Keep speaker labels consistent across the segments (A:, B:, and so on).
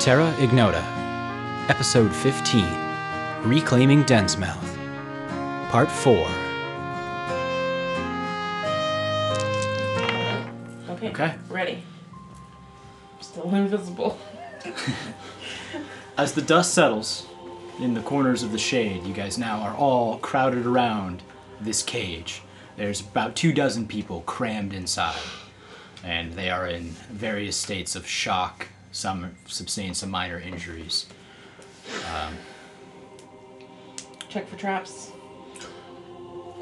A: Terra Ignota, Episode 15 Reclaiming Densmouth, Part 4.
B: Okay.
A: Okay.
B: Ready. Still invisible.
A: As the dust settles in the corners of the shade, you guys now are all crowded around this cage. There's about two dozen people crammed inside, and they are in various states of shock. Some sustain some minor injuries. Um,
B: Check for traps.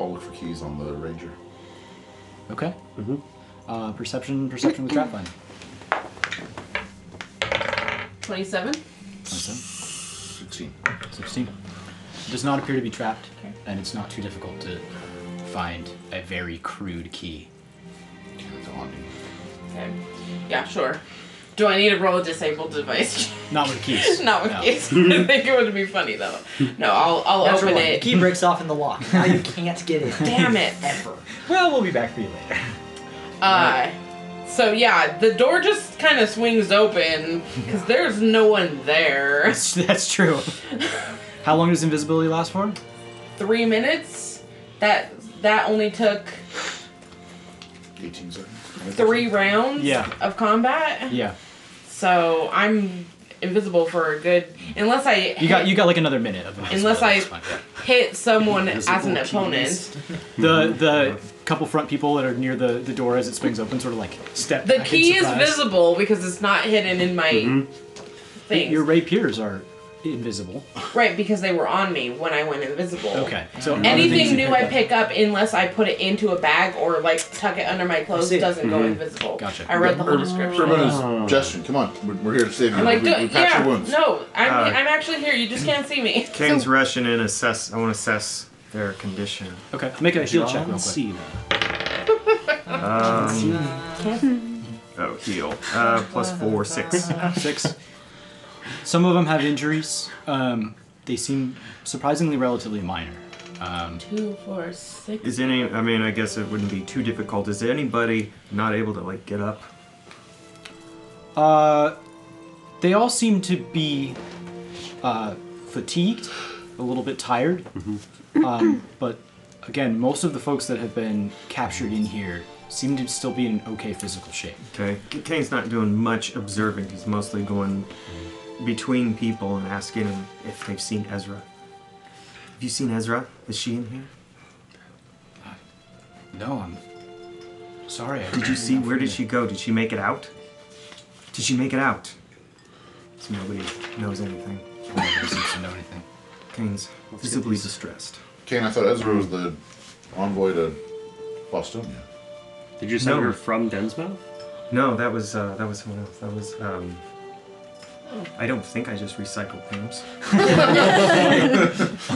C: I'll look for keys on the ranger.
A: Okay. Mm-hmm. Uh, perception, perception with trapline.
B: 27.
A: 27.
C: 16.
A: 16. It does not appear to be trapped,
B: Okay.
A: and it's not too difficult to find a very crude key.
C: It's on me.
B: Okay. Yeah, sure. Do I need to roll a disabled device?
A: Not with keys.
B: Not with
A: No.
B: keys. I think it would be funny though. No, I'll I'll
D: Natural
B: open
D: one.
B: it.
D: The key breaks off in the lock. Now you can't get in.
B: Damn it.
D: Ever. Well, we'll be back for you later.
B: Uh so yeah, the door just kind of swings open because there's no one there.
A: That's, that's true. How long does invisibility last for?
B: Three minutes. That that only took
C: 18 seconds.
B: three rounds
A: Yeah.
B: of combat.
A: Yeah.
B: So I'm invisible for a good unless I
A: You got you got like another minute of invisibility.
B: Unless I-
A: That's fine, yeah.
B: hit someone as an
C: Invisible
B: opponent.
A: the the couple front people that are near the, the door as it swings open sort of like step.
B: The
A: back in
B: key is
A: surprise.
B: visible because it's not hidden in my
A: Mm-hmm.
E: Mm-hmm.
B: thing.
A: Your Ray Piers are invisible.
B: right, because they were on me when I went invisible.
A: Okay. So other things
B: Anything
A: you
B: new
A: pick
B: I
A: up-
B: pick up unless I put it into a bag or like tuck it under my clothes
D: see.
B: doesn't go invisible.
A: Mm-hmm. Gotcha.
B: I read the whole
C: Remember
B: description.
A: Oh.
C: his gesture. Come on. We're, we're here to save you.
B: I'm like,
C: we,
B: don't,
C: we patch
B: yeah,
C: your wounds.
B: no, I'm,
E: Uh,
B: I'm actually here. You just can't see me.
E: Kane's rushing in. Assess. I want to assess their condition.
A: Okay. Make a heal check real quick.
E: Um,
C: um,
E: Oh, heal. Uh, plus four, six.
A: Six. Some of them have injuries. Um, they seem surprisingly relatively minor. Um,
B: Two, four, six.
E: Is any? I mean, I guess it wouldn't be too difficult. Is anybody not able to like get up?
A: uh, they all seem to be uh, fatigued, a little bit tired.
F: Mm-hmm.
A: Um, but again, most of the folks that have been captured in here seem to still be in okay physical shape.
E: Okay. Kane's not doing much observing. He's mostly going between people and asking them if they've seen Ezra. Have you seen Ezra? Is she in here?
A: Uh, No, I'm sorry. I
E: Did you see? Where did she go? Did she make it out? Did she make it out? So nobody knows anything.
A: Nobody seems to know anything.
E: Kane's visibly distressed.
C: Kane, I thought Ezra was the envoy to Bostonia.
F: Did you send
E: No.
F: her from Densmouth?
E: No, that was uh, that was someone else. That was um, I don't think I just recycled names.
B: That's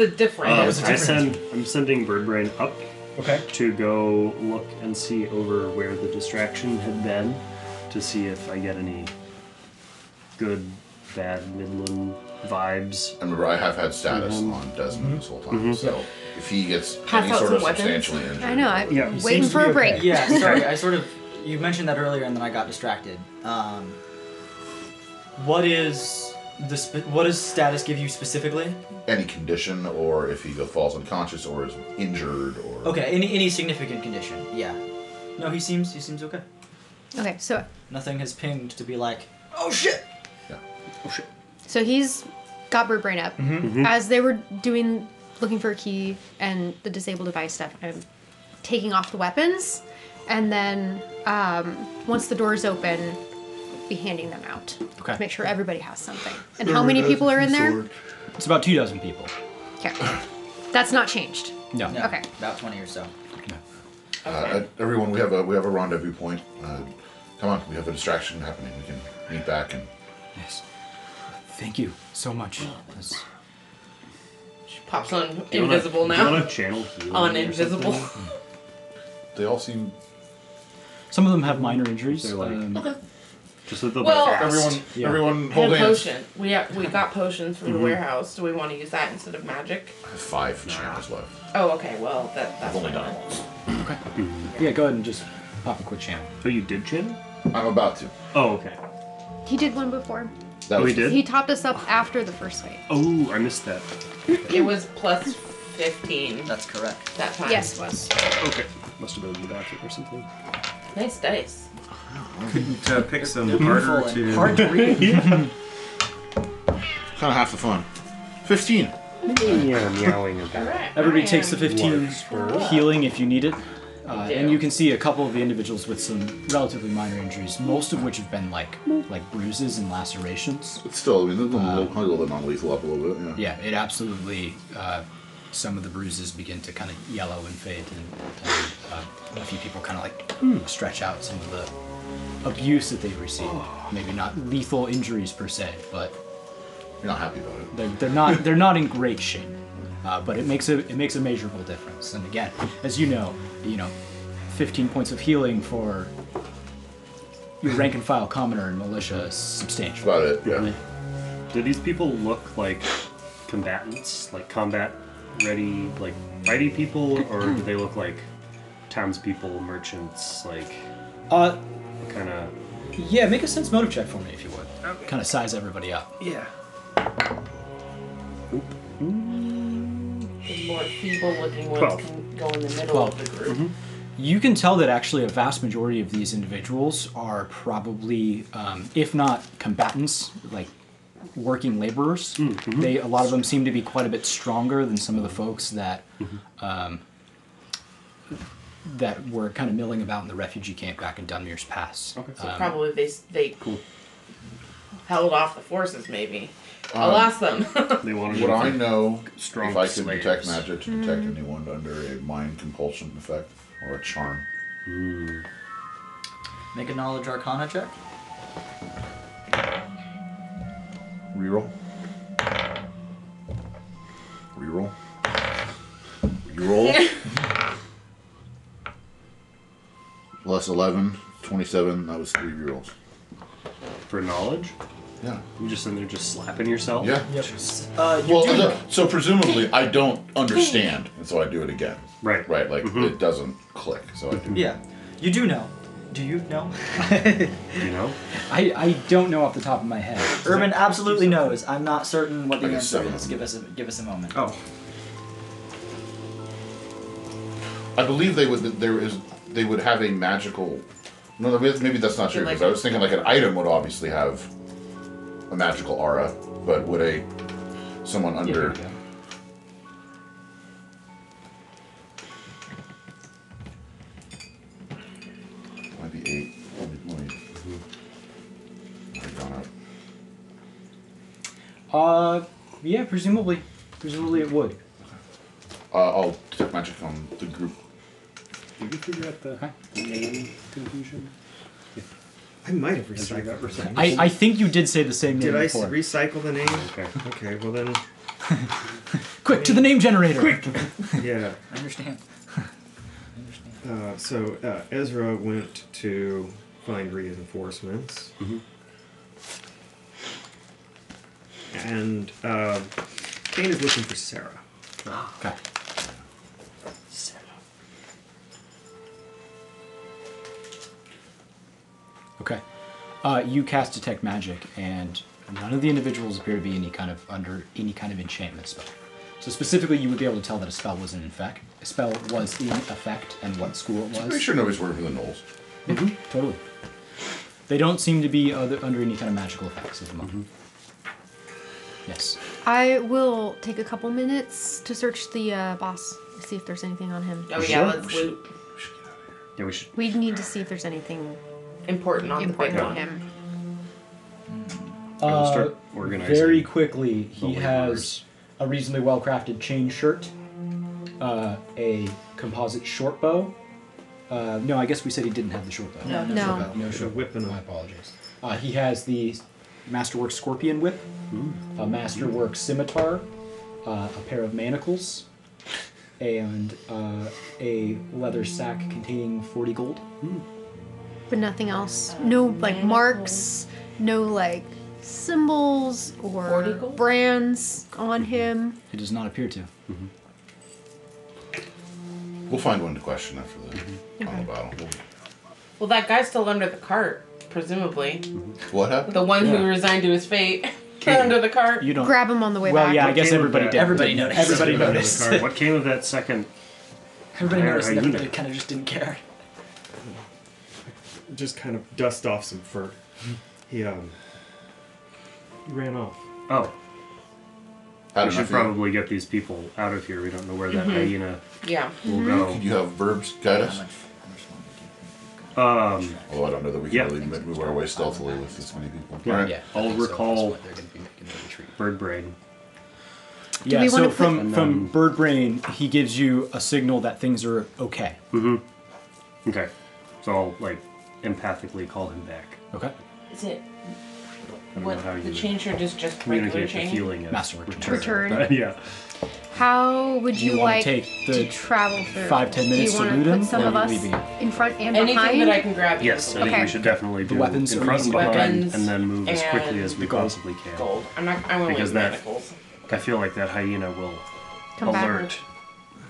B: a
E: Um,
B: different.
F: Uh, I send. I'm sending Birdbrain up
D: Okay.
F: to go look and see over where the distraction had been, to see if I get any good, bad Midland vibes. Mm-hmm.
C: I remember I have had status on Desmond this whole time. So if he gets
B: Pass
C: any
B: out
C: sort
B: some
C: of
B: weapons?
C: substantially injured.
G: I know. I'm
F: Yeah.
G: waiting
D: Seems
G: for
D: to
G: a
D: be
G: break.
D: okay. Yeah, sorry. I sort of you mentioned that earlier, and then I got distracted. Um, what is the sp- what does status give you specifically?
C: Any condition, or if he falls unconscious, or is injured, or.
D: Okay, any any significant condition? Yeah. No, he seems he seems okay.
G: Okay, so
D: Nothing has pinged to be like, oh shit.
C: Oh
G: so he's got bird brain up. As they were doing looking for a key and the disabled device stuff, I'm taking off the weapons, and then um, once the doors open, be handing them out
A: Okay.
G: to make sure everybody has something. And how many people are in there?
A: It's about two dozen people.
G: Okay,
F: Oh.
G: that's not changed.
A: No.
D: No,
G: Okay.
D: About twenty or so.
A: no.
C: Uh, everyone, we have a we have a rendezvous point. Uh, come on, we have a distraction happening. We can meet back and
A: Yes. Thank you so much. That's-
B: She pops on
F: Do you wanna-
B: invisible
F: do you
B: now.
F: wanna channel healing
B: On
F: or
B: invisible.
F: something?
C: they all seem
A: Mm. Some of them have minor injuries.
F: They're like-
A: um,
F: Just a little
B: Well-
F: bit. fast.
C: everyone
A: Yeah.
C: everyone
B: And
C: hold
B: a
C: hands.
B: potion. We have, we got potions from the warehouse. Do we want to use that instead of magic?
C: I have Five channels left.
B: Oh, okay. Well, that, that's
C: I've only
B: fine.
C: done it once.
A: Mm-hmm. yeah, go ahead and just pop a quick channel.
F: Oh, you did channel?
C: I'm about to.
F: Oh, okay.
G: He did one before.
C: That
F: Oh,
C: was
F: he did?
G: He topped us up after the first fight.
F: Oh, I missed that.
B: It was plus 15
D: That's correct.
B: that time.
G: Yes, was.
F: Okay. Must have been in the bathroom or something.
B: Nice dice.
C: Oh.
E: To uh, pick some harder
D: Full
E: to.
D: and Hard to read.
C: kind of half the fun. 15.
F: Yeah, meowing about.
B: Alright.
A: Everybody
B: I
A: takes the
B: am-
A: 15 healing if you need it. Uh,
B: do.
A: and you can see a couple of the individuals with some relatively minor injuries, most of which have been like like bruises and lacerations.
C: But still, I mean, the little huggle, the non-lethal up a little bit. Yeah.
A: uh, Yeah, it absolutely. Uh, some of the bruises begin to kind of yellow and fade, and, and uh, a few people kind of like Hmm, stretch out some of the abuse that they've received.
C: Oh.
A: Maybe not lethal injuries per se, but
C: You're not happy about it.
A: They're, they're not they're not in great shape, uh, but it makes a it makes a measurable difference. And again, as you know, you know, 15 points of healing for your rank and file commoner and militia is substantial.
C: About it. Yeah.
F: Do these people look like combatants, like combat ready, like fighty people, or do they look like townspeople, merchants, like
A: Uh,
F: what kind of?
A: yeah, make a sense motive check for me if you would. Kind of size everybody up.
E: Yeah.
B: The more feeble looking ones
F: Twelve.
B: can go in the middle
A: Twelve. Mm-hmm.
B: of the group.
A: You can tell that actually a vast majority of these individuals are probably, um, if not combatants, like working laborers.
F: Mm-hmm.
A: They a lot of them seem to be quite a bit stronger than some of the folks that um, that were kind of milling about in the refugee camp back in Dunmere's Pass. Um,
F: Okay.
B: So probably they s- they held off the forces maybe.
C: Um,
B: Alas them.
F: They want to
C: Would I know
F: Strong
C: if I could
F: slayers.
C: detect magic to detect
E: Mm-hmm.
C: anyone under a mind compulsion effect or a charm?
F: Mm.
D: Make a knowledge arcana check.
C: Reroll. Reroll. Reroll. Plus 11, 27, that was three rerolls.
F: for knowledge.
C: Yeah.
F: You're just in there, just slapping yourself.
C: Yeah.
D: Yep. Uh, you
C: Well,
D: do
C: so, so presumably I don't understand, and so I do it again.
F: Right. Mm-hmm.
C: Right, like it doesn't click, so I do.
D: Yeah, you do know. Do you know?
F: You know.
A: I, I don't know off the top of my head.
D: Urban absolutely knows. I'm not certain what the
C: I got
D: answer
C: seven.
D: is. Give us a give us a moment.
E: Oh.
C: I believe they would. There is. They would have a magical. No, maybe maybe that's not true because I was thinking like an item would obviously have a magical aura, but would a someone under? Might be eight. Might be- might be- might have gone up.
A: Uh, yeah, presumably, presumably it would.
C: Uh, I'll detect magic on the group.
F: Did you figure out the name confusion?
E: I might have recycled.
A: I, I think you did say the same name
E: Did I s-
A: before.
E: recycle the name?
F: Okay.
E: Okay, well then.
A: Quick to the name generator. Quick.
E: Yeah.
D: I understand.
E: Uh, so uh, Ezra went to find reinforcements,
A: Mm-hmm.
E: and uh, Kane is looking for Sarah.
A: Ah, Okay. Okay. Uh, you cast detect magic, and none of the individuals appear to be any kind of under any kind of enchantment spell. So specifically, you would be able to tell that a spell was in effect. A spell was in effect, and what school it
C: Pretty
A: was. Mm-hmm,
C: sure nobody's working for the Knolls.
A: Totally. They don't seem to be other, under any kind of magical effects at the moment.
C: Mm-hmm.
A: Yes.
G: I will take a couple minutes to search the uh, boss, see if there's anything on him.
B: Oh yeah,
A: Sure.
B: let's loot.
F: Yeah, we should.
G: We need to see if there's anything
B: Important on
G: important
B: the
G: on
B: big one.
G: him.
F: I will
A: Uh,
F: start organizing.
A: very quickly, he
F: the
A: has a reasonably well crafted chain shirt, uh, a composite short bow. Uh, no, I guess we said he didn't have the short bow.
D: No, no
G: No.
A: short bow. No
E: There's a
A: short
E: whip and
A: bow. My
E: a
A: apologies. Uh, he has the masterwork scorpion whip, a masterwork scimitar, uh, a pair of manacles, and uh, a leather sack containing 40 gold.
F: Hmm.
G: But nothing else. No like marks, no like symbols or
B: Portico?
G: brands on him.
A: It does not appear to.
B: Mm-hmm.
C: We'll find one to question after the, on
G: Okay.
B: Mm-hmm.
C: the battle.
B: Well that guy's still under the cart. presumably.
C: What happened?
B: The one
F: Mm-hmm. Yeah.
B: who resigned to his fate under the cart.
A: You don't
G: Grab him on the way
A: Well,
G: back.
A: yeah, I guess
F: Caleb
A: everybody
F: did.
A: did.
D: Everybody noticed.
A: Everybody
F: Under the
A: noticed.
F: card. What came of that second?
D: Everybody
F: Yeah,
D: noticed,
F: I
D: and
F: knew
D: everybody
F: that.
D: kind of just didn't care.
E: Just kind of dust off some fur. He um. He ran off.
F: Oh,
C: Had
F: we should
C: enough of
F: probably get these people out of here. We don't know where that hyena
B: Mm-hmm. Yeah.
F: will
C: You Mm-hmm. You have verbs guide us?
F: go. Um,
C: Although Oh, I don't know that we can
F: Yeah.
C: really mo- move our way stealthily with this many people.
F: Yeah.
C: Alright.
A: Yeah.
F: I'll recall-
H: they're going to be making their retreat.
F: bird brain.
G: Do
A: Yeah,
G: we
A: so
G: wanna put-
A: from
F: And,
A: from
F: um,
A: bird brain, he gives you a signal that things are okay.
F: Mm-hmm. Okay, so I'll like empathically call him back.
A: Okay,
B: Is it
F: I don't
B: what
F: know how
B: the
F: you
B: chain shirt is just regular
F: communicate the
B: chain?
F: feeling of
A: Master
F: return.
G: Return.
F: yeah.
G: How would
A: Do you
G: you,
A: wanna
G: like
A: take the
G: to travel through?
A: five, ten minutes
G: Do
A: to
G: you wanna
A: loot
G: put
A: him,
G: some
A: or
G: of
A: are you
G: us
A: leaving?
G: in front and
B: Anything
G: behind?
B: that I can grab. you
F: Yes, I think
G: Okay.
F: we should definitely do
A: weapons
F: in
A: are
F: front and
A: easy.
F: behind,
B: Weapons
F: and then move as quickly
B: and
F: as we
A: the gold.
F: possibly can.
B: Gold. I'm not. I want to
F: Because
B: leave
F: that-
B: manacles.
F: I feel like that hyena will
G: Come back.
F: alert.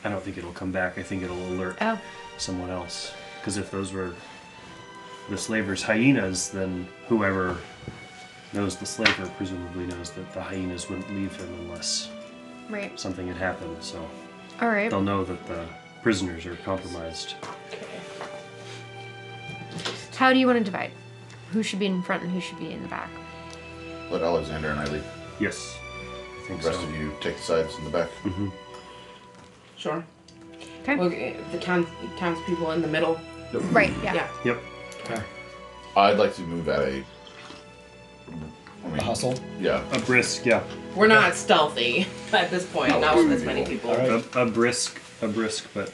F: I don't think it'll come back. I think it'll alert
G: Oh,
F: someone else. Because if those were the slavers' hyenas, then whoever knows the slaver presumably knows that the hyenas wouldn't leave him unless
G: right.
F: something had happened. So
G: All right.
F: they'll know that the prisoners are compromised.
G: How do you want to divide? Who should be in front and who should be in the back?
C: Let Alexander and I leave.
F: Yes, I think
C: The rest
F: so. Mm-hmm.
C: of you take the sides in the back.
B: Sure.
G: Okay.
B: Well, uh, the towns townspeople in the middle.
G: right. Yeah.
B: Yeah.
F: Yep.
C: I'd like to move at a. I mean,
A: a hustle.
C: Yeah.
F: A brisk, yeah.
B: We're not stealthy at this point. Not with this many people.
A: All
F: A,
A: right.
F: a brisk, a brisk, but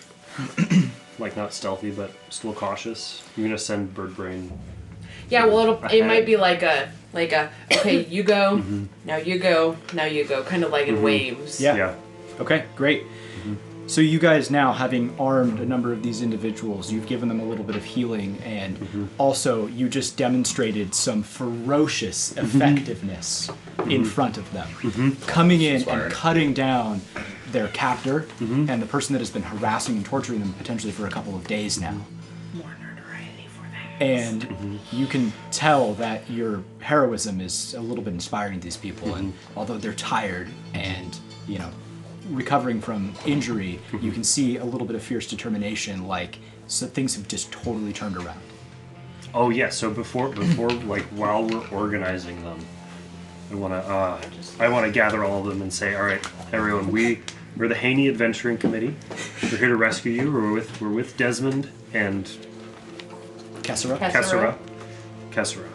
F: like not stealthy, but still cautious. You're gonna send Bird Brain.
B: Yeah. Well, it'll, it
F: Ahead.
B: might be like a like a okay. You go. Now you go. Now you go. Kind of Oh. like in waves.
A: Mm-hmm. Yeah.
F: Mm-hmm. Yeah. Mm-hmm.
A: Okay, great. So you guys now, having armed a number of these individuals, you've given them a little bit of healing, and
F: Mm-hmm.
A: also you just demonstrated some ferocious
F: Mm-hmm.
A: effectiveness in front of them, coming in and cutting down their captor
F: Mm-hmm.
A: and the person that has been harassing and torturing them potentially for a couple of days now. And
F: Mm-hmm.
A: you can tell that your heroism is a little bit inspiring to these people, and
F: Mm-hmm.
A: although they're tired and you know recovering from injury,
F: Mm-hmm.
A: you can see a little bit of fierce determination. Like so, things have just totally turned around.
F: Oh yeah. So before, before, like while we're organizing them, I wanna, uh, I wanna gather all of them and say, all right, everyone, we we're the Haney Adventuring Committee. We're here to rescue you. We're with we're with Desmond and
A: Kessera,
B: Kes-
F: Kessera.
B: Kessera.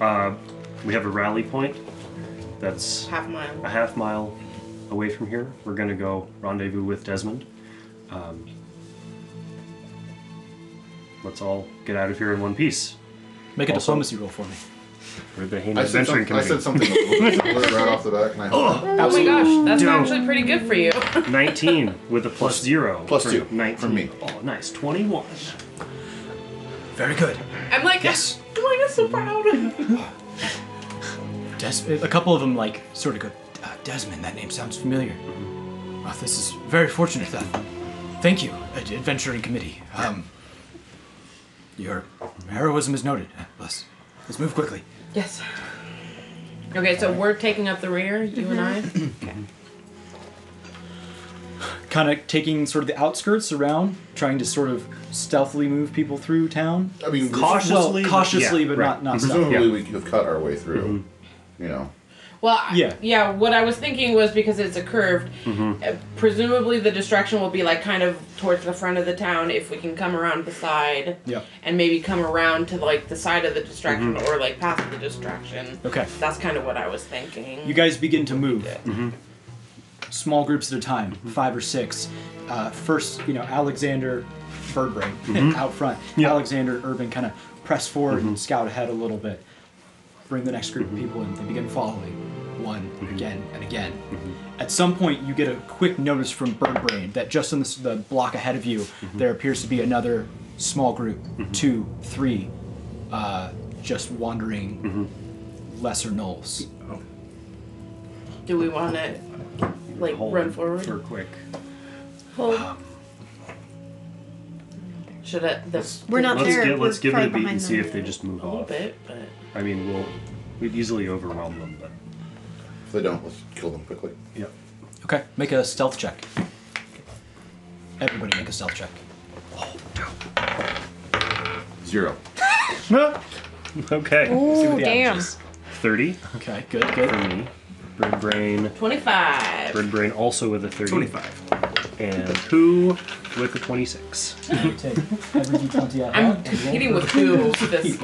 F: Kessera. Uh, we have a rally point that's
B: Half mile.
F: a half mile away from here. We're going to go rendezvous with Desmond. Um, let's all get out of here in one piece.
A: make a
F: Also-
A: diplomacy roll for me.
F: We're the Haney
C: I said,
F: Adventuring
C: some, I said
F: Committee.
C: something a little bit right off the back, and I.
B: Oh my gosh, that's
F: Dope.
B: actually pretty good for you.
F: 19 with a plus zero.
C: plus
F: for
C: two
F: 19.
C: from me.
F: Oh, nice. 21.
A: Very good.
B: I'm like,
A: Yes.
B: I'm like, I'm so proud.
A: Des- a couple of them like sort of go, uh, Desmond. That name sounds familiar. Wow, this is very fortunate. That. Thank you, Ad- adventuring committee. Um, your heroism is noted. Uh, Let's let's move quickly.
B: yes. Okay, so we're taking up the rear, you and I.
A: Mm-hmm. Kind of taking sort of the outskirts around, trying to sort of stealthily move people through town.
C: I mean,
F: Caution. Cautiously,
A: well,
F: but-
A: cautiously,
F: yeah,
A: but
F: right. Mm-hmm.
A: not not stealthily.
C: presumably we could have cut our way through. You know.
B: Well, I-
A: Yeah.
B: yeah. What I was thinking was because it's a curved,
F: Mm-hmm.
B: uh, presumably the distraction will be like kind of towards the front of the town if we can come around the side.
A: Yeah. Mm-hmm.
B: And maybe come around to like the side of the distraction or like past the distraction.
A: Okay.
B: That's kind of what I was thinking.
A: You guys begin to move.
C: Mm-hmm.
A: Small groups at a time,
F: Mm-hmm.
A: five or six. Uh, first, you know, Alexander, Birdbrain
F: Mm-hmm.
A: out front. Alexander, Urban kind of press forward and scout ahead a little bit. Bring the next group
F: Mm-hmm.
A: of people in. They begin following one again and again. At some point, you get a quick notice from Birdbrain that just in this, the block ahead of you, there appears to be another small group, two, three, uh, just wandering lesser knolls.
B: Do we want to like
F: Hold Um,
B: run forward?
F: For quick.
G: Hold.
B: Should it? The,
G: We're not
F: Let's
G: there.
F: get let's
G: We're
F: give it
G: far
F: a beat
G: behind
F: and see
G: them.
F: if they just move
B: a little
F: off.
B: bit, but
F: I mean, we'll we'd easily overwhelm them, but
C: If they don't, let's kill them quickly.
F: yeah.
A: Okay, make a stealth check. Everybody make a stealth check.
C: Zero.
F: okay,
A: See
G: Oh
A: what the
G: damn!
A: averages.
F: thirty
A: Okay, good,
F: for
A: good.
F: me. Bird brain,
B: twenty-five.
F: bird brain also with a thirty.
E: 25.
F: and two with a twenty-six.
A: You take every d20 out
B: I'm competing with you. This.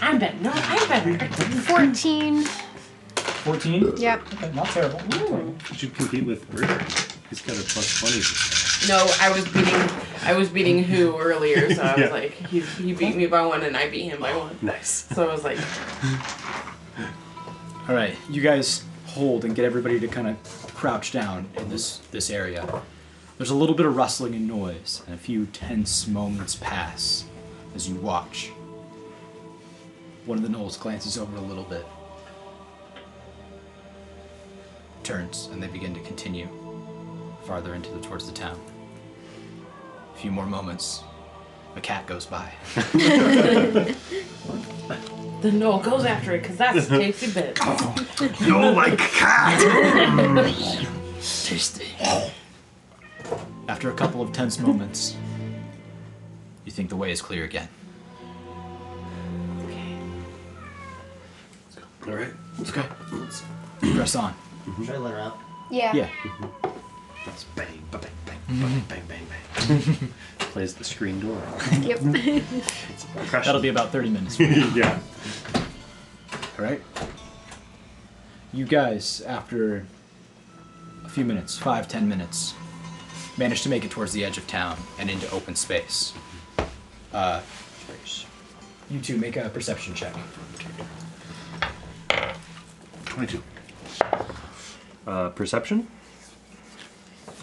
B: I'm better. No, I'm better.
G: Fourteen.
A: 14?
G: Yep.
A: Okay, not terrible.
F: You should compete with bird brain. He's got a plus twenty.
B: No, I was beating. I was beating who earlier, so I was
F: Yeah.
B: like, he, he beat me by one, and I beat him by one.
F: Nice.
B: So I was like,
A: All right, you guys hold and get everybody to kind of crouch down in this this area. There's a little bit of rustling and noise, and a few tense moments pass as you watch. One of the gnolls glances over a little bit, turns, and they begin to continue farther into the towards the town. A few more moments, a cat goes by.
B: the Noel goes after it because that's a tasty bit.
F: Oh,
E: You're like cat!
A: After a couple of tense moments, you think the way is clear again.
F: All right.
A: Let's go. Press on.
D: Mm-hmm. Should I let her out?
G: Yeah.
A: Yeah.
F: It's bang, ba- bang, bang, bang, bang, bang, bang. Plays the screen door.
G: Yep.
F: It's crushing.
A: That'll be about 30 minutes.
F: yeah.
A: All right. You guys, after a few minutes, five, ten minutes, manage to make it towards the edge of town and into open space. Uh, you two make a uh, perception check.
C: 22.
F: Uh, perception.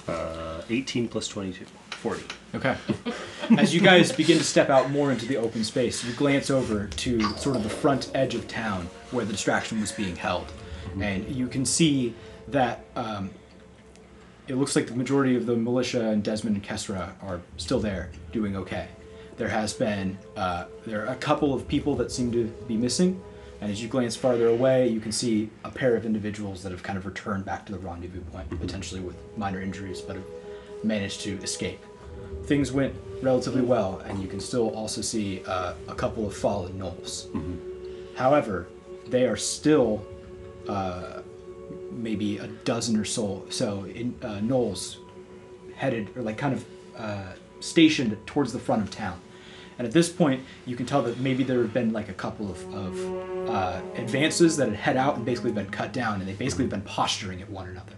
F: Uh, 18 plus 22. 40.
A: Okay. As you guys begin to step out more into the open space, you glance over to sort of the front edge of town where the distraction was being held. And you can see that um, it looks like the majority of the militia and Desmond and Kesra are still there, doing okay. There has been uh, there are a couple of people that seem to be missing, and as you glance farther away, you can see a pair of individuals that have kind of returned back to the rendezvous point, potentially with minor injuries, but have managed to escape. Things went relatively well, and you can still also see uh, a couple of fallen gnolls. However, they are still uh, maybe a dozen or so so in uh, Knowles headed or like kind of uh, stationed towards the front of town. And at this point, you can tell that maybe there have been like a couple of, of uh, advances that had head out and basically been cut down, and they basically have been posturing at one another,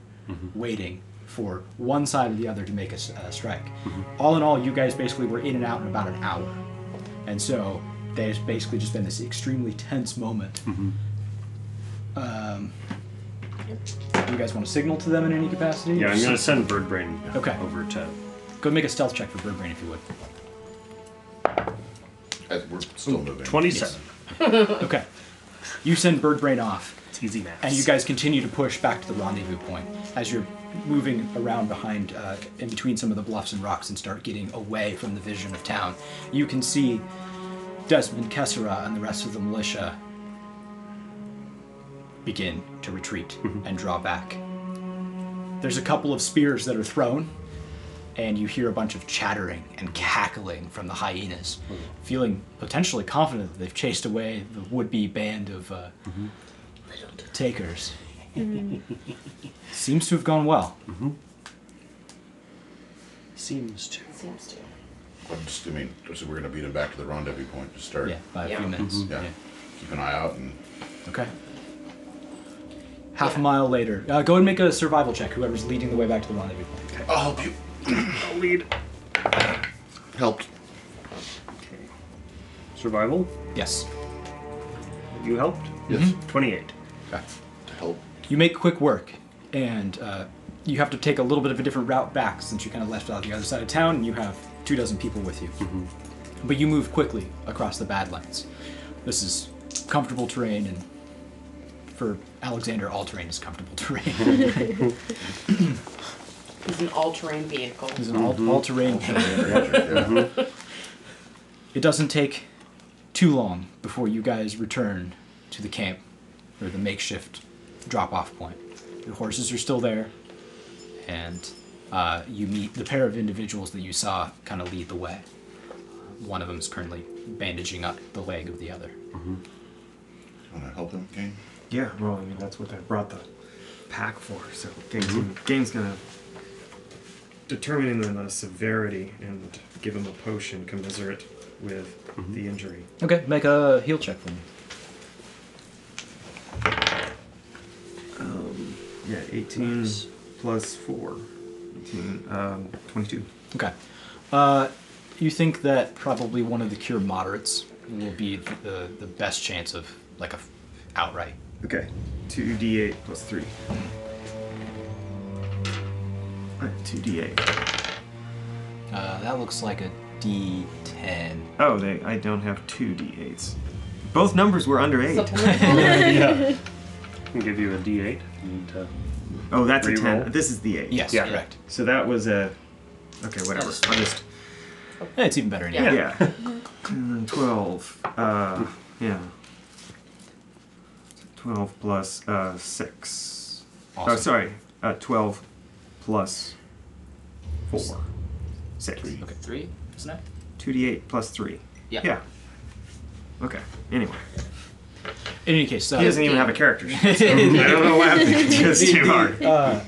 A: waiting for one side or the other to make a, s- a strike.
D: Mm-hmm.
A: All in all, you guys basically were in and out in about an hour. And so there's basically just been this extremely tense moment
E: Mm-hmm.
A: Do you guys want to signal to them in any capacity?
F: Yeah,
A: Or
F: I'm gonna send bird brain
A: Okay.
F: over to.
A: Go make a stealth check for Birdbrain if you would.
C: As we're still moving.
F: 27.
A: Okay. You send Birdbrain off,
F: It's easy math.
A: and you guys continue to push back to the rendezvous point as you're moving around behind, uh, in between some of the bluffs and rocks, and start getting away from the vision of town. You can see Desmond, Kessera, and the rest of the militia begin to retreat
F: Mm-hmm.
A: and draw back. There's a couple of spears that are thrown, and you hear a bunch of chattering and cackling from the hyenas, feeling potentially confident that they've chased away the would-be band of uh, takers. Seems to have gone well.
F: Seems to.
B: Seems to.
C: I'm just, I mean, so we're going to beat them back to the rendezvous point to start.
A: Yeah, by a
B: Yeah.
A: few minutes.
C: Yeah. Keep an eye out and
A: Okay. Half a mile later, uh, go and make a survival check. Whoever's leading the way back to the rendezvous. point.
C: I'll help you.
F: I'll lead.
C: Helped.
F: Okay. Survival.
A: Yes.
F: You helped. Mm-hmm.
C: Yes.
F: 28.
C: Okay. To help.
A: You make quick work, and uh, you have to take a little bit of a different route back since you kind of left out the other side of town, and you have two dozen people with you.
F: Mm-hmm.
A: But you move quickly across the Badlands. This is comfortable terrain, and for Alexander, all terrain is comfortable terrain.
B: He's an all-terrain vehicle.
A: It's an all, all-terrain.
C: Mm-hmm. Yeah.
A: It doesn't take too long before you guys return to the camp or the makeshift drop off point. The horses are still there, and uh, you meet the pair of individuals that you saw kind of lead the way. One of them is currently bandaging up the leg of the other.
C: Want to Mm-hmm. help him, gang?
E: Yeah, well, I mean, that's what I brought the pack for. So, Gang's,
C: Mm-hmm.
E: gonna, Gang's gonna determine the severity and give him a potion commensurate with
C: Mm-hmm.
E: the injury.
A: Okay, make a heal check for me.
E: Yeah, 18 plus 4. 18, um, 22.
A: Okay. Uh, you think that probably one of the cure moderates will be the, the, the best chance of like a f- outright.
E: Okay. 2d8 plus 3. Alright, 2d8.
A: Uh, that looks like a D10.
E: Oh, they, I don't have 2d8s. Both numbers were under 8.
B: Supplemental.
F: I'll give you a D8. And, uh,
E: Oh, that's a
F: Reroll.
E: 10. This is the 8.
A: Yes,
F: Yeah.
A: correct.
E: So that was a. Okay, whatever. I'll just.
A: Yeah, Eh, it's even better anyway.
B: Yeah.
E: Yeah. Uh, 12. Uh, yeah. 12 plus uh, 6. Oh,
A: Awesome.
E: sorry. Uh, 12 plus 4. 6.
D: Okay. Three, isn't it?
E: 2d8 plus 3.
D: Yeah.
E: Yeah. Okay. Anyway.
A: In any case, uh,
E: He doesn't even have a character sheet. so I don't know what happened. It's just too hard.
A: uh,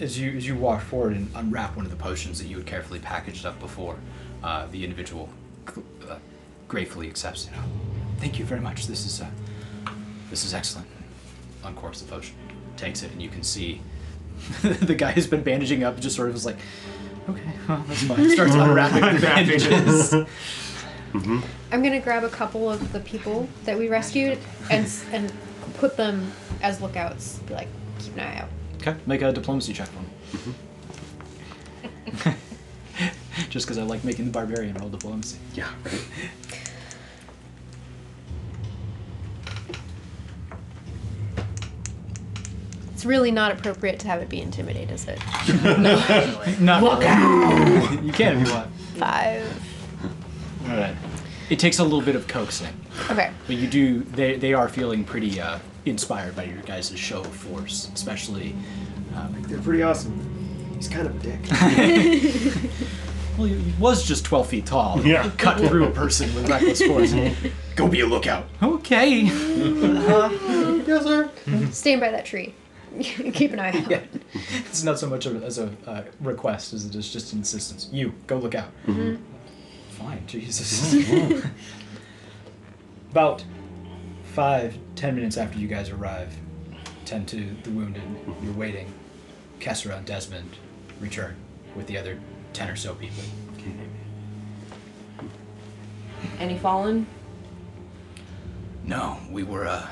A: as you as you walk forward and unwrap one of the potions that you had carefully packaged up before, uh, the individual gl- uh, gratefully accepts it. Thank you very much. This is uh, this is excellent. Uncorks the potion, takes it, and you can see the guy who's been bandaging up just sort of is like, okay, well that's fine. Starts unwrapping the bandages.
F: Mm-hmm.
G: I'm gonna grab a couple of the people that we rescued and s- and put them as lookouts. Be like, keep an eye out.
A: okay, make a diplomacy check for me. just because I like making the barbarian roll diplomacy.
F: yeah, right.
G: It's really not appropriate to have it be intimidate, is it?
A: Not Look you can if you want.
G: Five.
A: All right. It takes a little bit of coaxing,
G: Okay.
A: but you do. They they are feeling pretty uh, inspired by your guys' show of force, especially. Um,
E: They're pretty awesome. He's kind of a dick.
A: well, he he was just twelve feet tall.
F: Yeah.
A: He cut through a person with reckless force. Go be a lookout. Okay.
D: Uh-huh. Yes, sir.
G: Stand by that tree. keep an eye out.
A: It's not so much of, as a uh, request as it is just an insistence. You go look out.
C: Mm-hmm.
A: Fine, Jesus. About five, ten minutes after you guys arrive, tend to the wounded. You're waiting. Kessera and Desmond return with the other ten or so people.
B: Any fallen?
A: No, we were uh,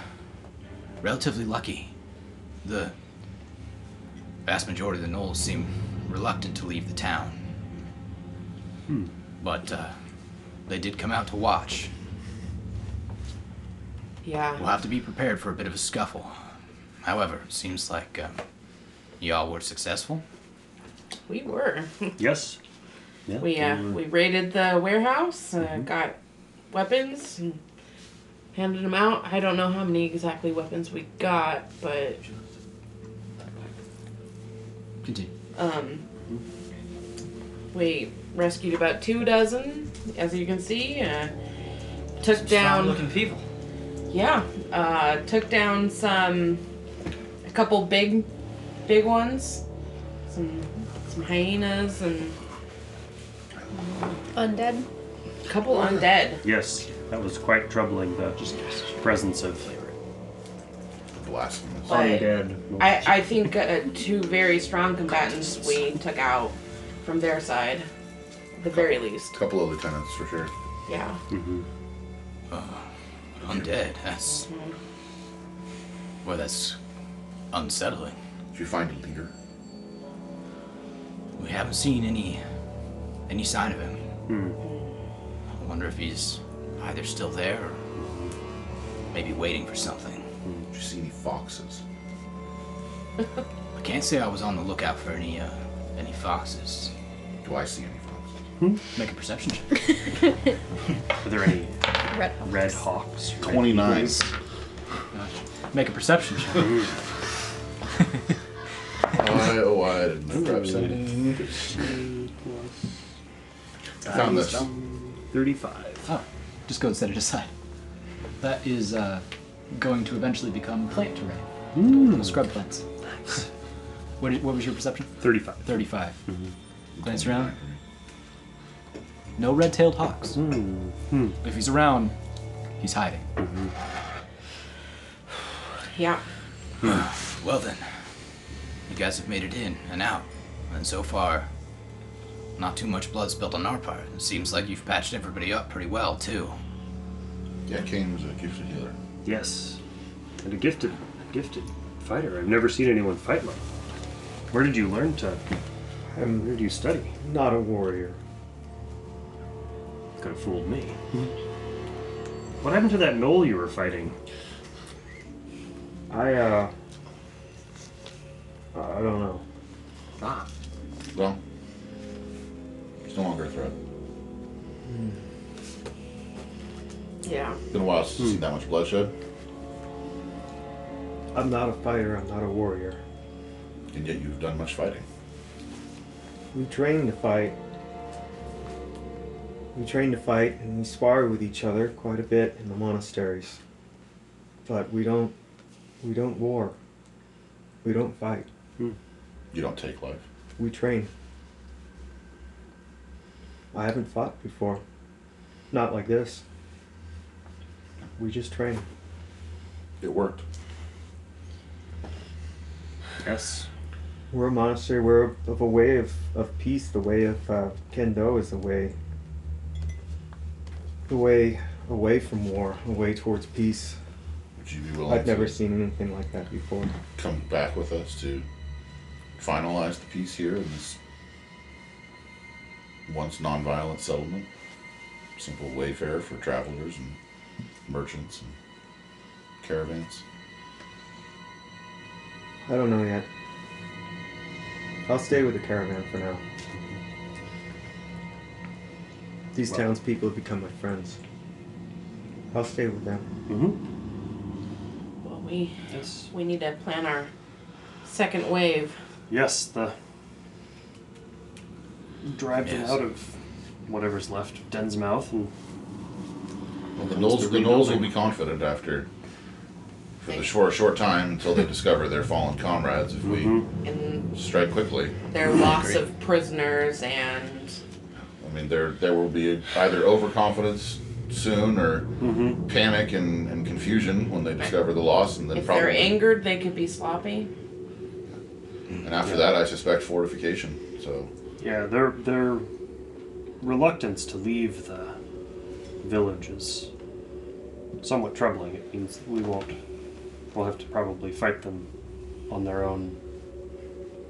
A: relatively lucky. The vast majority of the Knolls seem reluctant to leave the town.
F: Hmm.
A: But uh, they did come out to watch.
B: Yeah.
A: We'll have to be prepared for a bit of a scuffle. However, it seems like um, y'all were successful.
B: We were.
F: Yes. Yeah,
B: We uh, we raided the warehouse, uh, got weapons, and handed them out. I don't know how many exactly weapons we got, but
A: Continue.
B: um, we rescued about two dozen, as you can see. Uh, took down.
D: Strong-looking people.
B: Yeah, uh, took down some, a couple big, big ones, some some hyenas and
G: Undead.
B: a couple undead.
F: Yes, that was quite troubling. The presence of
C: Blasphemous.
B: But
F: undead.
B: I I think uh, two very strong combatants we took out from their side, at the very least.
C: couple of lieutenants for sure.
B: Yeah,
A: Undead, that's. Well, that's unsettling.
C: Did you find a leader?
A: We haven't seen any any sign of him. I wonder if he's either still there or maybe waiting for something.
C: Hmm, Did you see any foxes?
A: I can't say I was on the lookout for any uh, any foxes.
C: Do I see any foxes?
A: Make a perception check.
F: Are there any
G: Red Hawk.
F: red hawks? red
C: Twenty nine.
F: eagles?
A: Make a perception check.
C: I oh I didn't know. I found this.
E: 35.
A: Oh, just go and set it aside. That is uh, going to eventually become plant terrain. Little Scrub plants. What, i- what was your perception?
F: 35.
A: 35. Glance around. No red tailed hawks. If he's around, he's hiding.
B: Yeah.
A: Well then, you guys have made it in and out, and so far, not too much blood spilled on our part. It seems like you've patched everybody up pretty well too.
C: Yeah, Kane was a gifted healer.
F: Yes. And a gifted, gifted fighter. I've never seen anyone fight like that. Where did you learn to. Where did you study?
E: Not a warrior.
F: Could have fooled me. What happened to that knoll you were fighting?
E: I, uh. I don't know.
F: Ah.
C: Well, it's no longer a threat.
B: Yeah.
C: It's been a while since I've seen that much bloodshed,
E: I'm not a fighter, I'm not a warrior.
C: and yet you've done much fighting.
E: We train to fight. We train to fight and we spar with each other quite a bit in the monasteries. But we don't we don't war. We don't fight.
C: You don't take life.
E: We train. I haven't fought before. Not like this. We just train.
C: It worked.
F: Yes.
E: We're a monastery. We're of- of a way of, of peace. The way of uh, kendo is the way. The way away from war, away towards peace.
C: Would you be willing
E: I've never
C: to
E: seen anything like that before.
C: come back with us to finalize the peace here in this once non-violent settlement? Simple wayfare for travelers and merchants and caravans.
E: I don't know yet. I'll stay with the caravan for now. These
F: Well-
E: townspeople have become my friends. I'll stay with them.
F: Mm-hmm.
B: Well, we
F: Yes.
B: we need to plan our second wave.
F: Yes, the drive them
A: Yes.
F: out of whatever's left of Den's mouth and
C: Well, the
F: Comes
C: Knolls,
F: to
C: the Knolls will
F: rebuilding.
C: be confident after for the for a short time until they discover their fallen comrades. If Mm-hmm.
B: And
C: we strike quickly,
B: their loss of prisoners and
C: I mean there there will be either overconfidence soon or
D: Mm-hmm.
C: panic and, and confusion when they discover the loss, and then
B: if they're
C: probably
B: angered they could be sloppy.
C: and after that I suspect fortification. So
F: yeah, their their reluctance to leave the village is somewhat troubling. It means we won't we'll have to probably fight them on their own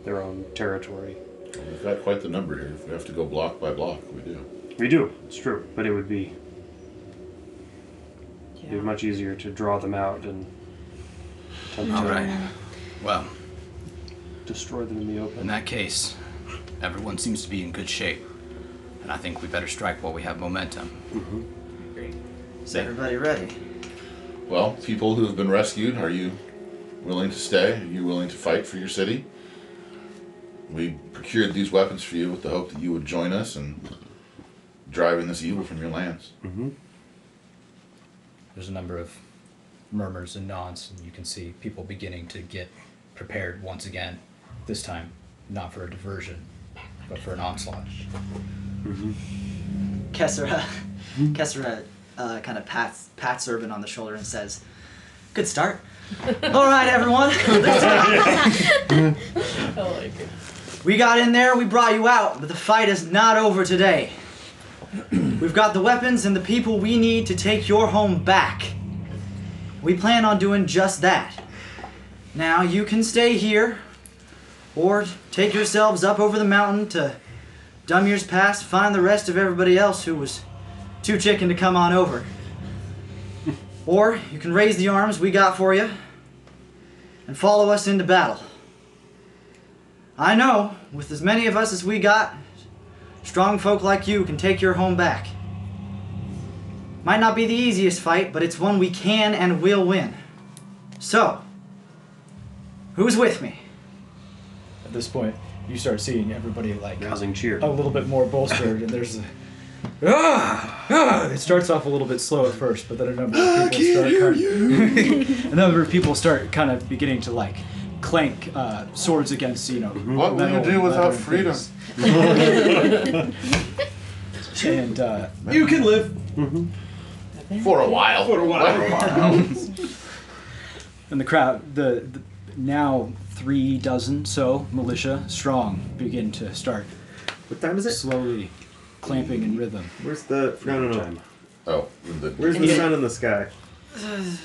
F: their own territory.
C: we've got quite the number here. If we have to go block by block, we do.
F: We do, it's true, but it would be it'd be
B: Yeah.
F: much easier to draw them out and attempt
A: All
F: to
A: right. Well,
F: destroy them in the
A: in
F: open.
A: that case, everyone seems to be in good shape, and I think we better strike while we have momentum.
D: Is everybody ready?
C: Well, people who have been rescued, are you willing to stay? Are you willing to fight for your city? We procured these weapons for you with the hope that you would join us in driving this evil from your lands.
D: Mm-hmm.
A: There's a number of murmurs and nods, and you can see people beginning to get prepared once again. This time, not for a diversion, but for an onslaught.
D: Kessera, Kessera uh, kind of pats, pats Urban on the shoulder and says, Good start. All right, everyone.
B: I like it.
D: we got in there, we brought you out, but the fight is not over today. We've got the weapons and the people we need to take your home back. We plan on doing just that. Now, you can stay here, or take yourselves up over the mountain to Dummy's Pass, find the rest of everybody else who was too chicken to come on over. Or you can raise the arms we got for you and follow us into battle. I know, with as many of us as we got, Strong folk like you can take your home back. Might not be the easiest fight, but it's one we can and will win. So, who's with me?
A: At this point, you start seeing everybody like
F: Rousing cheer.
A: a little bit more bolstered, and there's a, ah, ah. It starts off a little bit slow at first, but then a number of people start kind of, a number of people start kind of beginning to like clank uh, swords against you know.
C: What will you
A: metal-
C: do without
A: leather and
C: freedom?
A: things. and uh, you can live.
C: For a while. For a while.
A: And the crowd, the, the now three dozen so militia strong begin to start
E: What time is it?
A: slowly clamping in rhythm.
E: Where's the no no no?
C: oh, the,
E: Where's the sun in the sky?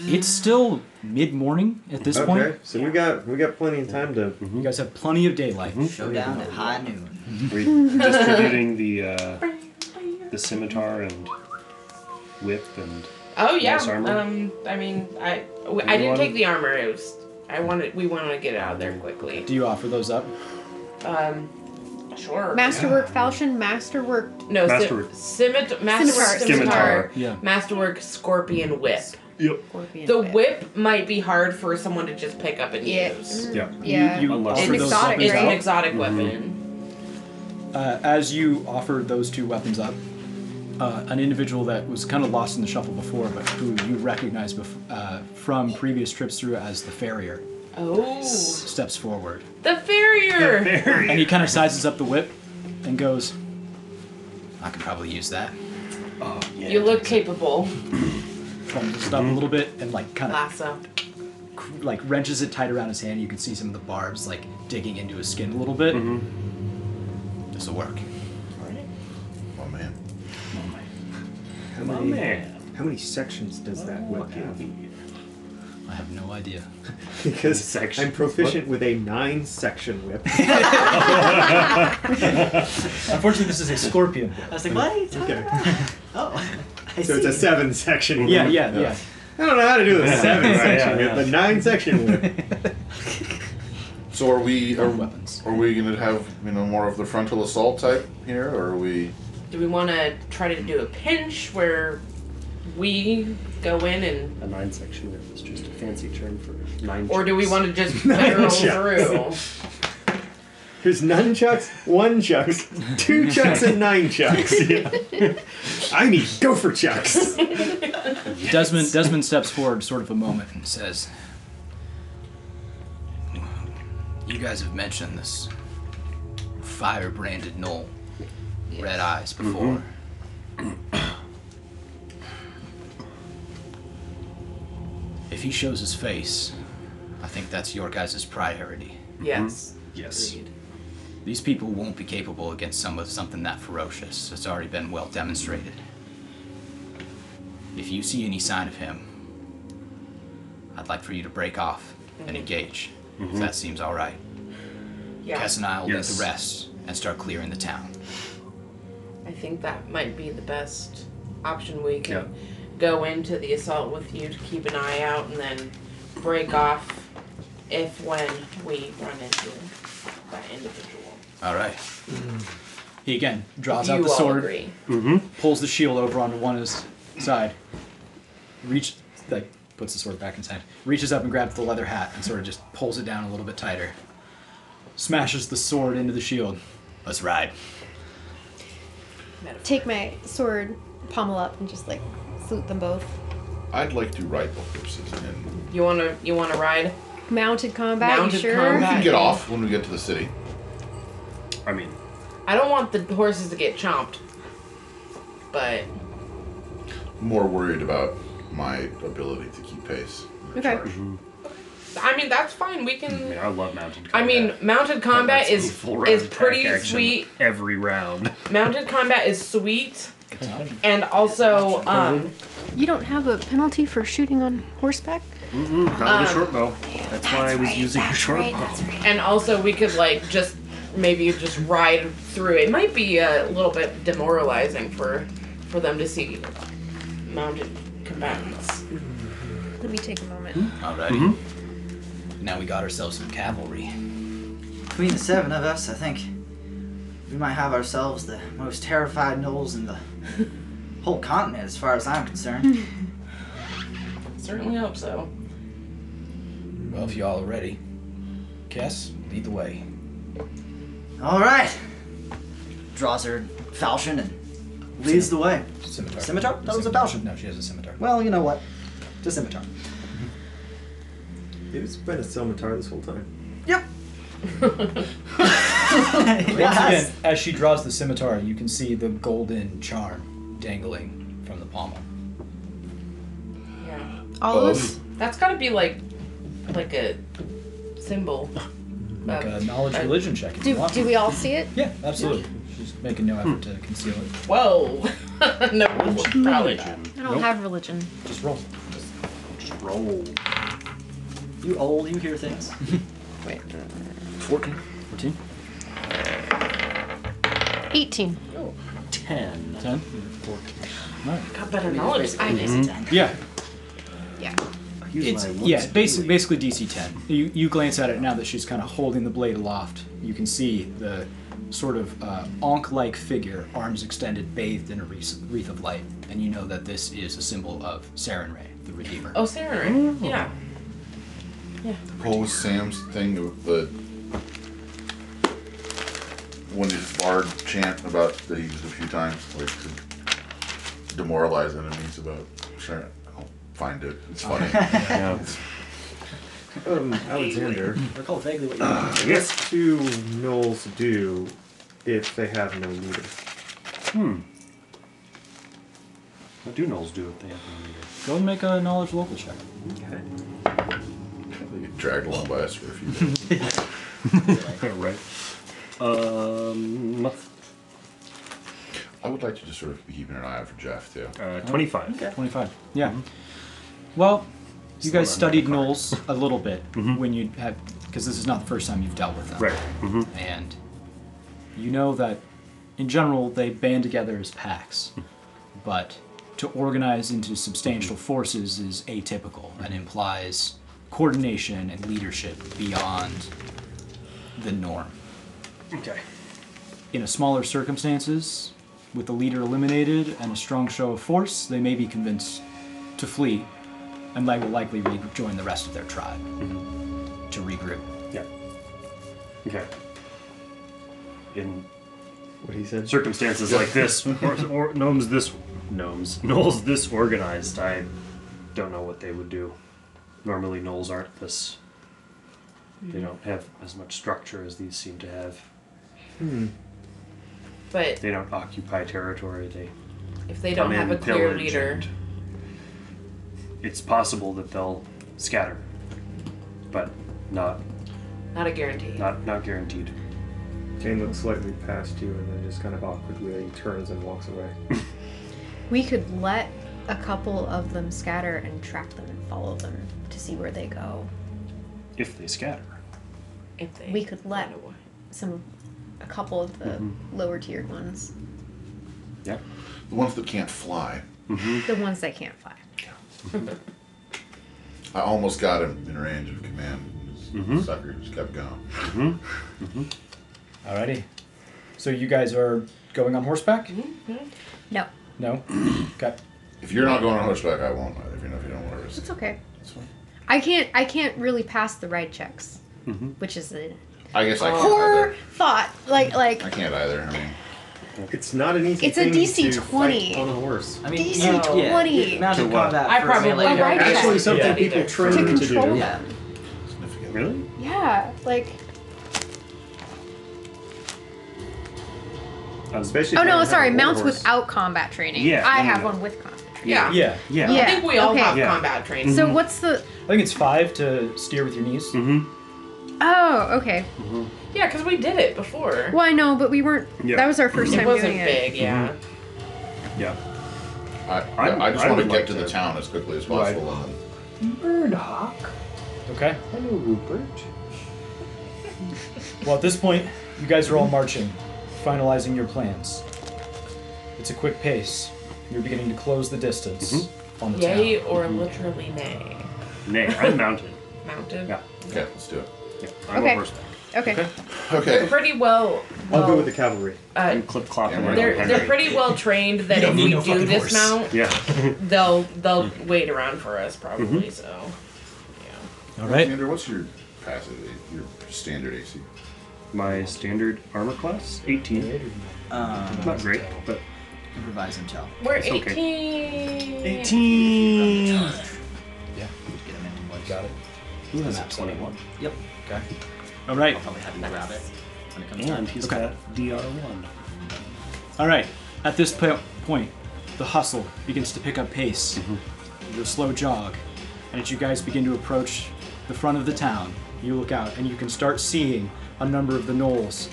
A: It's still mid morning at this
E: Okay,
A: point.
E: so we got we got plenty of time to. Mhm.
A: You guys have plenty of daylight.
D: Showdown at high noon.
F: We're distributing the uh, the scimitar and whip and
B: Oh yeah.
F: Nice armor.
B: Um, I mean, I w- I
F: You
B: didn't
F: want-
B: take the armor. It was I wanted we wanted to get it out of there quickly.
A: Do you offer those up?
B: Um, sure.
G: Masterwork falchion, masterwork
B: no,
F: Master-
B: masterwork. Scimit- master-
G: Scimitar.
F: scimitar.
A: Yeah.
B: Masterwork scorpion whip.
G: scorpion.
B: The
G: whip.
B: whip might be hard for someone to just pick up and
G: Yeah.
B: use.
F: Yeah.
G: Yeah.
A: Mm. You
F: Unless
A: offer
G: it's
A: those
G: exotic,
A: weapons
B: It's an
G: right?
A: up.
B: exotic weapon.
A: Uh, as you offered those two weapons up, uh, an individual that was kind of lost in the shuffle before, but who you recognize bef- uh, from previous trips through as the farrier,
B: Oh,
A: steps forward.
B: the farrier.
A: And he kind of sizes up the whip and goes, I could probably use that.
B: You look capable.
A: Crumbles it up a little bit and like kind of
B: Lasso.
A: like wrenches it tight around his hand. You can see some of the barbs like digging into his skin a little bit. This will work.
C: oh man.
E: How
F: My
E: many,
F: man.
E: how many sections does that
D: Oh,
E: whip have?
A: I have no idea.
E: Because
F: Section.
E: I'm proficient with a nine section whip.
A: Unfortunately, this is a scorpion.
D: I was like, what? Are you talking
E: Okay.
D: about? Oh, I
E: So it's a
D: see.
E: seven section.
A: Yeah,
E: whip.
A: yeah, yeah.
E: I don't know how to do a seven
F: Yeah,
E: section
F: yeah.
E: whip, but nine section whip.
C: So are we are,
A: Weapons.
C: are we gonna have you know more of the frontal assault type here, or are we?
B: Do we want to try to do a pinch where we go in and,
F: A nine section whip is just a fancy term for nine.
B: or do we want to just
E: Nine
B: barrel through?
E: shots. There's nunchucks, one chucks, two chucks, and nine chucks. I need gopher chucks.
A: Desmond Desmond steps forward sort of a moment and says You guys have mentioned this fire branded knoll red eyes before. if he shows his face, I think that's your guys' priority.
B: Yes.
F: Yes.
A: Mm-hmm. These people won't be capable against some of something that ferocious. It's already been well demonstrated. If you see any sign of him, I'd like for you to break off and engage,
E: Mm-hmm.
A: if that seems all right.
B: Mm-hmm. Yeah.
A: Cass and I will lead
F: Yes.
A: the rest and start clearing the town.
B: I think that might be the best option. We can
F: Yeah.
B: go into the assault with you to keep an eye out and then break off if when we run into that individual.
A: All right. He again draws
B: Mm-hmm. you
A: out the
B: all
A: sword,
B: agree.
A: pulls the shield over onto one of his side, reach like puts the sword back in his hand, reaches up and grabs the leather hat and sort of just pulls it down a little bit tighter. Smashes the sword into the shield. Let's ride.
B: Metaphor.
G: Take my sword, pommel up, and just like salute them both.
C: I'd like to ride the horses and
B: You wanna you wanna ride?
G: Mounted combat. you
B: Mounted
G: sure?
B: combat.
C: get off when we get to the city.
F: I mean,
B: I don't want the horses to get chomped. But
C: More worried about my ability to keep pace. in the
G: Okay.
C: charge.
B: I mean that's fine. We can
F: I mean, I love mounted combat.
B: I mean, mounted
F: That
B: combat
F: lets me
B: is
F: full round
B: is
F: attack
B: pretty
F: action
B: sweet.
F: Every round.
B: Mounted combat is sweet, and also um,
G: You don't have a penalty for shooting on horseback.
F: Not
B: um,
F: with a short bow. That's, why I was using a short bow.
B: and also we could like just maybe just ride through. It might be a little bit demoralizing for for them to see mounted combatants.
F: Mm-hmm.
G: Let me take a moment.
A: Alrighty. Now we got ourselves some cavalry.
D: Between the seven of us, I think We might have ourselves the most terrified gnolls in the whole continent, as far as I'm concerned.
F: Mm-hmm.
B: Certainly hope so.
H: Well, if y'all are ready, Kess, lead the way.
D: All right. Draws her falchion and leads the way.
H: Scimitar.
D: Scimitar? That was a falchion.
H: No, she has a scimitar.
D: Well, you know what? Just scimitar.
E: It was been a scimitar this whole time.
D: Yep.
H: Once
D: yes.
H: again, as she draws the scimitar, you can see the golden charm dangling from the pommel.
B: Yeah.
G: Olive,
B: That's gotta be like like a symbol.
H: Make
B: of-
H: a knowledge
B: uh,
H: religion check if you
G: do,
H: want.
G: do we all see it?
H: Yeah, absolutely. She's making no effort to conceal it.
B: Whoa. no, probably not.
F: Religion.
G: I don't have religion.
H: Just roll.
F: Just roll.
D: You old, you hear things.
H: 14. 14?
G: 18.
F: 10.
H: 10?
B: Got better knowledge.
D: Basically,
G: I-
D: it's a ten.
A: Yeah,
G: Yeah.
A: it's yeah, basically, basically DC 10. You you glance at it now that she's kind of holding the blade aloft. You can see the sort of uh, onk-like figure, arms extended, bathed in a wreath, wreath of light, and you know that this is a symbol of Saren Ray, the Redeemer.
B: Oh, Saren. Yeah.
C: What was Sam's thing of the when his bard chant about that he used a few times, like to demoralize enemies about? Sure, I'll find it. It's funny.
F: Yeah.
E: Um, Alexander,
D: Recall vaguely what you
E: I guess do gnolls do if they have no leader?
F: Hmm. What do gnolls do if they have no leader?
A: Go and make a knowledge local check.
C: They get dragged along by us for a few days.
F: right. Um,
C: I would like to just sort of be keeping an eye out for Jeff too.
F: uh, 25.
A: 25. Yeah. Well, you
F: Mm-hmm. Still
A: guys
F: not
A: studied
F: very far.
A: Knowles a little bit when you have, because this is not the first time you've dealt with them.
F: Mm-hmm. Right. hmm
A: And you know that in general they band together as packs,
F: Hmm.
A: but to organize into substantial forces is atypical
F: Hmm.
A: and implies coordination and leadership beyond the norm.
F: Okay.
A: In a smaller circumstances, with the leader eliminated and a strong show of force, they may be convinced to flee and they will likely rejoin the rest of their tribe to regroup.
F: Yeah. Okay. In
E: What he said.
F: circumstances like this, or, or gnomes this gnomes gnolls this organized, I don't know what they would do. Normally, gnolls aren't this. They
B: Mm-hmm.
F: don't have as much structure as these seem to have.
E: Hmm.
B: But
F: They don't occupy territory. They
B: if they don't
F: come
B: have
F: in,
B: a clear
F: pillage,
B: leader,
F: and It's possible that they'll scatter, but not
B: not a guarantee.
F: not not guaranteed.
E: Jane looks slightly past you and then just kind of awkwardly turns and walks away.
G: We could let a couple of them scatter and track them and follow them to see where they go.
F: If they scatter,
B: if they
G: We could let
B: run away.
G: some, a couple of the
E: Mm-hmm.
G: lower tiered ones,
F: yeah.
C: The ones that can't fly.
F: Mm-hmm.
G: the ones that can't fly.
C: I almost got him in range of command. This
F: Mm-hmm.
C: Sucker just kept going.
F: Mm-hmm.
H: Alrighty. So you guys are going on horseback?
G: No,
H: No? okay.
C: If you're not going on horseback, I won't. either, If you know if you don't want to risk.
G: it's okay.
C: It's fine.
G: I can't. I can't really pass the ride checks,
F: Mm-hmm.
G: which is a
C: I guess I can't
G: poor
C: either.
G: thought. Like like
C: I can't either. I mean,
E: It's not an easy
G: It's a
E: thing
G: DC
E: to fight
G: 20.
E: on a horse.
D: I mean,
G: DC
D: yeah, yeah,
G: 20.
D: Mounted
F: To what?
D: combat.
B: I
D: for
B: probably
D: example.
B: like
G: A ride
B: that.
G: Actually,
E: Actually,
G: check.
E: something
B: Yeah.
E: people
B: To
E: train
G: to
E: to,
G: control
E: do.
D: Yeah.
G: them.
C: Oh, significant.
F: Really?
G: Yeah, like
E: Especially
G: oh
E: if they
G: no,
E: don't
G: sorry,
E: have a
G: mounts
E: horse.
G: without combat training.
F: Yeah,
G: I
F: no,
G: have
F: no.
G: one with combat. training.
B: Yeah.
H: Yeah.
F: Yeah.
B: I
G: Yeah.
B: think we all
G: Okay.
B: have
F: Yeah.
B: combat
A: Mm-hmm.
B: training.
G: So what's the?
H: I think it's five to steer with your knees.
F: Mm-hmm.
G: Oh, okay.
B: Mm-hmm. yeah, because we did it before.
G: Well, I know, but we weren't.
F: Yeah.
G: That was our first
B: It
G: time
B: wasn't
G: doing it.
B: big, yeah.
F: Mm-hmm. Yeah.
C: I,
F: I-
C: I just
F: I
C: want to
F: would
C: get
F: like
C: to
F: to-
C: the town as quickly as possible. and
E: Murdoch.
H: Okay.
E: Hello, Rupert.
H: Well, at this point, you guys are all marching, finalizing your plans. It's a quick pace. You're beginning to close the distance on the
B: Yay
H: town. Mm-hmm.
B: or literally nay.
F: Nay, I'm mounted.
B: Mounted.
F: Yeah.
C: then- Okay, let's do it.
F: Yeah. I'm
G: Okay.
F: on horseback.
G: Okay.
C: Okay.
B: Pretty well. well
F: I'll go with the cavalry.
B: uh,
F: and clip clop.
C: Yeah,
F: and
C: we're
F: Michael
B: They're
F: Henry.
B: they're pretty well trained that
A: You
B: if
A: don't need
B: we
A: no
B: do
A: fucking horse.
B: dismount,
F: Yeah.
B: they'll they'll wait around for us probably. So, yeah.
A: All right.
C: Andrew, what's your passive, your standard AC?
F: My standard armor class, 18. Not great, but
D: Improvise intel.
B: We're
F: It's okay.
B: eighteen.
F: 18.
D: Get him into place.
H: Got it.
F: Who has a 21?
D: Yep.
H: Okay.
A: All right.
D: Probably have you grab it when it comes
F: And
D: time.
F: he's
A: Okay.
F: got DR1.
A: All right. At this po- point, the hustle begins to pick up pace. The slow jog, and as you guys begin to approach the front of the town, you look out and you can start seeing a number of the knolls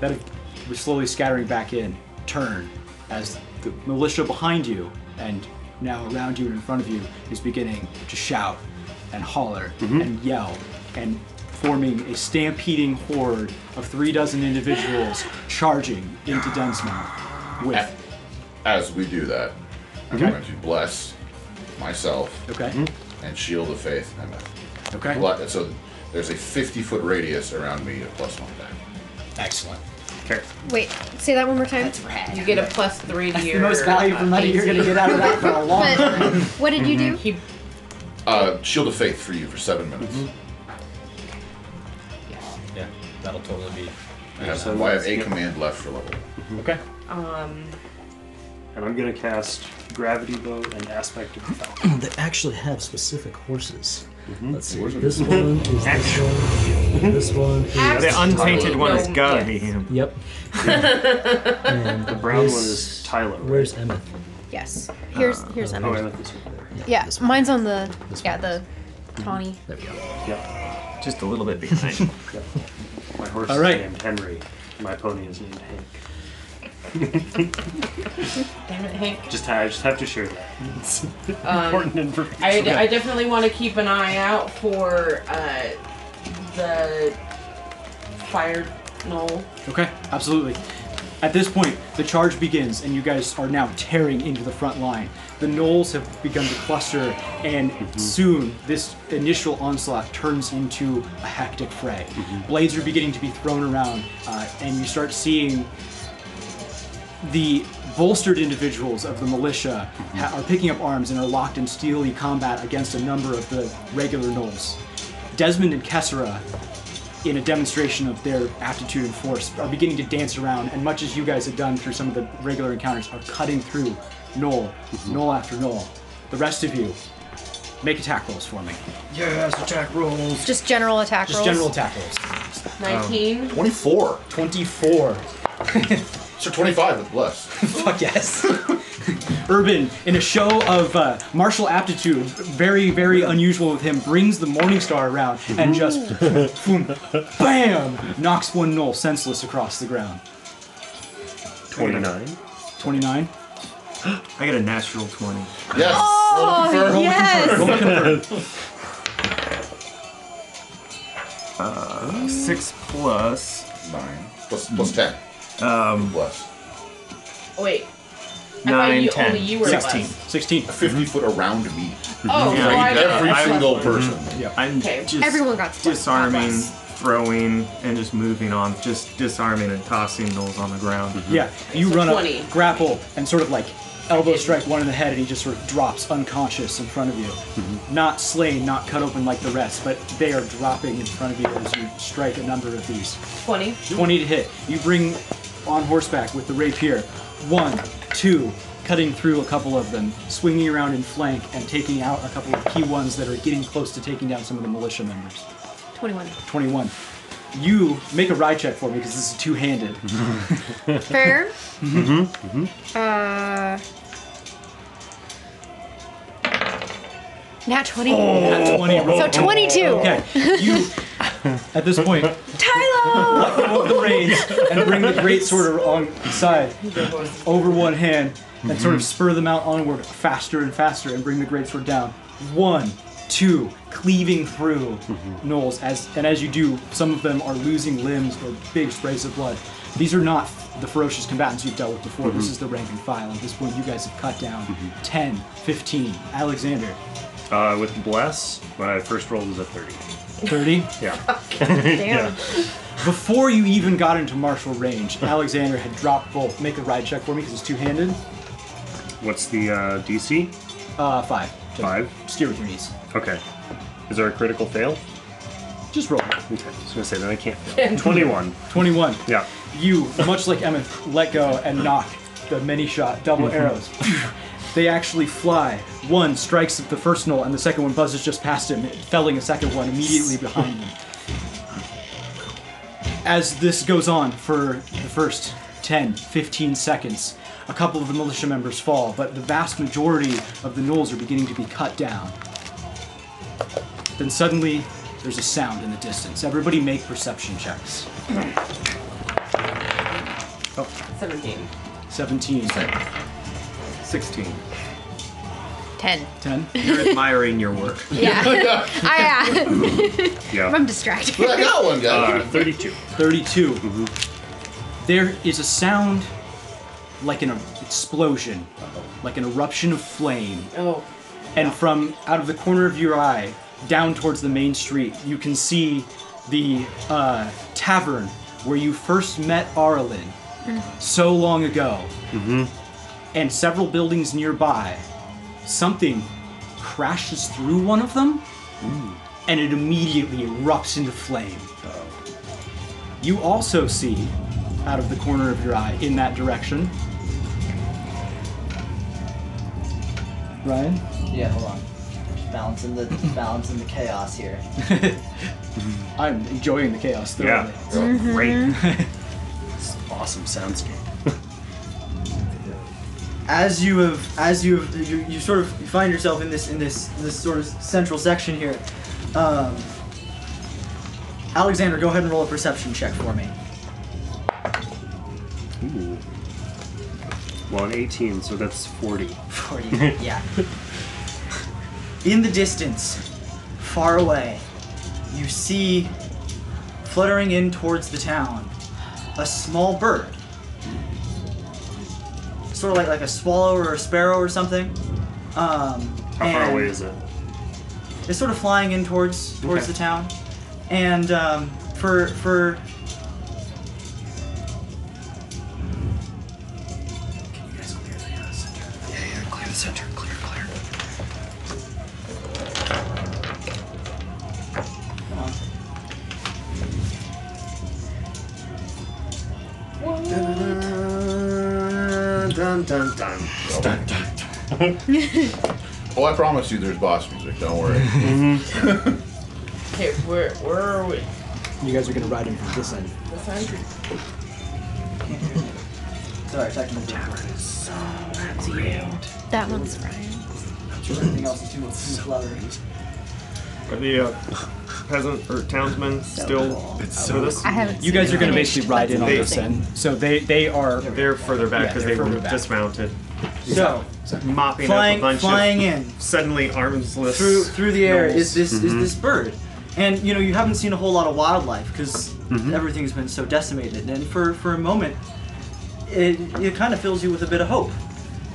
A: that have, were slowly scattering back in. Turn as the militia behind you and now around you and in front of you is beginning to shout and holler and yell and forming a stampeding horde of three dozen individuals charging into Dunsmouth with
C: As we do that, I'm
A: Okay.
C: going to bless myself
A: okay
F: Mm-hmm.
C: and shield of faith. I'm a-
A: okay
C: bl- so there's a 50 foot radius around me of plus one attack.
A: excellent
F: Okay.
G: Wait, say that one more time.
B: You get a plus three to your
D: The most value for money you're gonna get out of that for a long
G: But
D: time.
G: what did you do?
B: He,
C: Uh, shield of faith for you for seven minutes.
A: Mm-hmm. yeah that'll totally be
C: I have,
F: So
C: well, I have
F: that's-
C: a
F: yep.
C: command left for level. one.
A: okay
B: um,
F: And I'm going to cast Gravity Bow and Aspect of the Falcon.
I: that Oh, actually have specific horses. Let's see.
C: Where's it?
I: This one is this one. This one is.
E: The untainted one has
B: No,
E: got to
B: yes.
E: be him.
I: Yep.
B: Mm-hmm.
I: and the
F: Brown one is Tylo. Right?
I: Where's Emmett?
G: Yes. Here's here's
F: Oh, I
G: Emmett.
F: left this one there.
G: Yeah, mine's on the
I: This
G: yeah
I: one.
G: the tawny.
I: There we go.
F: Yeah.
E: Just a little bit behind.
F: My horse
A: All right.
F: is named Henry. My pony is named Hank.
B: damn it, Hank.
F: Just I just have to share that. It's important information.
B: Um, I, I definitely want to keep an eye out for uh, the fire knoll.
A: Okay, absolutely. At this point, the charge begins, and you guys are now tearing into the front line. The Knolls have begun to cluster, and soon this initial onslaught turns into a hectic fray. Blades are beginning to be thrown around, uh, and you start seeing the bolstered individuals of the militia ha- are picking up arms and are locked in steely combat against a number of the regular Knolls. Desmond and Kessera in a demonstration of their aptitude and force, are beginning to dance around, and much as you guys have done through some of the regular encounters, are cutting through knoll, knoll after knoll. The rest of you, make attack rolls for me.
E: yes, attack rolls.
G: Just general attack rolls.
A: Just general attack Oh. rolls.
B: 19.
C: 24.
A: 24.
C: So 25 with bless.
A: Fuck yes. Urban, in a show of uh, martial aptitude, very, very unusual with him, brings the Morningstar around and just, boom, bam, knocks one knoll senseless across the ground.
E: 29.
A: 29.
E: I got a natural 20.
C: Yes.
G: Oh, yes.
E: Uh, Six plus.
C: Nine. Plus, plus 10. Um, bless.
B: Oh, Wait. I thought
E: Nine,
B: you,
E: ten,
B: only you were
A: 16.
B: less.
A: 16.
C: 50 foot around me.
B: Oh,
E: Yeah,
B: so
E: you
B: I got
C: Every
B: plus
C: single
B: one.
C: person.
E: I'm
B: Okay.
E: just
G: Everyone got split.
E: disarming,
B: Got
E: throwing, and just moving on. Just disarming and tossing those on the ground.
A: Yeah, you
B: so
A: run
B: 20.
A: up, grapple, and sort of like elbow strike one in the head, and he just sort of drops unconscious in front of you. Not slain, not cut open like the rest, but they are dropping in front of you as you strike a number of these.
B: 20.
A: 20 to hit. You bring on horseback with the rapier. One, two, cutting through a couple of them, swinging around in flank, and taking out a couple of key ones that are getting close to taking down some of the militia members.
G: Twenty-one.
A: 21. You make a ride check for me because this is two handed.
G: Fair. mm-hmm. Uh. Nat twenty.
A: That's 20 roll.
G: So twenty-two.
A: Okay, you at this point
G: Tylo.
A: hold the reins and bring the great sword alongside over one hand and sort of spur them out onward faster and faster and bring the great sword down. One, two, cleaving through knolls as and as you do, some of them are losing limbs or big sprays of blood. These are not the ferocious combatants you've dealt with before. This is the rank and file. At this point, you guys have cut down 10, 15. Alexander,
F: Uh, with Bless, my first roll was a 30.
A: Thirty.
F: Yeah.
G: Damn.
A: Before you even got into martial range, Alexander had dropped both. Make a ride check for me because it's two-handed.
F: What's the uh, DC?
A: Uh, five. Just
F: Five?
A: Steer with your knees.
F: Okay. Is there a critical fail?
A: Just roll.
F: Okay. I was gonna say that I can't fail. Twenty-one.
A: Twenty-one.
F: Yeah.
A: You, much like Emmett, let go and knock the many shot double
F: Mm-hmm.
A: arrows. they actually fly. One strikes the first null, and the second one buzzes just past him, felling a second one immediately behind him. As this goes on for the first 10, 15 seconds, a couple of the militia members fall, but the vast majority of the gnolls are beginning to be cut down. Then suddenly, there's a sound in the distance. Everybody make perception checks. Oh.
B: 17.
A: 17.
E: 16.
G: Ten.
A: 10.
E: You're admiring your work.
G: Yeah. I, uh,
F: Yeah.
G: I'm distracted.
C: I got one, guy.
F: Uh, Thirty-two.
A: 32.
C: Mm-hmm.
A: There is a sound like an explosion, like an eruption of flame.
B: Oh.
A: And from out of the corner of your eye, down towards the main street, you can see the uh, tavern where you first met Arlen so long ago. And several buildings nearby. Something crashes through one of them, and it immediately erupts into flame. You also see, out of the corner of your eye, in that direction. Ryan?
D: Yeah, hold on. Just balancing the balancing the chaos here.
A: I'm enjoying the chaos thoroughly.
F: Yeah. Great. It's an awesome soundscape.
D: As you have, as you have, you, you sort of find yourself in this in this this sort of central section here. Um, Alexander, go ahead and roll a perception check for me.
F: Ooh. Well, an 18, so that's 40.
D: For you, yeah. In the distance, far away, you see fluttering in towards the town a small bird. Sort of like, like a swallow or a sparrow or something. Um,
F: How far away is it?
D: It's sort of flying in towards towards
F: Okay.
D: the town, and um, for for. Can you guys clear the center? Yeah, yeah, clear the center, clear, clear. Come on.
E: Dun, dun, dun.
C: Oh, I promise you, there's boss music. Don't worry.
B: Okay, where, where are we?
A: You guys are gonna ride him from this end.
B: This side?
D: Sorry, attacking the tower.
G: That one's Ryan.
D: Everything else is too much fluttery.
E: Are the uh, peasant or townsmen still
I: It's so
E: with us?
G: I haven't.
A: You guys are gonna basically ride in on
E: They-
A: this end. So they they are
E: They're further back
A: Yeah,
E: because
A: they're
E: they were
A: further back.
E: dismounted,
D: So
E: mopping
D: flying
E: up a bunch
D: flying
E: of
D: in
E: suddenly armsless.
D: through through the air
E: gnolls.
D: is this
E: Mm-hmm.
D: is this bird, and you know you haven't seen a whole lot of wildlife because everything's been so decimated. And for for a moment, it it kind of fills you with a bit of hope.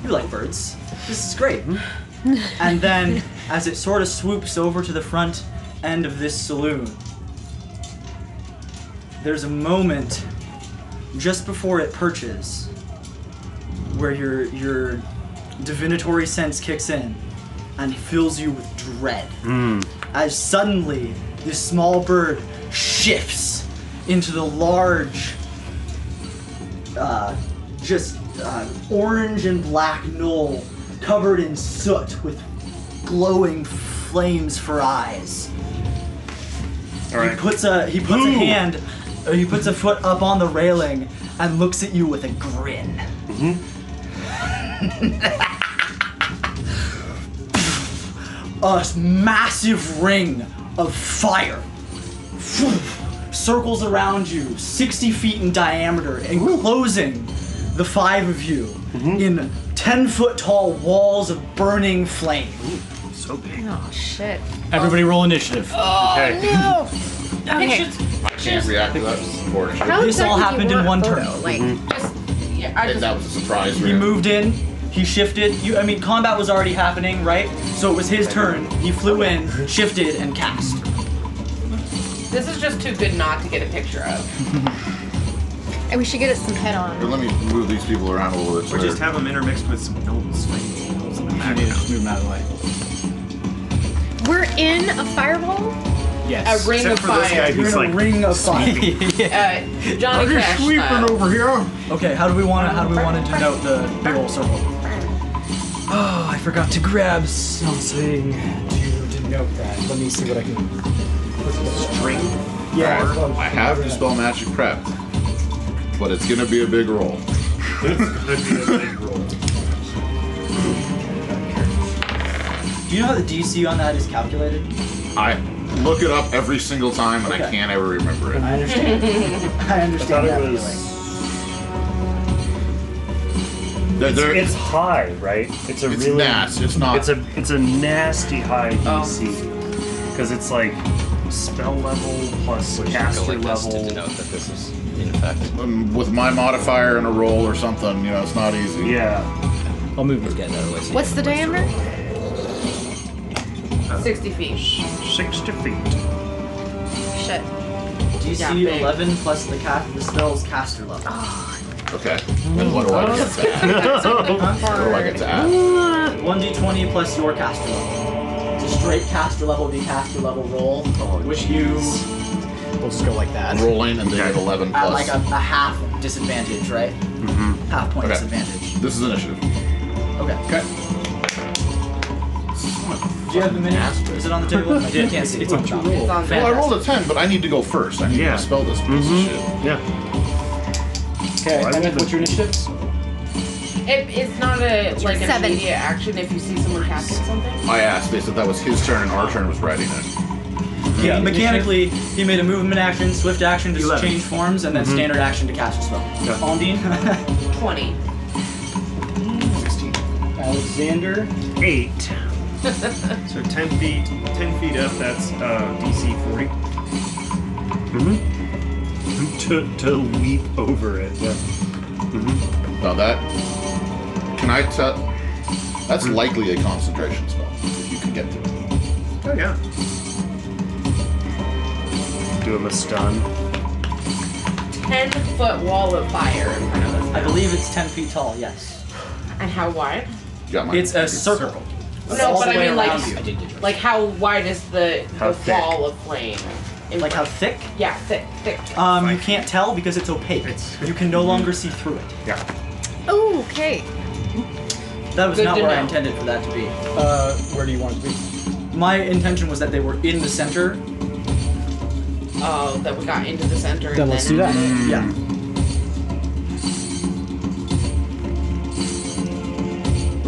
D: You like birds. This is great. and then as it sort of swoops over to the front end of this saloon, there's a moment just before it perches where your your divinatory sense kicks in and fills you with dread
F: Hmm.
D: as suddenly this small bird shifts into the large uh, just uh, orange and black knoll covered in soot with glowing flames for eyes
F: All
D: he
F: right.
D: puts a he puts a
F: Ooh.
D: hand uh, he puts a foot up on the railing and looks at you with a grin
F: Mm-hmm.
D: a s- massive ring of fire circles around you 60 feet in diameter enclosing the five of you
E: Mm-hmm.
D: in 10 foot tall walls of burning flame
E: so big.
G: Oh shit.
A: everybody roll initiative.
F: Okay.
G: No. Okay.
B: Just,
C: I can't react to that. This is unfortunate.
G: How
D: This all
G: exactly do you
D: happened in
G: want
D: one
G: photo?
D: turn.
G: Like,
E: Mm-hmm.
B: just, yeah, I
C: And
B: just,
C: that was a surprise.
D: He moved in. He shifted. You, I mean, combat was already happening, right? So it was his turn. He flew in, shifted, and cast.
B: This is just too good not to get a picture of.
G: And we should get it some head on.
C: Here, let me move these people around a little bit.
E: Or
C: so
E: just
C: they're-
E: have them intermixed with some noble swings. in the
A: I need to
E: background.
A: move him out of the way.
G: We're in a fireball.
B: A
A: Yes.
B: ring
E: Except
B: of
E: for this guy
B: fire.
E: who's like,
H: ring of fire.
B: Uh, Johnny Cash style.
C: over here.
A: Okay, how do we want to how do we want to denote the big old circle?
H: Oh, I forgot to grab something to denote that. Let me see what I can.
E: string.
H: Yeah.
C: I have dispel magic prep, but it's gonna be a big roll.
D: Do you know how the DC on that is calculated?
C: I look it up every single time, and I
D: Okay.
C: can't ever remember it.
D: I understand. I
F: I thought
D: understand that
F: it
D: feeling.
C: They're-
F: was.
C: they're-
F: It's high, right? It's a
C: it's
F: really.
C: Nats. It's not.
F: It's a it's a nasty high
B: Oh.
F: DC
H: Oh.
F: because it's like spell level plus caster level.
A: that this is in effect.
C: um, with my modifier and a roll or something. You know, it's not easy.
F: Yeah,
A: I'll move him again out of the way. so you
G: What's the
A: have a place to
G: diameter?
A: roll.
B: 60 feet.
F: sixty feet.
G: Shit.
B: Yeah,
D: DC
B: big.
D: 11 plus the, ca- the spell's caster level.
C: Okay. Then what do I get to add? What do I get to add?
D: 1d20 plus your caster level. It's a straight caster level v caster level roll,
C: Oh,
D: which you
A: We'll just go like that.
C: I'm rolling and they have 11
D: at like
C: plus.
D: a, a half disadvantage, right? Half point
C: Mm-hmm. Okay.
D: disadvantage.
C: This is initiative.
D: Okay.
C: Okay.
D: Do you have the mini? Is it on the table? I
A: did.
D: can't see.
A: It's on top.
B: It's on
C: Well, I
B: there.
C: rolled a 10, but I need to go first. I need
E: Yeah.
C: to spell this piece of
F: Yeah,
A: Okay,
F: Why
A: and then
F: would
A: what's your initiative?
B: It, it's not a like an
G: Seven.
B: immediate action if you see someone casting something.
C: shit. I asked. They said that was his turn and our turn was writing it.
D: Yeah, mechanically, he made a movement action, swift action to
E: 11.
D: change forms, and then
A: Mm-hmm.
D: standard action to cast a spell.
E: Yeah.
D: Ondine?
B: 20.
H: Alexander.
E: Eight. so ten feet. Ten feet up. That's uh, DC forty.
H: Mm-hmm.
F: to to leap over it. Yeah.
E: Mm-hmm.
C: Now that. Can I tell? That's
E: Mm-hmm.
C: likely a concentration spell if you can get to it.
E: Oh yeah.
F: Do him a stun.
B: 10 foot wall of fire in front of
D: I
B: us.
D: believe it's 10 feet tall, yes.
B: And how wide?
C: You got mine.
D: It's a circle.
B: No,
D: all
B: but
D: the
B: I
D: way
B: mean
D: around you.
A: I
B: like,
A: did get yours.
B: like how wide is the,
F: How
B: the
F: thick?
B: wall of flame? in
D: Like how
B: front?
D: thick?
B: Yeah, thick, thick.
D: Um, you can't tell because it's opaque.
E: It's-
D: You can no
F: Mhm.
D: longer see through it.
E: Yeah.
G: Oh, okay.
D: That was
B: Good
D: not
B: to
D: where I
B: know.
D: intended for that to be.
H: Uh, where do you want it to be?
D: My intention was that they were in the center.
B: Oh, that we got into the center.
H: Then
B: and Mm.
H: let's do that.
D: Yeah.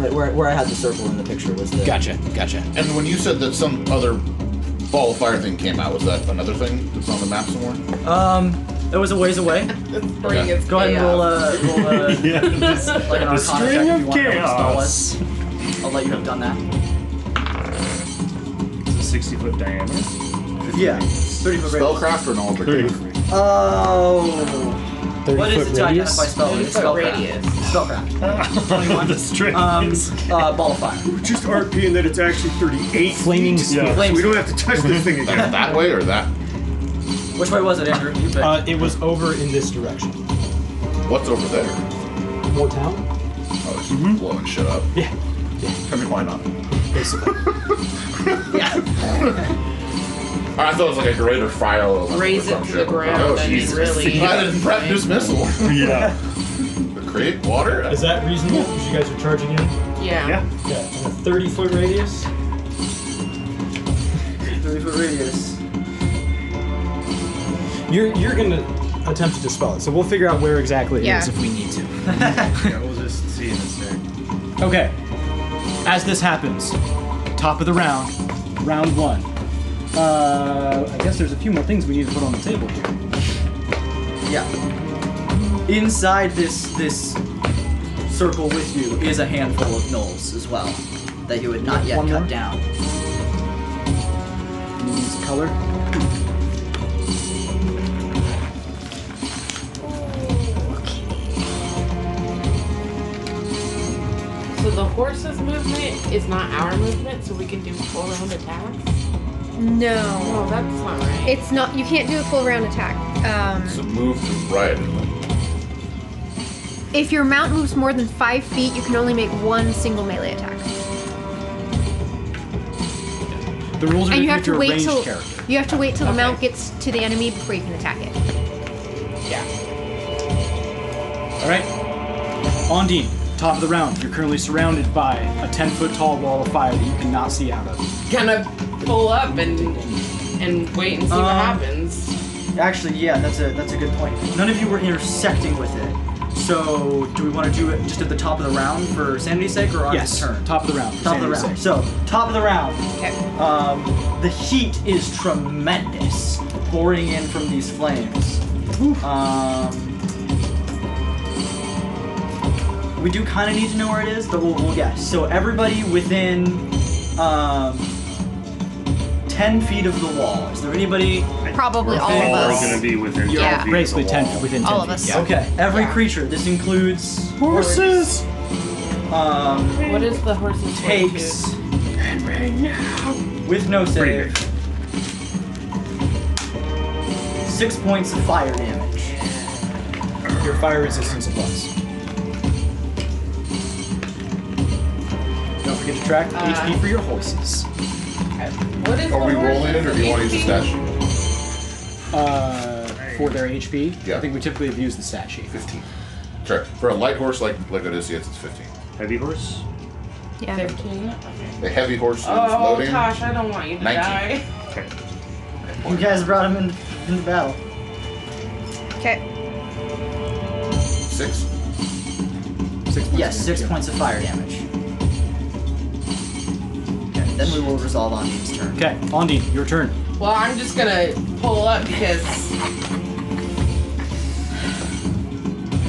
D: Right where, where I had the circle in the picture was the.
A: Gotcha, gotcha.
C: And when you said that some other ball of fire thing came out, was that another thing that's on the map somewhere?
D: Um, that was a ways away.
B: Bring
C: Okay.
B: its
D: Go ahead and roll a, roll a
F: Yeah.
D: like an arcana
F: string
D: check if you
F: of
D: want to know what the spell
F: chaos.
D: was. I'll let you have done that.
F: It's a sixty foot diameter.
D: Yeah. 30 foot radius.
C: Spellcraft or an alter?
D: Oh.
H: 30
D: What is
H: foot
D: it to
H: radius?
D: identify spell? It's
B: foot
D: spellcraft.
B: radius.
D: Spellcraft.
F: the string.
D: Um,
F: is-
D: uh, ball of fire.
E: Just RP and that it's actually thirty-eight.
A: Flaming spear.
F: yeah.
D: Flames.
E: We don't have to touch this thing again.
C: That, that way or that?
D: Which way was it, Andrew? You picked.
I: Uh, it was over in this direction.
C: What's over there?
I: More town?
C: Oh, it's
E: Mm-hmm.
C: blowing shit up.
I: Yeah.
C: I mean, why not?
I: Basically.
C: I thought it was like a greater fire element.
B: Raise
C: or some
B: it to
C: shit.
B: the ground.
C: Oh,
B: I mean,
C: Jesus.
B: really.
C: I didn't prep this missile.
F: yeah.
C: But create water?
I: Is that reasonable? Because you guys are charging in?
B: Yeah.
F: Yeah.
I: Yeah. And a 30 foot radius?
D: 30 foot radius.
I: You're, you're going to attempt to dispel it, so we'll figure out where exactly it
G: Yeah.
I: is if we need to.
E: yeah, we'll just see in a sec.
A: Okay. As this happens, top of the round, round one. Uh, I guess there's a few more things we need to put on the table here.
D: Yeah. Inside this this circle with you is a handful of knolls as well that you had not yet
A: One
D: cut
A: more?
D: down.
A: Needs color.
B: So the horse's movement is not our movement, so we can do full round attacks.
G: No,
B: Oh, that's not right.
G: it's not. You can't do a full round attack. Um,
C: So move to right.
G: if your mount moves more than five feet, you can only make one single melee attack,
A: The rules are
G: and you
A: different
G: have
A: if
G: to
A: you're a
G: wait
A: ranged
G: till
A: character.
G: you have to wait till the
B: Okay.
G: mount gets to the enemy before you can attack it.
B: Yeah.
A: All right. Ondine, top of the round. You're currently surrounded by a 10 foot tall wall of fire that you cannot see out of.
B: Gonna pull up and and wait and see what
D: Um,
B: happens.
D: Actually, yeah, that's a that's a good point. None of you were intersecting with it. So, do we want to do it just at the top of the round for sanity's sake, or on
A: yes.
D: his turn?
A: Top of the round. for
D: Top of the
A: sanity's
D: round.
A: sake.
D: So, top of the round.
G: Okay.
D: Um, the heat is tremendous, pouring in from these flames. Um, we do kind of need to know where it is, but we'll, we'll guess. So everybody within um, ten feet of the wall. Is there anybody?
G: Probably all of
F: All are
G: us.
F: going to be within
A: You're
G: Yeah.
F: yeah. feet
A: basically
F: of the wall.
A: 10 within 10
G: All of
A: feet,
G: us.
A: Yeah.
D: Okay, every
B: Yeah.
D: creature. This includes horses. Um,
B: What is the horse's
D: takes with no save. Six points of fire damage.
H: Your fire resistance is plus. Don't forget to track the
B: Uh,
H: HP for your horses.
B: What is
C: Are
B: the
C: we
B: horse's
C: rolling it or do you want to use the
B: AC?
C: stat sheet?
A: Uh, for their HP,
C: Yeah.
A: I think we typically have used the stat sheet.
C: 15. Sure. For a light horse like, like Odysseus, it's 15.
F: Heavy horse?
G: Yeah.
B: 15? Okay.
C: A heavy horse that is
B: Oh,
C: loading.
B: Tosh, I don't want you to
C: 19.
B: die.
F: Okay.
D: You guys brought him in, in the battle.
G: Okay.
C: Six.
A: Six points
D: Yes,
A: of
D: six
A: damage.
D: points of fire damage. Okay, then we will resolve on his turn.
A: Okay, Ondine, your turn.
B: Well, I'm just gonna pull up because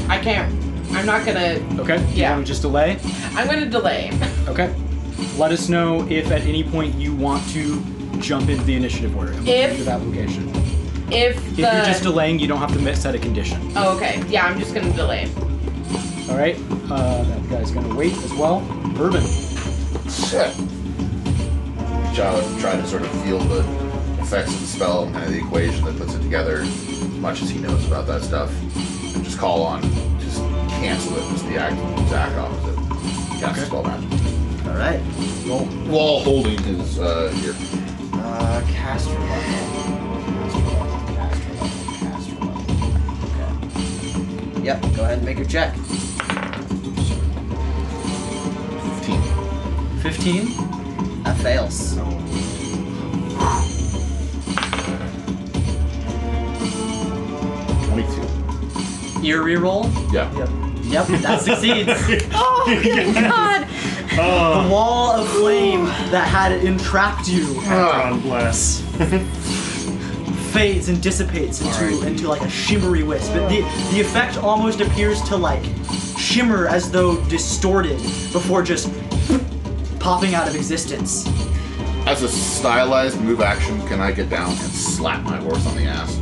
B: I can't. I'm not gonna.
A: Okay. you
B: Yeah.
A: wanna just delay.
B: I'm gonna delay.
A: Okay. Let us know if at any point you want to jump into the initiative order. and we'll
B: If-
A: get to that location.
B: If the.
A: If you're just delaying, you don't have to mi- set a condition.
B: oh, okay. Yeah, I'm just gonna delay.
A: All right. Uh, that guy's gonna wait as well. Urban.
C: Shit. Trying trying to sort of feel the effects of the spell and kind of the equation that puts it together, as much as he knows about that stuff. And just call on, just cancel it, just the act, exact opposite. Cast spell magic.
D: All right.
C: While holding his, uh, here.
D: Uh, caster level. Caster level. Caster level. Caster level. Okay. Yep. Go ahead and make your check.
C: 15.
D: Fifteen. That fails.
C: Twenty-two.
D: Ear reroll.
C: Yeah.
D: Yep. Yep. That succeeds.
G: Oh good God!
D: the wall of flame that had entrapped you
F: God bless.
D: fades and dissipates into into like a shimmery wisp. But the the effect almost appears to like shimmer as though distorted before just popping out of existence.
C: As a stylized move action, can I get down and slap my horse on the ass?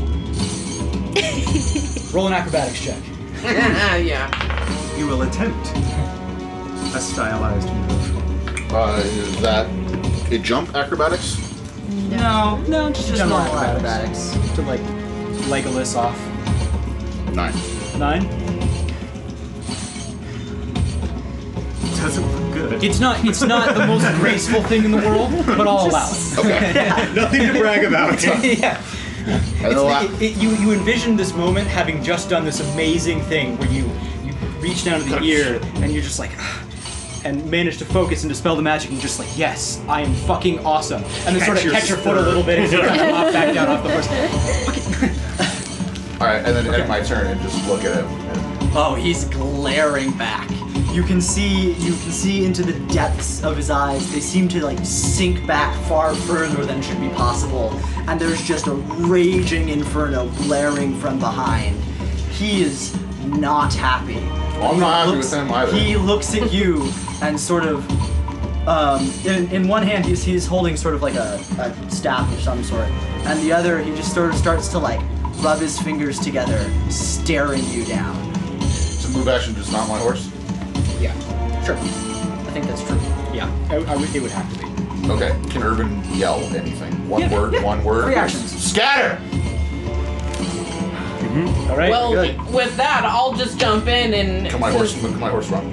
H: Roll an acrobatics check.
B: yeah.
E: You will attempt a stylized move.
C: Uh, is that a jump acrobatics?
D: No, no, just
A: General
D: normal
A: acrobatics.
D: acrobatics.
A: to like Legolas off.
C: Nine.
A: Nine.
E: Doesn't look good.
A: It's not. It's not the most graceful thing in the world, but I'll allow it.
E: nothing to brag about.
H: yeah.
C: And the la-
H: It, it- you you envision this moment having just done this amazing thing where you you reach down to the ear and you're just like. "Ah," And manage to focus and dispel the magic, and just like, yes, I am fucking awesome. And then sort of
E: your
H: catch your foot a
E: spur.
H: little bit and sort of hop back down off the horse.
C: All right, and then end my turn and just look at him. And
D: Oh, he's glaring back. You can see you can see into the depths of his eyes. They seem to like sink back far further than should be possible. And there's just a raging inferno blaring from behind. He is not happy.
C: Well, I'm not happy with him either.
D: He looks at you and sort of um, in, in one hand he's, he's holding sort of like a, a staff of some sort and the other he just sort of starts to like rub his fingers together staring you down
C: it's a move action, just not my horse.
D: yeah sure i think that's true
A: Yeah, I, I would, it would have to be.
C: Okay. Can Urban yell anything? One
H: Yeah,
C: word,
H: yeah.
C: one word.
H: Three actions.
C: Scatter!
H: Mm-hmm. All right.
B: Well,
C: good.
B: with that, I'll just jump in and.
C: Come my horse, come my horse, run.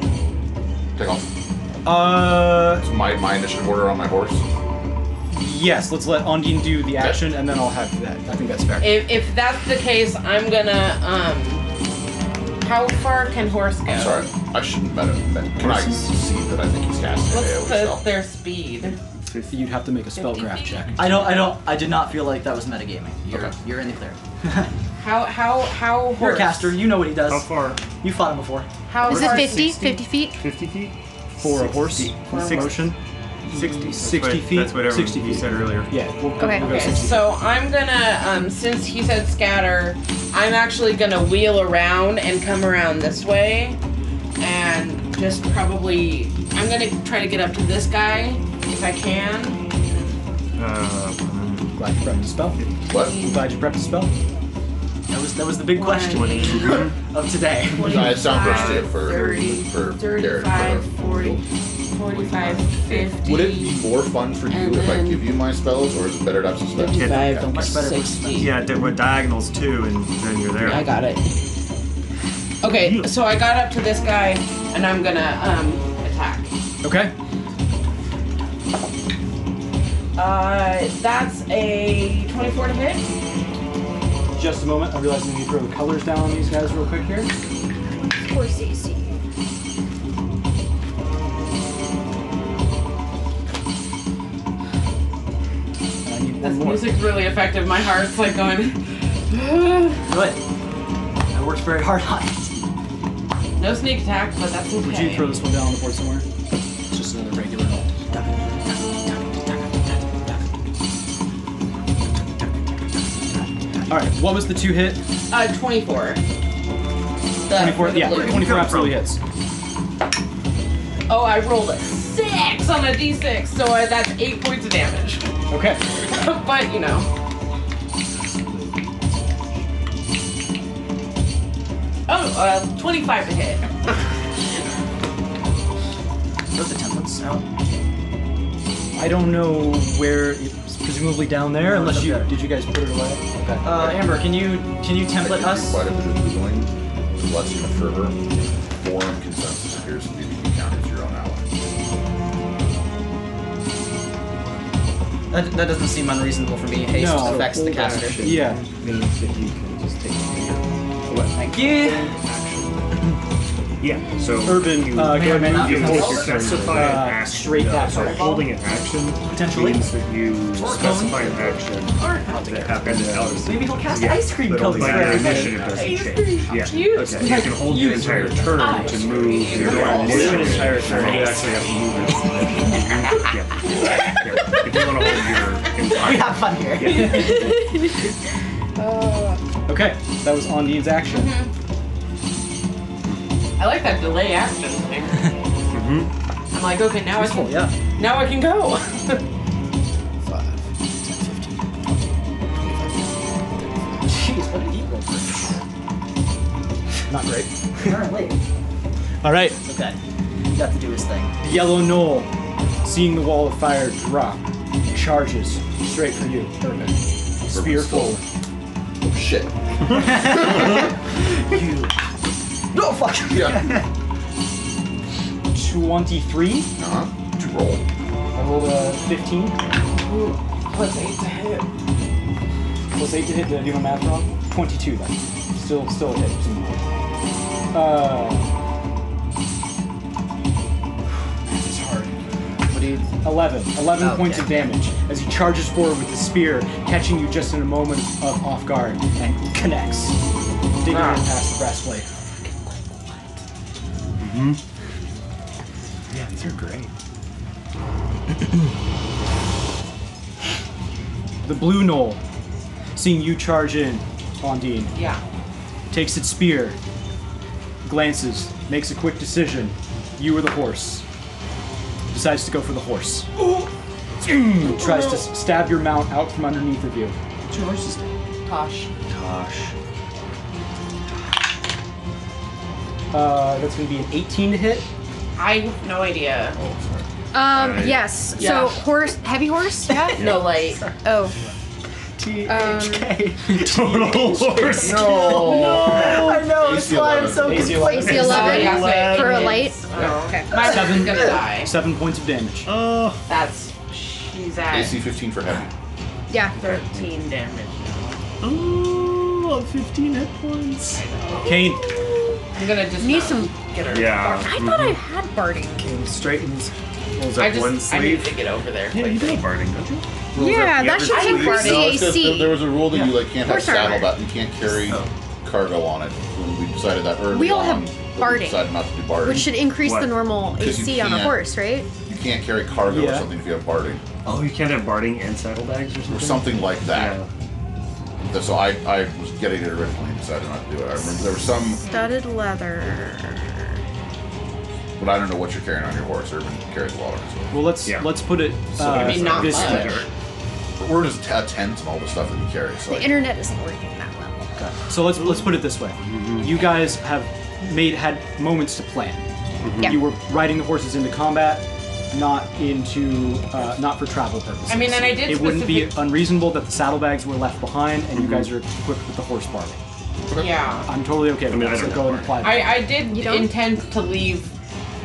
C: Take off.
H: Uh,
C: It's my, my initiative order on my horse.
H: yes. Let's let Ondine do the action, and then I'll have that. I think that's fair.
B: If, if that's the case, I'm gonna. um... How far can horse go?
C: I'm sorry. I shouldn't have met him. then. Can I see that I think he's casting
B: What's
C: AoE
B: the,
C: spell?
B: their speed?
A: You'd have to make a spellcraft check.
D: I don't. I don't. I did not feel like that was metagaming. You're,
C: Okay.
D: you're in the clear.
B: How how how horse?
D: You're a caster. You know what he does.
F: How far?
D: You fought him before.
B: How
G: Is it
B: far-
G: 50? 50 feet?
F: 50 feet?
A: For a horse,
E: Six-
A: motion.
E: 60. Mm-hmm. That's
A: 60
E: what-
A: feet?
E: That's whatever
A: 60
E: you
A: feet.
E: said earlier.
A: Yeah. We'll go,
G: Okay.
A: We'll go
B: Okay,
A: 60.
B: so I'm gonna um, since he said scatter, I'm actually gonna wheel around and come around this way, and just probably I'm gonna try to get up to this guy if I can.
E: Uh,
A: Glad you prepped the spell.
C: What?
A: Glad you prepped the spell.
D: That was that was the big question
B: Twenty.
D: of today.
C: I sound burst it for,
B: 30,
C: for Garrett.
B: 35, 40, 45, 50.
C: Would it be more fun for you
B: And
C: if I
B: then-
C: give you my spells, or is it better to have some spells?
E: Yeah,
B: Five,
D: much better with
B: 60.
E: yeah, di- what diagonals too, and then you're there.
B: I got it. Okay, so I got up to this guy, and I'm gonna um attack.
A: Okay.
B: Uh, that's a 24 to hit.
H: Just a moment. I realize I need to throw the colors down on these guys real quick here. And I need
B: This
H: one more.
B: music's really effective. My heart's like going.
D: Good. I worked very hard on it.
B: no sneak attack, but that's okay.
A: Would you throw this one down on the board somewhere? It's just another regular roll. All right. What was the two hit?
B: uh, 24. The-
A: 24.
B: for the
A: Yeah.
B: blue.
A: 24 absolutely hits.
B: Oh, I rolled a six on a d6, so uh, that's eight points of damage.
A: Okay.
B: but you know. Oh, uh, 25 to hit.
D: Wrote the templates out.
A: I don't know where. It's presumably down there,
D: No,
A: unless
D: it's
A: you
D: up there.
A: did. You guys put it away. Okay.
D: Uh, Amber, can you can you template us?
C: Quite a bit of Googling. The blessing of fervor. Forum consensus appears to be that you count as your own ally.
D: That, that doesn't seem unreasonable for me. Haste
A: No.
D: affects the caster.
A: Yeah.
E: Means that you can just take
D: Thank you.
F: Yeah, so.
A: Urban. Uh,
D: may or may
A: Garmin,
D: not
F: You
D: be
F: hold
D: helpful.
F: your specify an
A: Uh,
F: action.
A: straight
F: Yeah,
A: that
F: so
A: way.
F: holding an action
D: Potentially.
F: means that you specify an action that happens out of
D: Maybe he'll cast
F: Yeah,
D: ice cream
E: but
D: cones.
E: only
F: like
E: that
F: your
D: there.
F: initiative doesn't change. Yeah.
B: Cute.
F: You can hold your entire turn to move your initiative. Entire turn. You actually have to move it. yeah. yeah. If you want to hold your
D: We
F: entire
D: have fun here.
B: Uh,
A: okay. That was Ondine's action.
B: I like that delay action thing. I'm like, okay, now I can,
D: yeah.
B: now I can go.
D: Jeez, what did he roll for? Not great. Apparently.
A: All right.
D: Okay. He got to do his thing.
A: Yellow Knoll, seeing the wall of fire drop, charges straight for you, Urban. Spear
C: Urban's full.
A: forward.
C: Oh, shit.
D: No fuck.
C: Yeah.
A: 23.
C: uh-huh. Did you roll?
A: I rolled a 15.
B: Plus eight to hit.
A: Plus 8 to hit. Did I do my math wrong? 22 then. Still, still a hit. Uh. Math is hard.
D: What do you?
A: 11. 11
D: Okay.
A: points of damage as he charges forward with the spear, catching you just in a moment of off guard and connects, digging in past the breastplate. Mm-hmm. Yeah, these are great. the blue knoll, seeing you charge in, Ondine,
B: Yeah.
A: takes its spear, glances, makes a quick decision. You are the horse. Decides to go for the horse. Tries to s- stab your mount out from underneath of you.
B: Tosh.
A: Uh, that's going to be an 18 to hit.
B: I have no idea.
G: Um, yes.
B: Yeah.
G: So horse, heavy horse. Yeah.
B: No light.
G: Oh. Um,
F: Total horse.
C: No.
D: I know, that's
C: AC11.
D: why I'm so
A: AC11.
D: conflicted.
G: AC eleven
B: Yeah, light.
G: for a light.
B: Oh.
G: Okay.
B: My
A: Seven.
B: seven gonna die.
A: Seven points of damage.
F: Oh,
B: That's she's at
C: AC 15 for heavy.
G: Yeah.
B: thirteen damage.
F: oh, 15 hit points.
A: Kane,
B: I'm gonna just
G: Need
B: not
G: some.
B: get her.
F: Yeah.
G: I thought I had barding.
E: Kane straightens, pulls up
B: I
E: one
B: just I need
E: sleeve.
B: to get over there.
F: Yeah, you
B: quickly.
F: did a barding, don't you?
G: Yeah, that should
B: I
G: take
B: agree.
G: the
B: No,
C: it's just there, there
G: AC.
C: was a rule that you like can't have
G: Horse armor.
C: saddle that you can't carry
F: Oh.
C: cargo on it. When we decided that early
G: We all
C: on,
G: have
C: but
G: barding.
C: We decided not to do barding.
G: Which should increase
F: What?
G: the normal
C: Because you
G: AC on a
C: can't.
G: horse, right?
C: you can't carry cargo or
A: Yeah.
C: something if you have barding
F: Oh, you can't have barding and saddlebags or something?
C: or something like that.
F: Yeah.
C: Th- So I, I was getting it originally and decided not to do it. I remember there was some,
G: Studded leather.
C: but I don't know what you're carrying on your horse. Urban carries a lot of it.
A: well let's
F: Yeah.
A: let's put it uh,
B: I mean, not
A: this
B: much.
A: way.
C: But we're just a tent and all the stuff that we carry. So
G: The
C: like,
G: internet isn't working that well.
A: So let's let's put it this way. You guys have made had moments to plan.
G: Yeah.
A: You were riding the horses into combat, not into uh, not for travel purposes.
B: I mean, and I did
A: It wouldn't be
B: specific-
A: unreasonable that the saddlebags were left behind, and you guys are equipped with the horse barley.
B: Yeah.
A: I'm totally okay with
F: mean, I
A: that. So
F: don't
A: go
F: know.
A: and apply.
B: I, I did
G: You don't?
B: intend to leave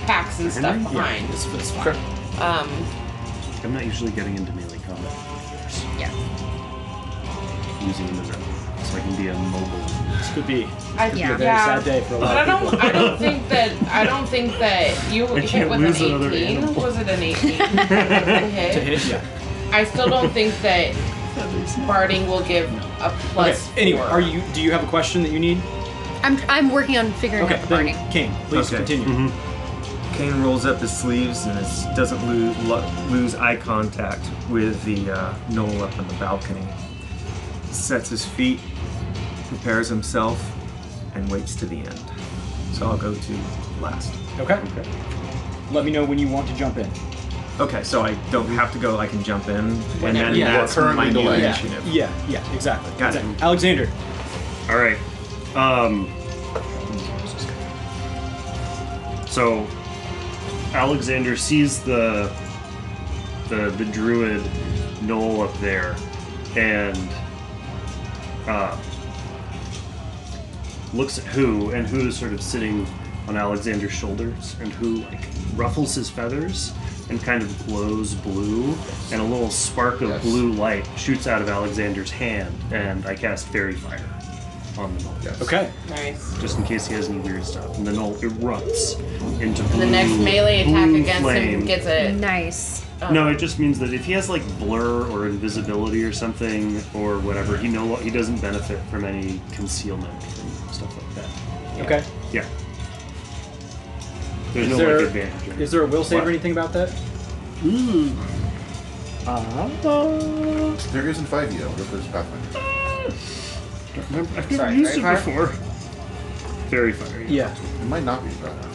B: packs and stuff
F: Yeah.
B: behind.
A: It's- it's fine.
C: Okay.
B: Um,
F: I'm not usually getting into melee combat.
G: Yeah.
F: Using them as a. So I can be a mobile.
A: This could be
B: I,
A: could be
G: Yeah.
A: a very sad day for a
B: But I
A: lot of people.
B: don't. I don't think that. I don't think that you
F: I
B: hit
F: can't
B: with an
F: lose another
B: eighteen.
F: animal.
B: Was it an eighteen? to hit?
A: To hit, yeah.
B: I still don't think that barding will give a
A: Okay.
B: plus.
A: Anyway,
B: four.
A: are you? Do you have a question that you need?
G: I'm I'm working on figuring
A: Okay.
G: out the barding.
A: Then King, please
E: Okay.
A: continue.
E: Kane rolls up his sleeves and is, doesn't lose, lose eye contact with the uh, knoll up on the balcony. Sets his feet, prepares himself, and waits to the end. So I'll go to last.
A: Okay.
F: Okay.
A: Let me know when you want to jump in.
E: Okay, so I don't have to go. I can jump in, and then
C: you are
E: that's
C: currently
E: my new
C: delayed.
E: initiative.
A: Yeah. Yeah. Exactly.
E: Got it.
A: exactly. Alexander,
F: All right. Um. So, Alexander sees the the the druid knoll up there, and uh, looks at who and who is sort of sitting on Alexander's shoulders, and who like ruffles his feathers and kind of glows blue, and a little spark of
C: Yes.
F: blue light shoots out of Alexander's hand, and I cast fairy fire on the knoll.
C: Yes.
A: Okay.
B: Nice.
F: Just in case he has any weird stuff, and the knoll erupts into blue.
B: The next melee attack
F: blue
B: against
F: flame.
B: him gets a.
G: Nice.
F: No, it just means that if he has like blur or invisibility or something or whatever, he no he doesn't benefit from any concealment and stuff like that.
A: Okay.
F: Yeah. There's no
A: there-
F: like advantage. or
A: Is there a will save
F: What?
A: or anything about that?
F: Ooh. Uh,
C: There isn't five yet. What if there's Pathfinder?
F: don't remember. I've never
B: Sorry,
F: used it
B: fairy
F: before. Fairy fire.
A: Yeah.
C: It might not be Pathfinder.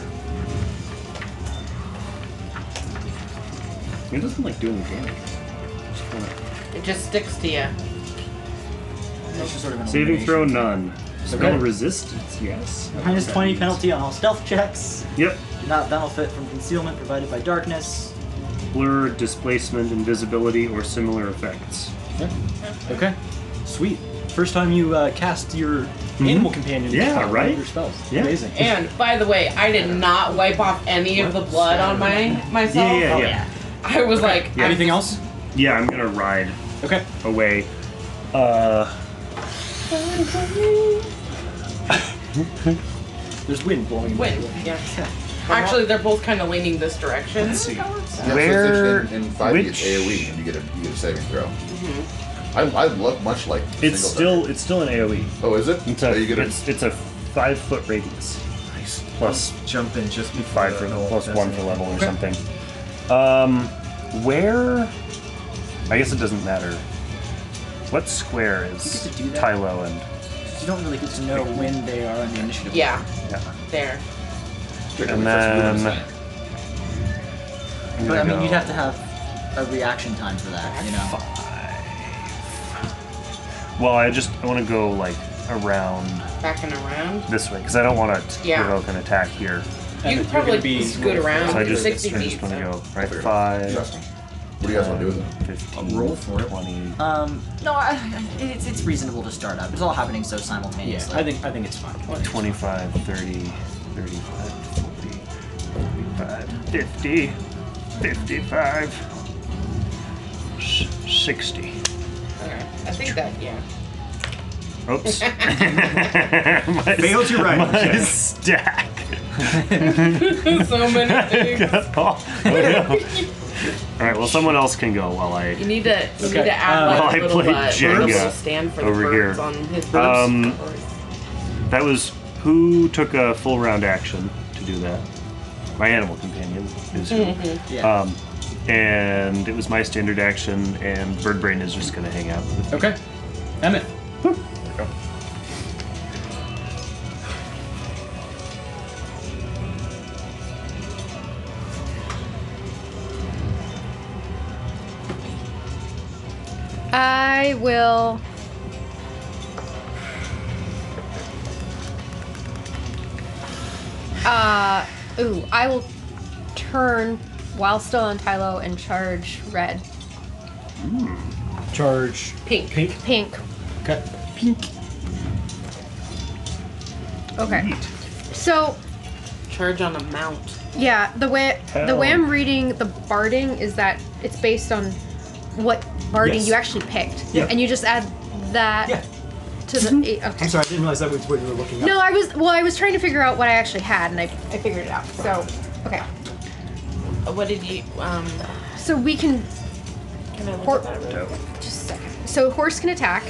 F: It doesn't like do any damage. Just kinda-
B: It just sticks to you.
D: It's just sort of an
F: Saving
D: elimination.
F: throw none. Spell
A: Okay.
F: resistance, yes.
D: Minus 20 penalty on all stealth checks.
F: Yep.
D: Do not benefit from concealment provided by darkness.
F: Blur, displacement, invisibility, or similar effects.
A: Okay. Sweet. First time you uh, cast your
I: Mm-hmm.
A: animal companion.
F: Yeah,
A: One of
F: right?
A: Your spells.
F: Yeah.
A: Amazing.
B: And by the way, I did not wipe off any of the blood on my myself.
F: Yeah, yeah,
B: Oh,
F: yeah.
B: I was like, I'm
A: Anything else?
F: Yeah, I'm gonna ride
A: Okay.
F: away. Uh,
A: There's wind blowing. in
B: Wait,
A: the wind.
B: yeah. Actually, they're both kind of leaning this direction.
C: Yeah,
F: Where-
C: So it's in, in 5
F: which-
C: it's AoE, and you get a you get a saving throw. I, I look much like. Singleton.
F: it's still it's still an AOE.
C: Oh, is it?
F: It's
C: oh,
F: a
C: you get a,
F: it's, it's a five foot radius
C: nice.
F: plus
E: Jump in just before
F: five for
E: the knoll
F: plus
E: does
F: one for
E: anything.
F: level or something. Um, where? I guess it doesn't matter. What square is
D: You get to do that.
F: Tylo and?
D: You don't really get to know when they are on the initiative.
B: Yeah,
F: Yeah.
B: there.
F: And then.
D: But I mean, you'd have to have a reaction time for that, you know?
F: Well, I just I want to go like around
B: Back and around.
F: this way because I don't want to
B: Yeah.
F: provoke an attack here.
B: You
A: you're
B: could probably
A: gonna be-
B: scoot around
F: So I just, I
B: 60
F: just
B: feet.
F: want to
B: so.
F: go right five,
C: What do you guys want to do with it?
F: 15,
E: roll for it.
F: 20.
J: Um, no, I, I- it's, it's reasonable to start up. It's all happening so
A: Yeah,
J: simultaneously.
A: I think I think it's fine.
F: 25, 30, 35, 40, 45, 50, 55, s- 60.
B: Okay. I think that, yeah.
F: Oops. my,
E: Failed your writing
F: my
E: check.
F: stack.
B: so many things.
F: oh, oh, no. All right, well, someone else can go while I.
B: You need to, you need
A: Okay,
B: to add like
F: um,
B: a
F: I
B: little
F: played
B: uh,
F: Jenga
B: little stand for
F: over
B: the birds
F: here.
B: on his
F: Um,
B: birds.
F: That was who took a full round action to do that. My animal companion is who.
J: Yeah.
F: Um, and it was my standard action, and Bird Brain is just gonna hang out with
A: Okay, Emmett.
G: I will. Uh, ooh, I will turn while still on Tylo and charge red.
A: Charge.
B: Pink.
G: Pink.
A: Okay.
G: Okay. So,
B: Charge on a mount.
G: yeah, the way the way
F: Hell.
G: I'm reading the barding is that it's based on what barding
H: Yes.
G: you actually picked.
H: Yeah.
G: And you just add that
H: Yeah.
G: to
I: Mm-hmm.
G: the eight. Okay.
I: I'm sorry, I didn't realize that was what you were looking up.
G: No, I was well. I was trying to figure out what I actually had, and I, I figured it out. So, okay.
B: Uh, What did you, um,
G: So we can
B: can I look
G: Hor-
B: at that? real quick?
G: just a second. So horse can attack,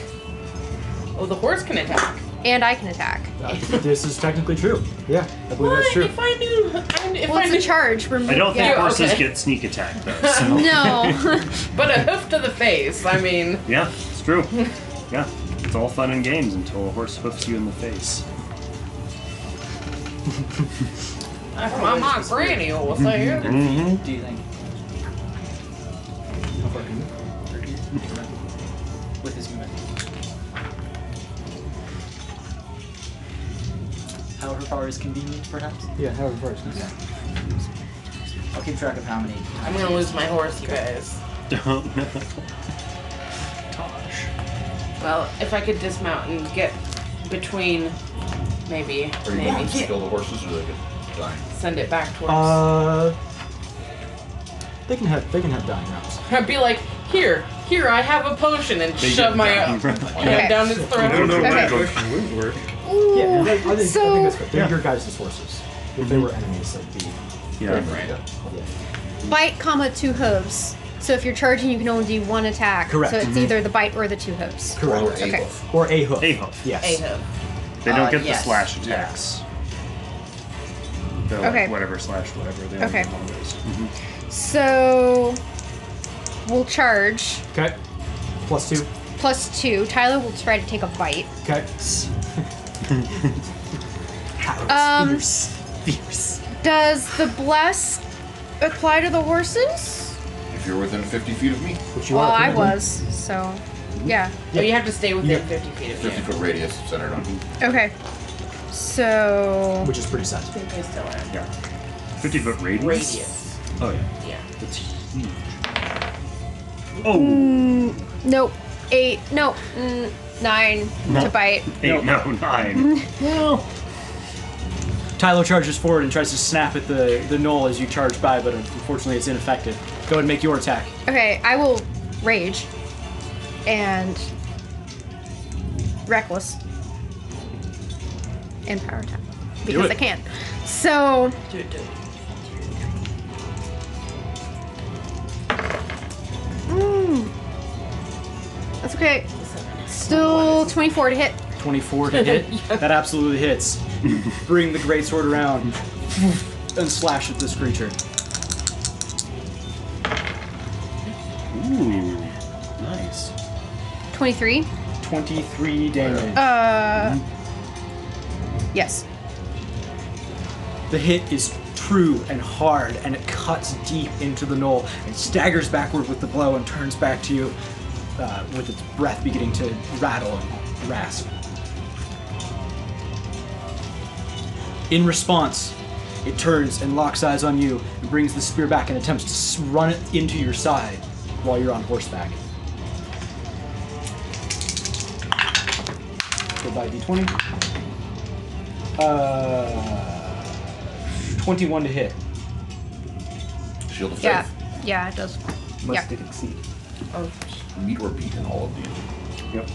B: Oh, the horse can attack.
G: and I can attack.
I: Uh, This is technically true. Yeah, I believe
B: What?
I: that's true.
B: If I knew, I knew if
G: Well,
B: I
G: it's
B: knew,
G: a charge. We're
F: I don't think
B: Yeah,
F: horses
B: okay.
F: get sneak attack though. So.
G: No.
B: but a hoof to the face. I mean,
F: yeah, it's true. Yeah, it's all fun and games until a horse hoofs you in the face.
B: my my granny will say it.
A: Mm-hmm.
F: Mm-hmm.
D: Do you think?
H: How far can you? Thirty? With his movement.
J: However far is convenient, perhaps.
I: Yeah, however far it's
J: I'll keep track of how many.
B: I'm gonna lose my horse, you guys.
F: Don't know. Tosh.
B: Well, if I could dismount and get between, maybe,
C: Are you going to
B: maybe
C: kill the horses or they could die?
B: send it back towards.
I: Uh, they can have they can have dying rounds.
B: I'd be like, here, here, I have a potion, and shove my hand
G: Okay.
B: down his throat.
G: Okay.
F: wouldn't work.
G: Ooh.
I: Yeah, I think, I think
G: so-
I: that's good. They're your guys' horses. If
A: Mm-hmm.
I: they were enemies, they'd be.
F: Yeah.
G: Bite, comma two hooves. So if you're charging, you can only do one attack.
I: Correct. Mm-hmm.
G: So it's either the bite or the two hooves.
C: Or
I: Correct.
C: a
G: Okay.
C: wolf.
I: Or a hoof.
F: A hoof.
I: Yes.
B: Ahab.
F: They don't
J: Uh,
F: get
J: yes.
F: the slash attacks. They're like
G: Okay.
F: whatever slash whatever. They only
G: Okay.
F: get one of those.
G: So we'll charge
I: Okay. Plus two.
G: plus two. Tyler will try to take a bite.
I: Okay.
G: Um, Does the bless apply to the horses?
C: If you're within 50 feet of me,
I: Which you
G: Well,
I: are
G: I
I: currently.
G: was. So, yeah.
B: Oh, you have to stay within 50 feet of
C: 50
B: him.
C: foot radius centered on me.
G: Okay. So
I: Which is pretty sad.
B: I think I still am.
F: Yeah. 50 foot radius?
B: Radius.
F: Oh, yeah.
B: Yeah.
F: That's huge. Oh,
G: Mm, nope. Eight. No. Mm, nine to bite.
F: eight, no, nine.
A: Tylo charges forward and tries to snap at the the knoll as you charge by, but unfortunately it's ineffective. Go ahead and make your attack.
G: Okay, I will rage and reckless and power attack because
A: it.
G: I can. So
B: Do it, do it.
G: mm, that's okay. Still 24 to hit.
A: 24 to hit. That absolutely hits. You bring the greatsword around and slash at this creature.
F: Ooh, nice.
G: 23.
A: 23 damage.
G: Uh. Yes.
A: The hit is true and hard, and it cuts deep into the knoll. It staggers backward with the blow and turns back to you uh, with its breath beginning to rattle and rasp. In response, It turns and locks eyes on you and brings the spear back and attempts to s- run it into your side while you're on horseback. Go by d20. Uh, 21 to hit.
C: Shield of
G: Yeah.
C: Faith.
G: Yeah, it does.
E: Must
G: yeah.
E: it exceed?
B: Oh,
C: Meet or beat in all of these.
E: Yep.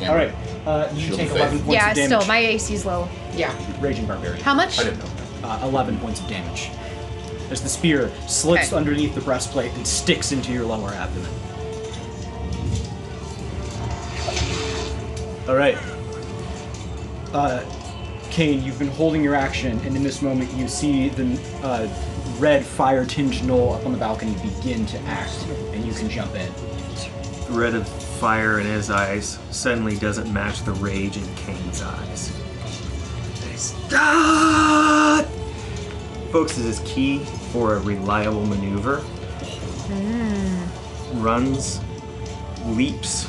C: Damn
A: All
C: it.
A: right, uh, you
C: Shield
A: take
C: of
A: 11
C: faith.
A: points
G: Yeah,
A: of damage.
G: still, my AC's low.
B: Yeah.
A: Raging Barbarian.
G: How much?
C: I didn't know.
A: Uh, 11 points of damage. As the spear slips
G: Okay.
A: underneath the breastplate and sticks into your lower abdomen. All right. Uh, Kane, you've been holding your action, and in this moment, you see the uh, red fire tinged knoll up on the balcony begin to act, and you can jump in.
E: The red of fire in his eyes suddenly doesn't match the rage in Kane's eyes. He's- Ah! Focuses his key for a reliable maneuver.
A: Mm-hmm.
E: Runs, leaps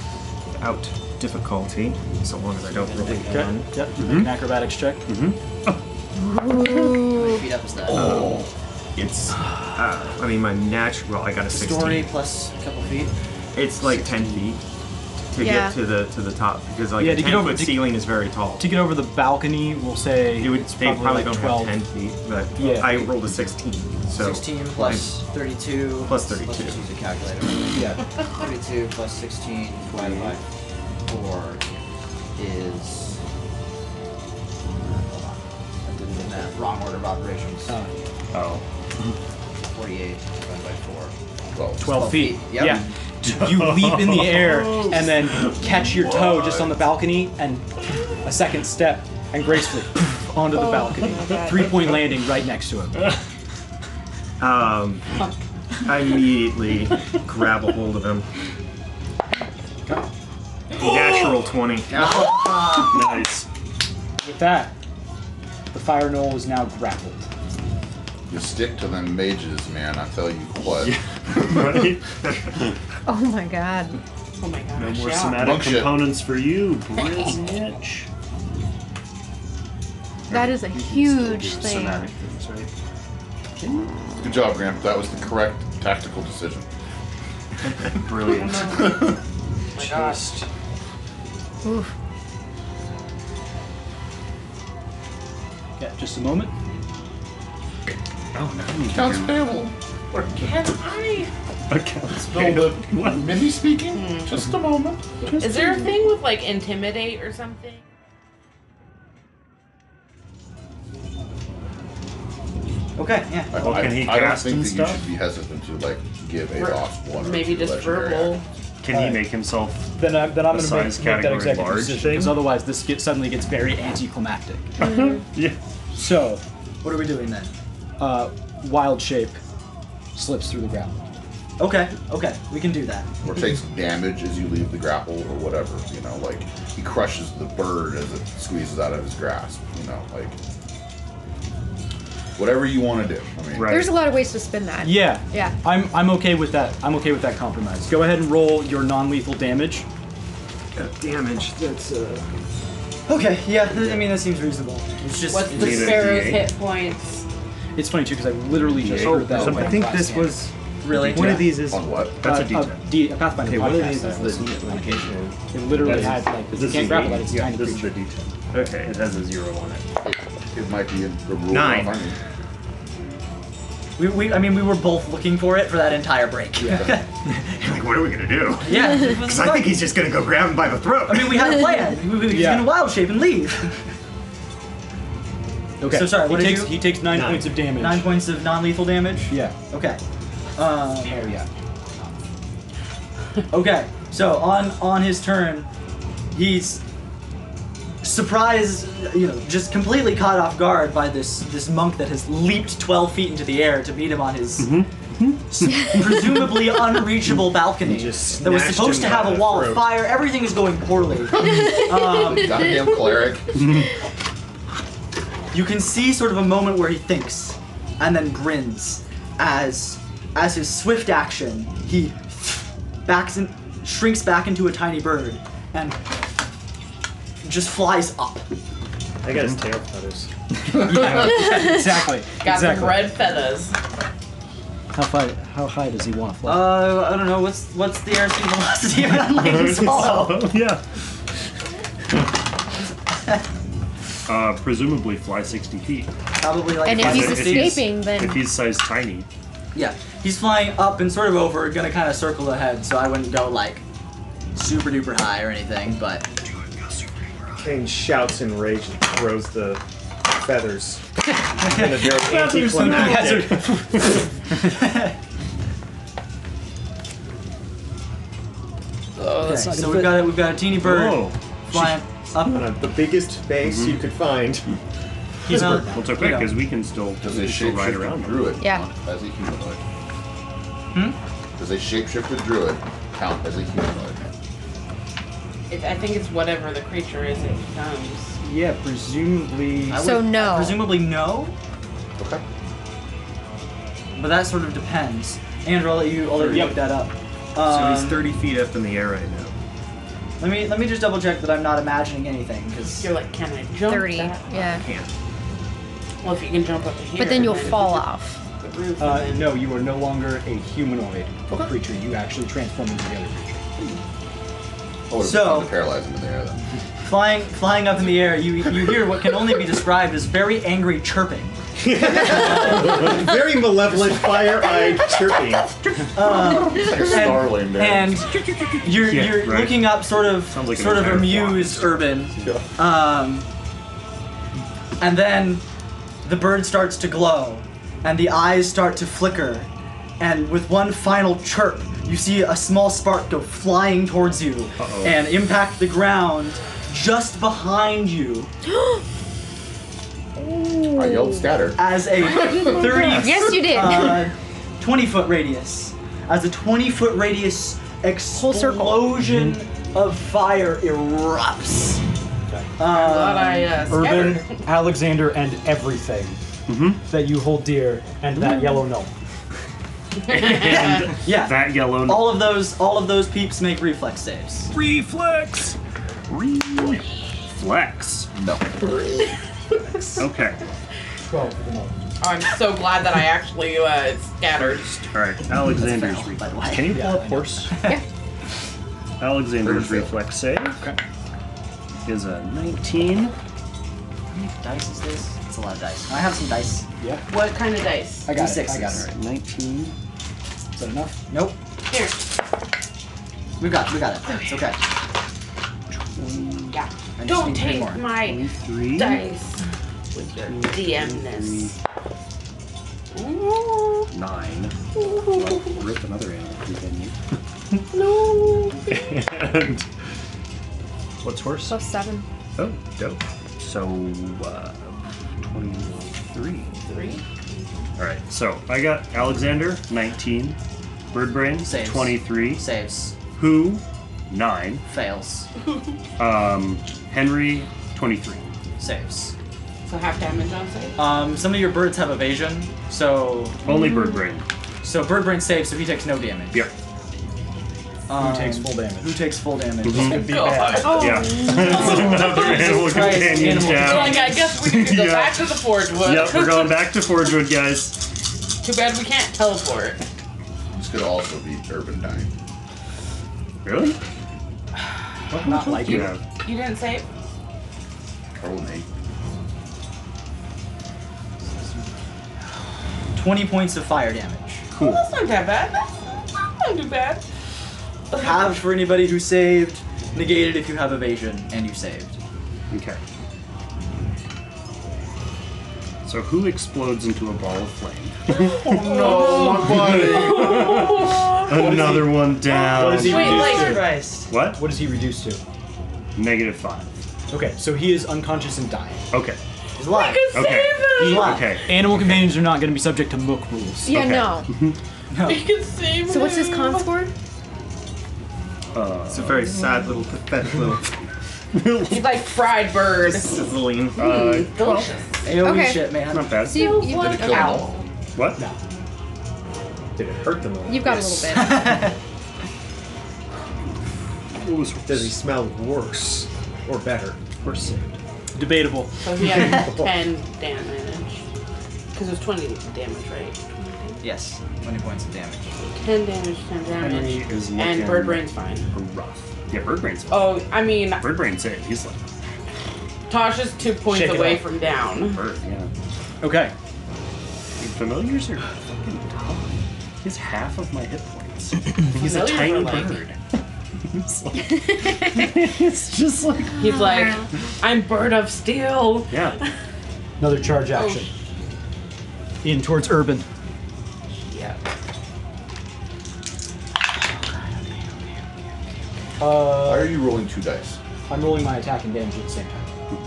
E: out difficulty, so long as I don't really
A: Okay.
E: run.
A: Yep. Make an acrobatics check.
J: Feet up is that?
E: Oh. It's, uh, I mean, my natural, I got a 16.
J: Story plus a couple feet.
E: It's like 10 feet to
G: Yeah.
E: get to the to the top because like
A: Yeah,
E: a
A: to
E: 10
A: get over-
E: foot
A: to-
E: ceiling is very tall.
A: To get over the balcony, we'll say
E: It would
A: it's
E: they
A: probably,
E: probably
A: like
E: don't
A: 12.
E: have 10 feet, but
A: Yeah.
E: I rolled a 16. So
J: 16 plus 32.
E: Plus 32.
J: Let's use a calculator.
A: Yeah.
J: 32 plus 16 divided by 4 is. Hold on. I didn't do that. Wrong order of operations.
A: Uh,
H: Oh.
E: Oh.
J: 48 divided by 4.
C: 12.
A: 12 feet.
J: feet, yep.
A: Yeah. You leap in the air and then catch your toe just on the balcony and a second step and gracefully onto the balcony. Three point landing right next to him. Uh,
E: um, I immediately grab a hold of him. Natural 20.
F: Nice.
A: With that, the fire knoll is now grappled.
C: You stick to them mages, man. I tell you what.
F: Right?
G: Oh my god.
B: Oh my gosh.
F: No more
B: yeah.
F: somatic
C: Monk shit.
F: components for you, Briznitch.
G: That is a huge thing.
F: Somatic things, right?
C: Good job, Graham. That was the correct tactical decision.
F: Brilliant. Just
G: Oof.
A: Yeah, just a moment.
F: oh no, you
C: Accounts
F: can-
C: payable.
B: Can I?
F: accounts
C: No,
F: payable.
C: but Mindy speaking.
B: Hmm.
C: Just a moment.
B: Is there a thing with like intimidate or something?
D: Okay, yeah.
C: I,
F: Well,
C: I-
F: can he
C: I don't
F: cast
C: think
F: and
C: that you
F: stuff?
C: should be hesitant to like give a
B: Ver-
C: off one or
B: Maybe
C: two
B: just
C: legendary
B: verbal.
F: Can he make himself?
A: Then I'm, then I'm
F: The
A: going to make,
F: size
A: make that
F: category
A: executive
F: large
A: decision because
F: thing?
A: otherwise this gets, suddenly gets very anticlimactic.
F: Yeah.
A: So,
D: What are we doing then?
A: uh, wild shape slips through the ground.
D: Okay, okay, we can do that.
C: or takes damage as you leave the grapple or whatever. You know, like he crushes the bird as it squeezes out of his grasp. You know, like whatever you want to do. I mean,
F: Right.
G: There's a lot of ways to spin that.
A: Yeah.
G: Yeah.
A: I'm I'm okay with that. I'm okay with that compromise. Go ahead and roll your non-lethal damage.
E: Uh, damage. That's uh,
D: Okay, yeah, th- I mean, that seems reasonable. It's just.
B: What's the
F: Need a
B: sparrow's
F: D8.
B: hit points?
A: It's funny too because I literally just
E: oh,
A: heard that.
E: so I
A: one.
E: think this was
D: really?
E: one of these is
C: on what?
E: that's a
A: Uh,
E: D10.
A: A, D, a Pathfinder
E: Okay, one of
A: podcast.
E: these
A: that I
E: is
A: listened
E: the
A: to on
E: D10.
A: occasion. It literally had like
F: This
A: you
F: is
A: can't
F: the
A: grapple
F: D8.
A: it. It's a
F: yeah,
A: tiny
F: this
A: creature.
F: is the D10.
E: Okay.
F: It has a zero on it.
C: It, it might be a, a rule. of
E: Nine.
C: honor.
D: We, we, I mean, we were both looking for it for that entire break. Yeah.
E: Like, what are we gonna do?
D: yeah. it was
E: Because I think he's just gonna go grab him by the throat.
D: I mean, we had a plan. We, we we
A: Yeah.
D: was gonna wild shape and leave.
A: Okay.
D: So sorry,
A: He
D: what did
A: takes
D: you-
A: he takes nine, points of damage.
D: Nine points of non-lethal damage.
A: Yeah.
D: Okay. Uh,
A: Oh yeah.
D: okay. So on on his turn, he's surprised, you know, just completely caught off guard by this this monk that has leaped twelve feet into the air to meet him on his
A: Mm-hmm.
D: s- presumably unreachable balcony
E: just
D: that was
E: snatched
D: supposed to
E: him
D: have
E: by
D: a
E: the
D: wall of
E: throat.
D: fire. Everything is going poorly. um,
C: Goddamn cleric.
D: You can see sort of a moment where he thinks and then grins as as his swift action, he backs and shrinks back into a tiny bird and just flies up.
F: I got his tail feathers.
A: yeah, exactly.
B: Got
A: exactly.
B: some red feathers.
A: How high? How high does he want to fly?
D: Uh, I don't know. What's what's the RC velocity of an unladen swallow?
F: yeah. uh, presumably fly 60 feet.
D: Probably like.
G: And if he's
D: 560.
G: escaping,
F: If
G: then
F: he's size tiny.
D: Yeah, he's flying up and sort of over, gonna kind of circle ahead, so I wouldn't go like super duper high or anything, but
E: Kane shouts in rage and throws the feathers in a very anticlimactic.
B: Oh, that's
D: Okay,
B: not
D: so we've got a, we've got a teeny bird
E: Whoa!
D: flying up. Mm-hmm.
E: On a- the biggest base you could find.
D: He's
E: bird.
F: Well, it's okay,
D: Yeah.
F: because we can still,
C: Does
F: we
C: a
F: can still ride
C: shapeshift
F: around.
C: with
F: them.
C: druid count
G: Yeah.
C: as a humanoid? Hmm?
D: Hmm?
C: Does a shapeshift with druid count as a humanoid?
B: It, I think it's whatever the creature is it becomes.
H: Yeah, presumably.
D: I
G: So
D: would-
G: no.
D: Presumably no,
C: Okay.
D: but that sort of depends. Andrew, I'll let you I'll let you
H: Yep.
D: look that up.
E: So
D: Um,
E: he's 30 feet up in the air right now.
D: Let me let me just double check that I'm not imagining anything, because
B: You're like, can I jump?
G: 30.
B: that?
G: Yeah.
E: Can't.
B: Well, if you can jump up to here.
G: But then you'll
B: if you
G: fall
B: jump
G: off.
B: the roof,
H: Uh,
B: then-
H: no, you are no longer a humanoid creature. You actually transform into the other creature.
C: I would have
D: So-
C: to paralyze him in the air then.
D: flying flying up in the air, you you hear what can only be described as very angry chirping.
E: Very malevolent fire-eyed chirping.
C: It's like a starling there.
D: Uh, and you're
E: Yeah,
D: you're
E: right.
D: looking up, sort of
E: Sounds like an
D: sort of
E: entire
D: amused,
E: flock.
D: Urban.
C: Yeah.
D: Um, and then the bird starts to glow, and the eyes start to flicker, and with one final chirp, you see a small spark go flying towards you and impact the ground just behind you
C: I yelled scatter.
D: as a thirty
G: yes, you did.
D: uh, 20 foot radius. As a 20 foot radius
G: circle.
D: explosion of fire erupts.
B: I'm glad I uh,
I: Urban,
B: scattered.
I: Alexander, and everything
E: Mm-hmm.
I: that you hold dear, and
G: Mm.
I: that yellow gnome.
F: And
D: Yeah.
F: that yellow.
D: all of those all of those peeps make reflex saves.
F: Reflex! Reflex.
C: No.
F: Okay.
I: Twelve for the gnome.
B: Oh, I'm so glad that I actually uh, scattered.
F: Alright, Alexander's
D: That's feral, by the way.
F: reflex. Can you pull up horse?
G: Yeah.
F: Alexander's
C: Very fair.
F: reflex save is a 19.
D: How many dice is this? It's a lot of dice. I have some dice.
B: What kind of dice?
H: I got it.
D: D6s.
H: I got it.
F: 19.
H: Is that enough?
D: Nope.
B: Here.
D: We got we got it. It's okay.
B: Yeah.
D: I just
B: Don't
D: need three
B: take
D: more.
B: my
F: 23.
B: dice with your DMness. Ooh,
F: Nine. rip another animal from
B: no.
F: you. and what's horse?
G: plus seven.
F: Oh, dope. So uh, 23.
B: Three.
F: All right. So I got Alexander 19, Bird Brain
D: Saves.
F: 23,
D: Saves.
F: Who 9,
D: Fails.
F: um, Henry 23.
D: Saves.
B: So half damage on save.
D: Um, some of your birds have evasion, so
F: Only Bird Brain.
D: so bird brain saves, so he takes no damage.
F: Yep.
D: Um,
H: Who takes full
D: Who
H: damage?
D: takes full damage?
F: Mm-hmm.
G: Oh,
F: Yeah. another animal
D: Christ,
F: companion
D: animal.
B: So
F: down.
B: like, I guess we need to go
F: Yeah.
B: back to the forge wood.
F: Yep, we're going back to Forgewood, guys.
B: Too bad we can't teleport.
C: This could also be urban dying.
F: Really?
D: Not like
F: You
D: you.
F: have
B: You didn't save.
C: Roll an eight.
D: 20 points of fire damage.
F: cool.
B: That's not that bad. That's not too bad.
D: Halved for anybody who saved, negated if you have evasion and you saved.
F: Okay. So who explodes into a ball of
H: Oh,
F: flame? Another one down.
H: What is he
B: Wait,
H: reduced
B: like-
H: to?
D: Christ.
F: What?
H: What is he reduced to?
F: Negative five.
H: Okay, so he is unconscious and dying.
F: Okay.
D: He's alive.
B: Good
F: Okay.
B: save him.
D: Eli.
F: Okay.
A: Animal companions are not going to be subject to mook rules.
G: Yeah,
F: Okay. Mm-hmm.
G: no.
B: We can save him.
G: So what's his con score?
D: Uh,
E: It's a very sad little, pathetic little
B: He's like fried bird.
E: sizzling.
F: Uh,
B: Delicious.
D: AoE
G: Okay.
D: shit, man.
F: not bad.
G: So you, you,
C: Did it kill them all?
F: What?
I: Did it hurt them all?
G: you've got a little bit.
F: What was
I: Does he smell worse or better?
F: Horse saved.
A: debatable.
B: So he had 10 damage. Because it was 20 damage, right?
D: Yes, 20 points of damage.
B: 10 damage, 10 damage.
F: Henry is looking
B: And Bird Brain's fine.
F: rough. Yeah, bird brain's
B: Oh, I mean,
F: bird brain's it. He's like
B: Tasha's two points
J: Shake it
B: away
J: off.
B: from down.
F: bird. Yeah,
A: Okay.
F: familiars are fucking tough. He's half of my hit points. He's a
B: Familiars
F: tiny
B: are like-
F: bird. it's, like, it's just like
B: He's like, I'm Bird of Steel.
F: yeah.
J: Another charge action.
G: Oh.
A: In towards urban.
B: Yeah.
C: Why
J: Uh,
C: are you rolling two dice?
J: I'm rolling my attack and damage at the same time.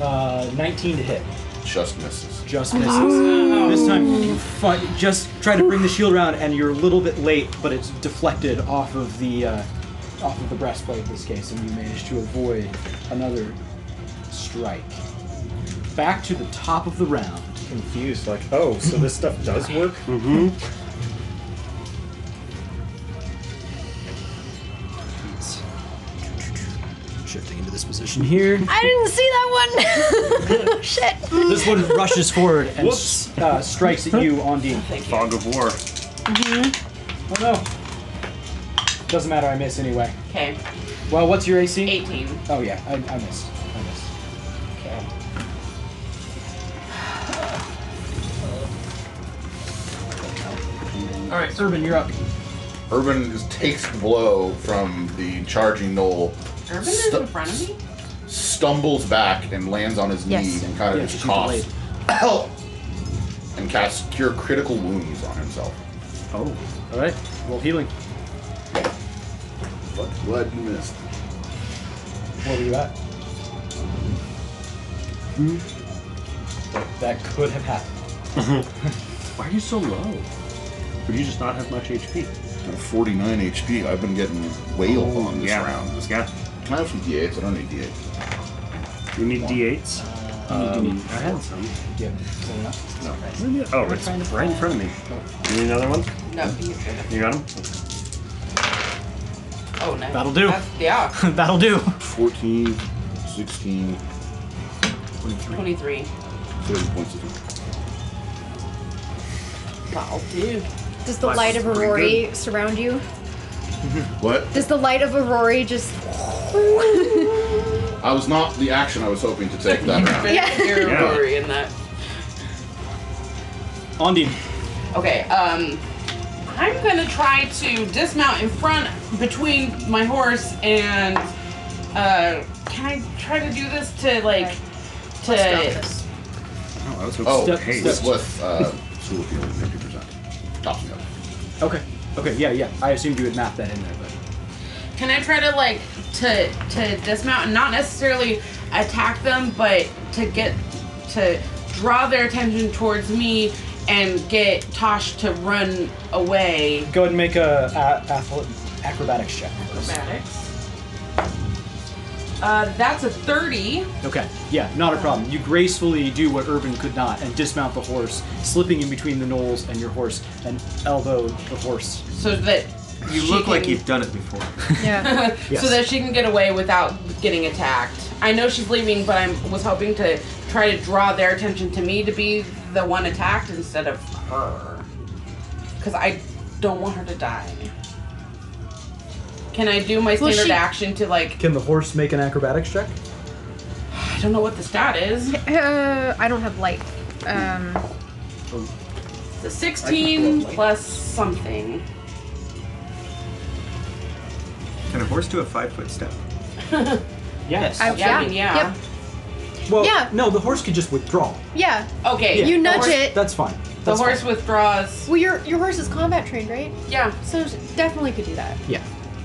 J: Uh, 19 to hit.
C: Just misses.
A: Just misses. this time, you fi- just try to bring the shield around, and you're a little bit late, but it's deflected off of the uh, off of the breastplate in this case, and you manage to avoid another strike. Back to the top of the round.
K: Confused, like, oh, so this stuff does work?
A: Mm-hmm.
L: Shifting into this position here.
G: I didn't see that one. Shit.
L: This one rushes forward and s-
A: Uh, strikes at you on D.
F: Fog of war.
A: Oh no. Doesn't matter, I miss anyway.
B: Okay.
A: Well, what's your AC?
B: 18.
A: Oh yeah, I, I missed. I missed.
B: Okay.
A: Alright, Urban, you're up.
C: Urban is, takes the blow from the charging knoll,
B: Urban is
C: Stu-
B: in front of me?
C: stumbles back and lands on his
G: Yes.
C: knee and kind of
A: Yeah,
C: just
A: she's delayed.
C: coughs. Help! And casts cure critical wounds on himself.
F: Oh,
A: Alright, roll healing.
C: What? What you missed?
J: What were you at? That, that could have happened.
F: why are you so low? Or do you just not have much HP?
C: 49 HP. I've been getting wailed on this
F: Oh, yeah.
C: round.
F: Yeah,
C: Can I have some D8s? I don't need D8s.
F: we need D8s.
A: Um,
F: I had some.
J: Yeah. Is that enough?
F: Oh, it's right in front of me. You need another one?
B: No, you should.
F: You got him?
B: Oh, nice.
L: That'll do.
B: That's, yeah,
L: That'll do.
C: 14, 16,
B: 23.
C: 30 points of damage.
B: That'll do.
G: Does the light of Aurori surround you?
C: What?
G: Does the light of Aurori just.
C: I was not the action I was hoping to take that round.
G: Yeah.
B: You're
F: Yeah.
B: worried in that.
A: Ondine.
B: Okay, um, I'm gonna try to dismount in front between my horse and. Uh, can I try to do this to like to?
F: Oh, I was hoping
C: Oh,
A: Step-
C: hey,
A: step-
C: this was uh, school of healing, 50%. Tops me up.
A: Okay. Okay, yeah, yeah. I assumed you would map that in there, but
B: Can I try to like to to dismount and not necessarily attack them, but to get to draw their attention towards me and get Tosh to run away?
A: go ahead and make a, a athle- acrobatics check.
B: Acrobatics. Uh, that's a thirty.
A: Okay. Yeah, not a problem. You gracefully do what Urban could not and dismount the horse, slipping in between the knolls and your horse, and elbow the horse.
B: so that
E: You
B: she
E: look like
B: can-
E: you've done it before.
G: yeah.
A: Yes.
B: so that she can get away without getting attacked. I know she's leaving, but I am was hoping to try to draw their attention to me to be the one attacked instead of her, because I don't want her to die. Can I do my
G: Well,
B: standard
G: she-
B: action to like?
J: Can the horse make an acrobatics check?
B: I don't know what the stat is.
G: Uh, I don't have light. Um,
A: Oh,
B: The sixteen plus something.
E: Can a horse do a five foot step?
A: Yes.
B: Yeah,
G: I, Oh, yeah.
B: I mean, yeah.
G: Yep.
J: Well,
G: Yeah.
J: no, the horse could just withdraw.
G: Yeah.
B: Okay.
G: You nudge
B: horse-
G: it.
J: That's fine.
B: The
J: That's
B: horse
J: fine.
B: withdraws.
G: Well, your your horse is combat trained, right?
B: Yeah.
G: So she definitely could do that.
L: Yeah,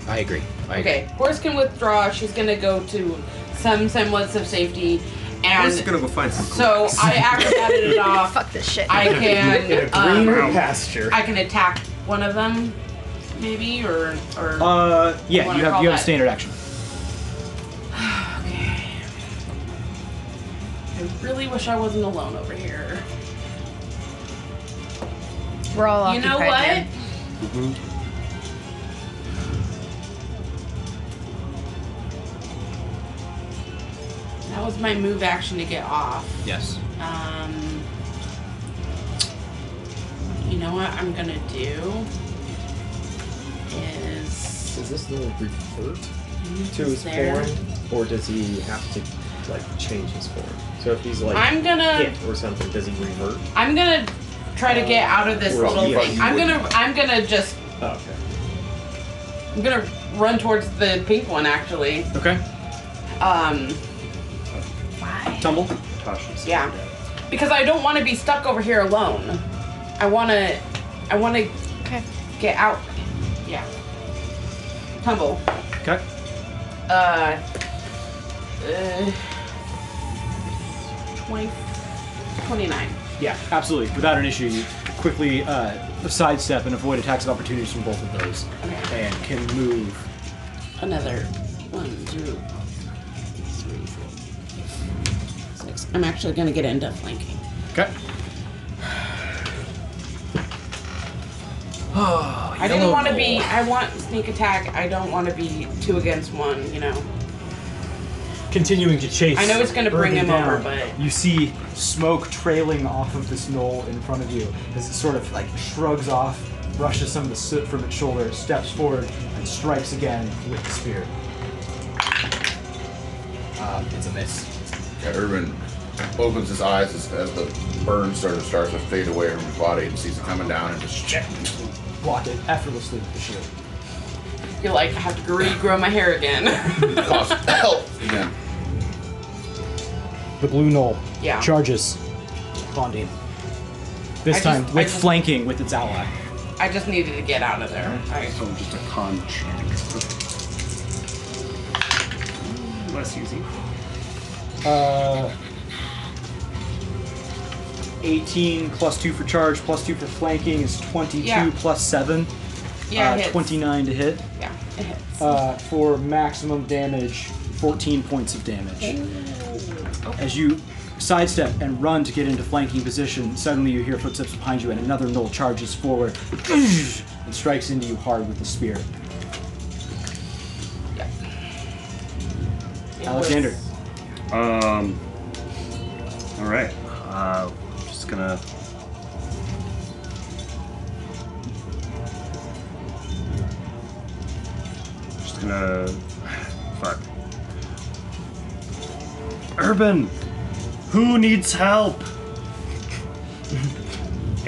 L: I agree. I agree.
B: Okay, horse can withdraw. She's gonna go to some semblance of safety,
E: Horse is
B: and
E: gonna go find some.
B: so I acrobated it off.
G: Fuck this shit.
B: I
K: In a
B: can,
K: greener
B: um,
K: pasture.
B: I can attack one of them, maybe, or or
A: Uh, yeah,
B: Wanna
A: you have
B: call
A: you have a
B: that-
A: standard action.
B: I really wish I wasn't alone over here.
G: We're all
B: You know
G: occupied,
B: what?
G: man.
J: Mm-hmm.
B: That was my move action to get off.
L: Yes.
B: Um, you know what I'm gonna do is
E: Does this little revert to
B: It's
E: his
B: there.
E: form, or does he have to like change his form? So if he's like
B: I'm gonna-
E: hit or something, does he revert?
B: I'm gonna try to get out of this
E: Well,
B: little
E: yeah,
B: thing.
E: you
B: I'm
E: would-
B: gonna I'm gonna just
E: Oh, okay.
B: I'm gonna run towards the pink one actually.
A: Okay.
B: Um,
A: Tumble.
F: Tasha's.
B: yeah, because I don't want to be stuck over here alone. I wanna I wanna get out. Yeah. Tumble.
A: Okay.
B: Uh. uh 20, 29.
A: Yeah, absolutely. Without an issue, you quickly uh, sidestep and avoid attacks of opportunities from both of those, and can move.
B: Another one, two, three, four, six. I'm actually gonna get into flanking.
A: Okay.
B: Oh, I didn't want to be. I want sneak attack. I don't want to be two against one. You know.
D: Continuing to chase.
B: I know it's gonna bring
D: Irby
B: him over,
D: down,
B: but-
D: you see smoke trailing off of this knoll in front of you as it sort of like shrugs off, brushes some of the soot from its shoulder, steps forward, and strikes again with the spear.
L: Um, it's a miss.
C: Yeah, Urban opens his eyes as, as the burn sort of starts to fade away from his body and sees it coming down and just
D: Block it effortlessly with the shield.
B: You're like, I have to regrow my hair again.
C: costs health again.
D: The blue knoll
B: Yeah.
D: charges. Bonding.
A: This
B: I
A: time
B: just- I
A: with
B: just-
A: flanking with its ally.
B: I just needed to get out of there. I,
F: So just a con check. Less easy.
A: Uh, 18 plus 2 for charge, plus 2 for flanking is 22
B: Yeah.
A: plus 7.
B: Yeah,
A: uh,
B: it hits.
A: 29 to hit.
B: yeah, it hits.
A: Uh, for maximum damage, 14 points of damage. As you sidestep and run to get into flanking position, suddenly you hear footsteps behind you and another knoll charges forward and strikes into you hard with the spear.
B: It
A: Alexander.
B: was-
F: Um. All right. Uh, just gonna. Just gonna. Fuck. Urban, who needs help?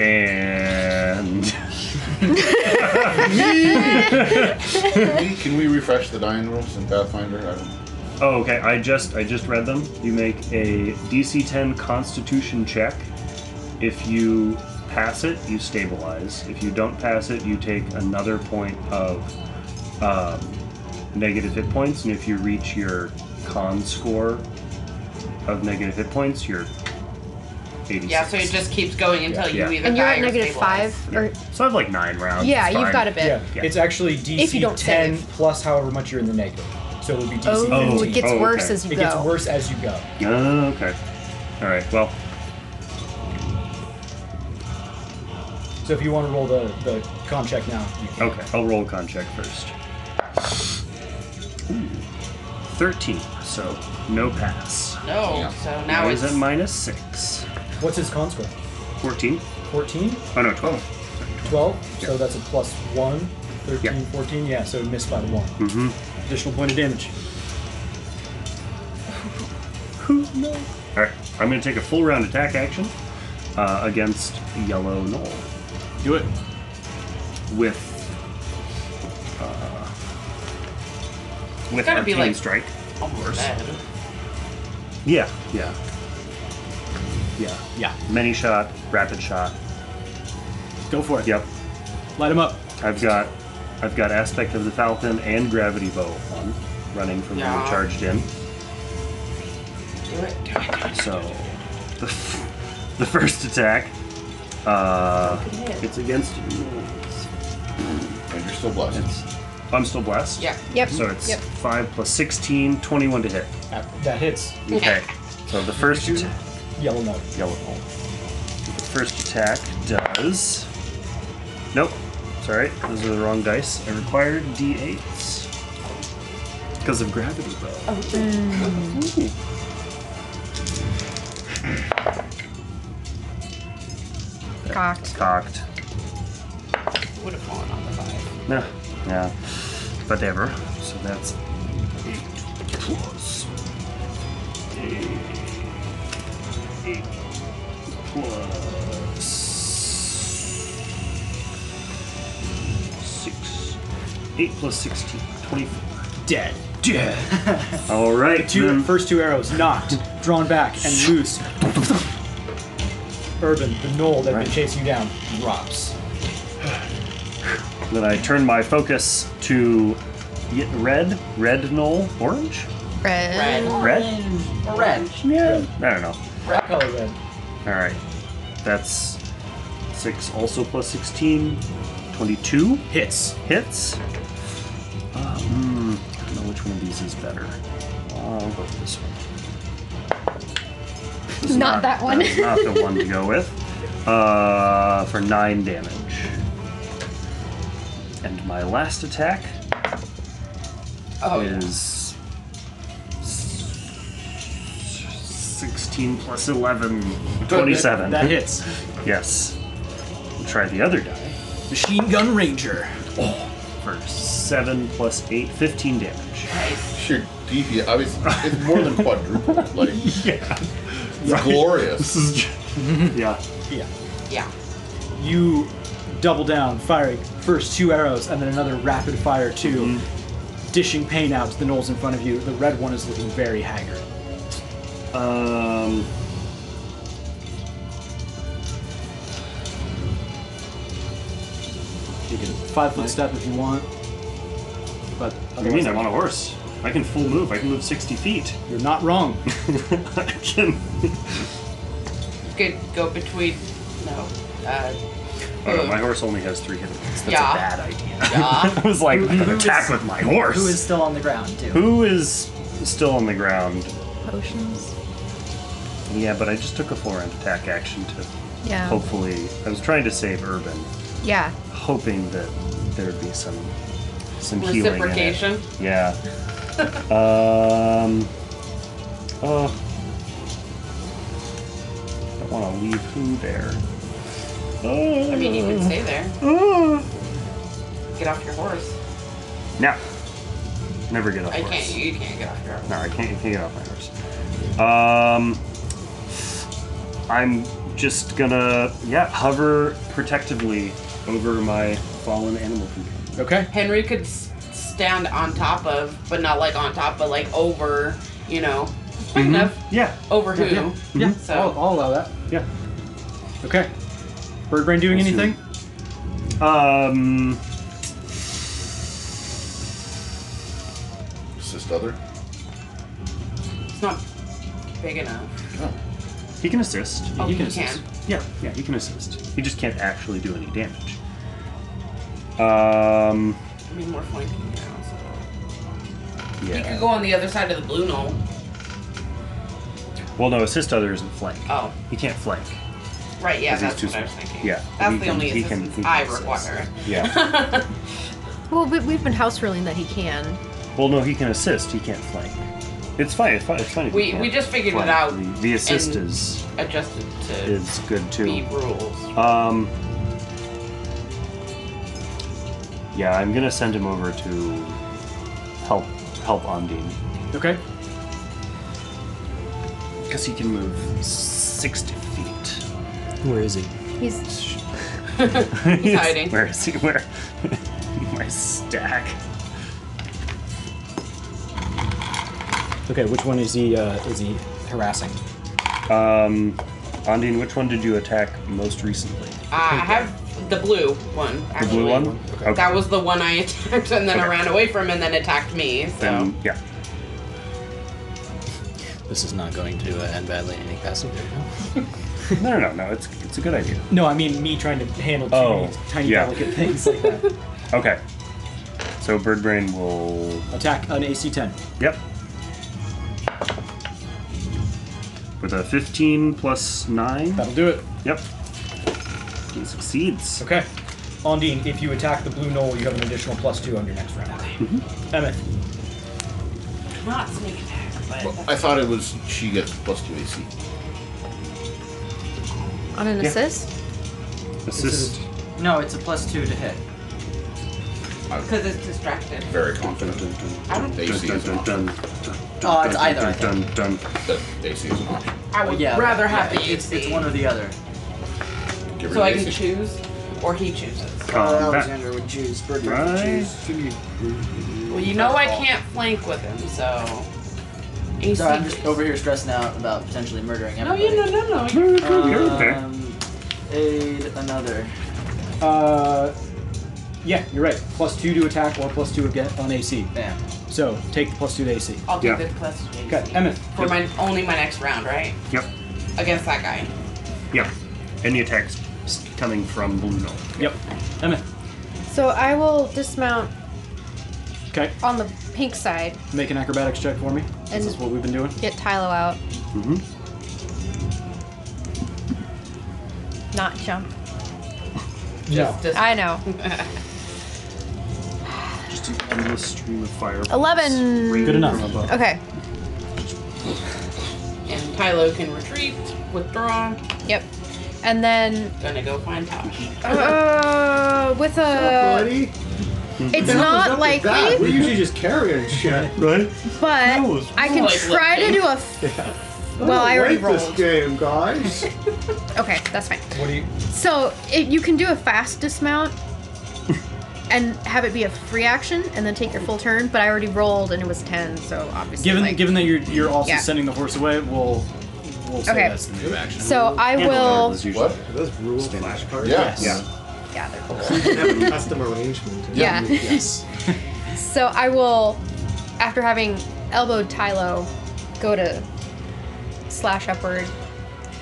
F: and
C: Can we refresh the dying rules in Pathfinder? I don't
F: Oh, okay. I just I just read them. You make a DC 10 Constitution check. If you pass it, you stabilize. If you don't pass it, you take another point of um, negative hit points, and if you reach your con score of negative hit points, you're 86.
B: Yeah, so it just keeps going until
F: Yeah.
B: you either
G: And you're
B: die
G: at
B: or
G: negative
B: stabilize.
G: five, or
F: So I have like nine rounds.
G: yeah,
F: It's
G: you've
F: fine.
G: got a bit.
D: Yeah.
F: Yeah.
D: It's actually DC
G: If you don't
D: 10
G: save.
D: plus however much you're in the negative. So it would be DC
G: Oh,
D: 15.
G: it gets
F: Oh, okay.
G: worse as you
D: It
G: go.
D: gets worse as you go.
F: Oh, okay. All right. Well,
D: So if you want to roll the, the con check now, you can.
F: Okay, I'll roll a con check first. Ooh, 13, so no pass.
B: No,
C: Yeah.
B: so now
F: Now
B: it's.
F: he's at minus 6.
D: What's his con score?
F: 14?
D: 14?
F: Oh no, 12.
D: 12? So that's a plus 1. 13, 14? Yeah, so it missed by 1.
F: Mm-hmm.
A: Additional point of damage.
F: Alright, I'm going to take a full round attack action uh, against Yellow Knoll
A: Do it.
F: with. Uh, with
B: gotta be,
F: Arcane
B: like-
F: Strike.
B: almost dead.
F: Yeah, yeah. Yeah.
A: Yeah,
F: Many shot, rapid shot.
A: go for it.
F: Yep.
A: Light him up.
F: I've got I've got aspect of the falcon and gravity bow on, running from where
B: Yeah.
F: we charged in.
B: Do it. Do it. Do it.
F: So the, the first attack, uh,
B: hit.
F: it's against. rolls.
C: know. And you're still blessed.
F: It's I'm still blessed.
B: Yeah.
G: Yep.
F: So it's
G: Yep.
F: five plus 16, 21 to hit.
D: Uh, That, that hits.
F: Okay. So the first atta-
D: Yellow note.
F: yellow hole. The first attack does. Nope. Sorry, those are the wrong dice. I required d8s because of gravity bow.
G: Cocked.
F: Cocked.
B: Would have fallen on the five.
F: No. Yeah. But ever. So that's eight plus eight, eight plus six. Eight plus sixteen. Twenty-four.
E: Dead. Dead.
F: All right.
A: Two
F: then.
A: first two arrows knocked, drawn back, and loose. Urban, the knoll that had been chasing you down, drops.
F: Then I turn my focus to y- red, red knoll, orange,
G: Red.
F: red.
D: Or Orange.
F: Yeah. I don't know.
A: Red color red.
F: All right. That's six, also plus 16, 22
E: Hits.
F: hits. Um, I don't know which one of these is better. I'll go with this one. This is
G: Not that one.
F: that's not the one to go with. Uh, for nine damage. And my last attack
G: Oh,
F: is sixteen plus 11, 27.
E: That hits.
F: Yes. We'll try the other die Oh,
E: Machine Gun Ranger.
F: for 7 plus 8, 15 damage.
C: Sheer deviant. I mean, it's- it's more than quadruple. Like,
F: Yeah.
C: it's glorious.
F: yeah.
B: Yeah.
A: You double down, firing first two arrows and then another rapid fire 2 dishing pain out to the knolls in front of you. The red one is looking very haggard.
F: Um.
A: You can five foot step if you want, but
F: What do you
A: otherwise,
F: mean? I'm on a horse. I can full move. I can move 60 feet.
A: you're not wrong.
F: I can.
B: You could go between. No. Uh,
F: Oh, no, my horse only has three hit points. That's
B: Yeah.
F: a bad idea.
B: Yeah.
F: I was like, attack with my horse.
D: Who is still on the ground, too?
F: Who is still on the ground?
G: Potions.
F: Yeah, but I just took a four round attack action to
G: Yeah.
F: hopefully. I was trying to save Urban,
G: Yeah.
F: hoping that there'd be some some healing. in it.
B: reciprocation.
F: Yeah. um. Oh. Don't want to leave who there. Oh.
B: I mean, you could stay there.
F: oh.
B: Get off your horse.
F: No. Never get off
B: I
F: horse.
B: can't. You can't get off your horse.
F: No, I can't, can't get off my horse. Um. I'm just gonna yeah hover protectively over my fallen animal companion.
E: Okay.
B: Henry could s- stand on top of, but not like on top, but like over. You know, big enough
F: Yeah.
B: over who?
F: Yeah. Mm-hmm.
A: Yeah, Mm-hmm.
B: So-
A: I'll, I'll allow that.
F: Yeah.
A: Okay. Birdbrain doing
F: Let's see.
A: anything?
F: Um.
C: Assist other.
F: Oh.
B: It's not big enough.
F: He can assist.
B: Oh,
A: You
B: you
A: can
B: can.
A: assist.
F: Yeah, yeah, he can assist. He just can't actually do any damage. Um,
B: I mean, we're flanking now, so you could
F: yeah.
B: go on the other side of the blue knoll.
F: Well, no, assist other isn't flank.
B: Oh,
F: He can't flank.
B: right. Yeah,
F: 'Cause he's
B: that's
F: too
B: what I was
F: small.
B: thinking.
F: Yeah,
B: That's
F: he
B: the
F: can-
B: only
F: he can-
B: assistance
F: he can
B: I
F: assist.
B: require.
F: Yeah.
G: Well, we, we've been house ruling that he can.
F: well, no, he can assist. He can't flank. It's fine. It's fine. It's fine. if he
B: We-
F: can't
B: we just figured it
F: flank.
B: out
F: The, the assist
B: and-
F: is
B: Adjusted to
F: is good too.
B: be rules.
F: Um. Yeah, I'm gonna send him over to help help Ondine
A: Okay.
F: because he can move sixty feet.
L: Where is he?
G: He's
B: He's hiding.
F: Where is he? Where? My stack.
E: Okay, which one is he uh, is he harassing?
F: Um, Ondine, which one did you attack most recently?
B: Uh, I have the blue one.
F: The
B: Actually.
F: blue one. Okay.
B: That was the one I attacked, and then I
F: Okay.
B: ran away from, and then attacked me. So
F: Then, yeah.
L: This is not going to uh, end badly in any capacity.
F: No, no, no, no. It's it's a good idea.
A: No, I mean me trying to handle too
F: Oh,
A: many tiny
F: yeah.
A: delicate things like that.
F: Okay. So Birdbrain will.
A: Attack an AC 10.
F: Yep. With a 15 plus 9.
A: That'll do it.
F: Yep. He succeeds.
A: Okay. Ondine, if you attack the blue knoll, you have an additional plus two on your next round.
F: Mm-hmm.
A: Emmett.
B: not sneak attack, but
C: Well, I thought it was she gets plus two AC.
G: on an
F: Yeah.
G: assist.
F: Assist.
J: No, it's a plus two to hit.
B: Because it's distracted.
C: Very confident.
B: I don't-
C: AC is an option.
J: Oh, it's either, I
F: Dun, dun,
C: That AC is an option.
B: I would
J: yeah,
B: rather
J: yeah,
B: have the
J: it's,
B: AC.
J: it's one or the other.
C: Get rid
B: so
C: of
B: I
C: AC.
B: can choose, or he chooses.
F: combat.
M: would choose.
F: Uh, Right?
B: Well, you know I can't flank with him, so. AC.
J: Sorry, I'm just over here stressing out about potentially murdering
B: No, you
J: everybody.
B: no no no.
M: Uh,
F: You're there.
J: Um, aid another.
A: Uh, yeah, you're right. Plus two to attack or plus two again on AC.
J: Yeah.
A: So take the plus two to AC.
B: I'll do
F: Yeah.
B: the plus AC.
A: Okay, Emmett.
B: For my only my next round, right?
F: Yep.
B: Against that guy.
F: Yep. Any attacks coming from Blue Gnome.
A: Yep. Emmett.
G: So I will dismount
A: Okay,
G: on the pink side
A: make an acrobatics check for me. This
G: And-
A: is what we've been doing.
G: get Tylo out.
F: Mm-hmm.
G: Not jump.
I: No.
B: Just,
G: I know.
F: Just an endless stream of fire.
G: Eleven.
F: Rain
A: Good enough.
F: from above.
G: Okay.
B: and Kylo can retreat, withdraw.
G: Yep. And then
B: Gonna go find Tosh.
G: uh, with a.
M: buddy.
G: It's not
M: Look at that. We're
G: likely,
M: usually just carrying shit.
F: Right?
G: but
M: was
G: I can
B: like
G: try to do a. F- well, I already
M: like this
G: rolled.
M: game, guys.
G: Okay, that's fine.
I: What do you?
G: So it, you can do a fast dismount and have it be a free action and then take your full turn. But I already rolled and it was ten, so obviously.
A: Given
G: like-
A: given that you're you're also
G: Yeah.
A: sending the horse away, we'll we'll say
G: Okay.
A: that's the move action.
G: So I will.
F: As usual.
C: What?
M: Are those rules flashcards?
C: Yeah.
A: Yes.
G: Yeah, they're cool.
M: You can have a custom arrangement.
G: Yeah.
M: Yes.
G: So I will, after having elbowed Tylo, go to slash upward,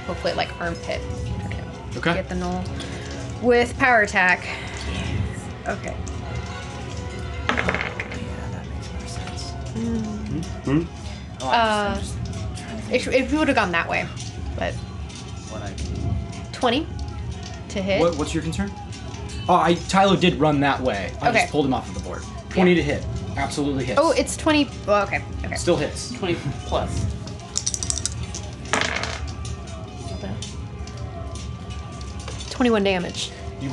G: hopefully like armpit. try to
A: Okay.
G: Get the null with power attack. Okay.
J: Oh,
F: Hmm?
G: Mm.
J: I'm
G: Uh,
J: just, I'm just trying to
G: If, if we would have gone that way, but
J: think what I.
G: 20 to hit.
A: What, what's your concern? Oh, I Tyler did run that way. I
G: Okay.
A: just pulled him off of the board. Twenty to hit. Absolutely hits.
G: Oh, it's 20. Oh, okay. Okay.
A: still hits.
B: 20 plus.
G: Hold on. 21 damage.
A: You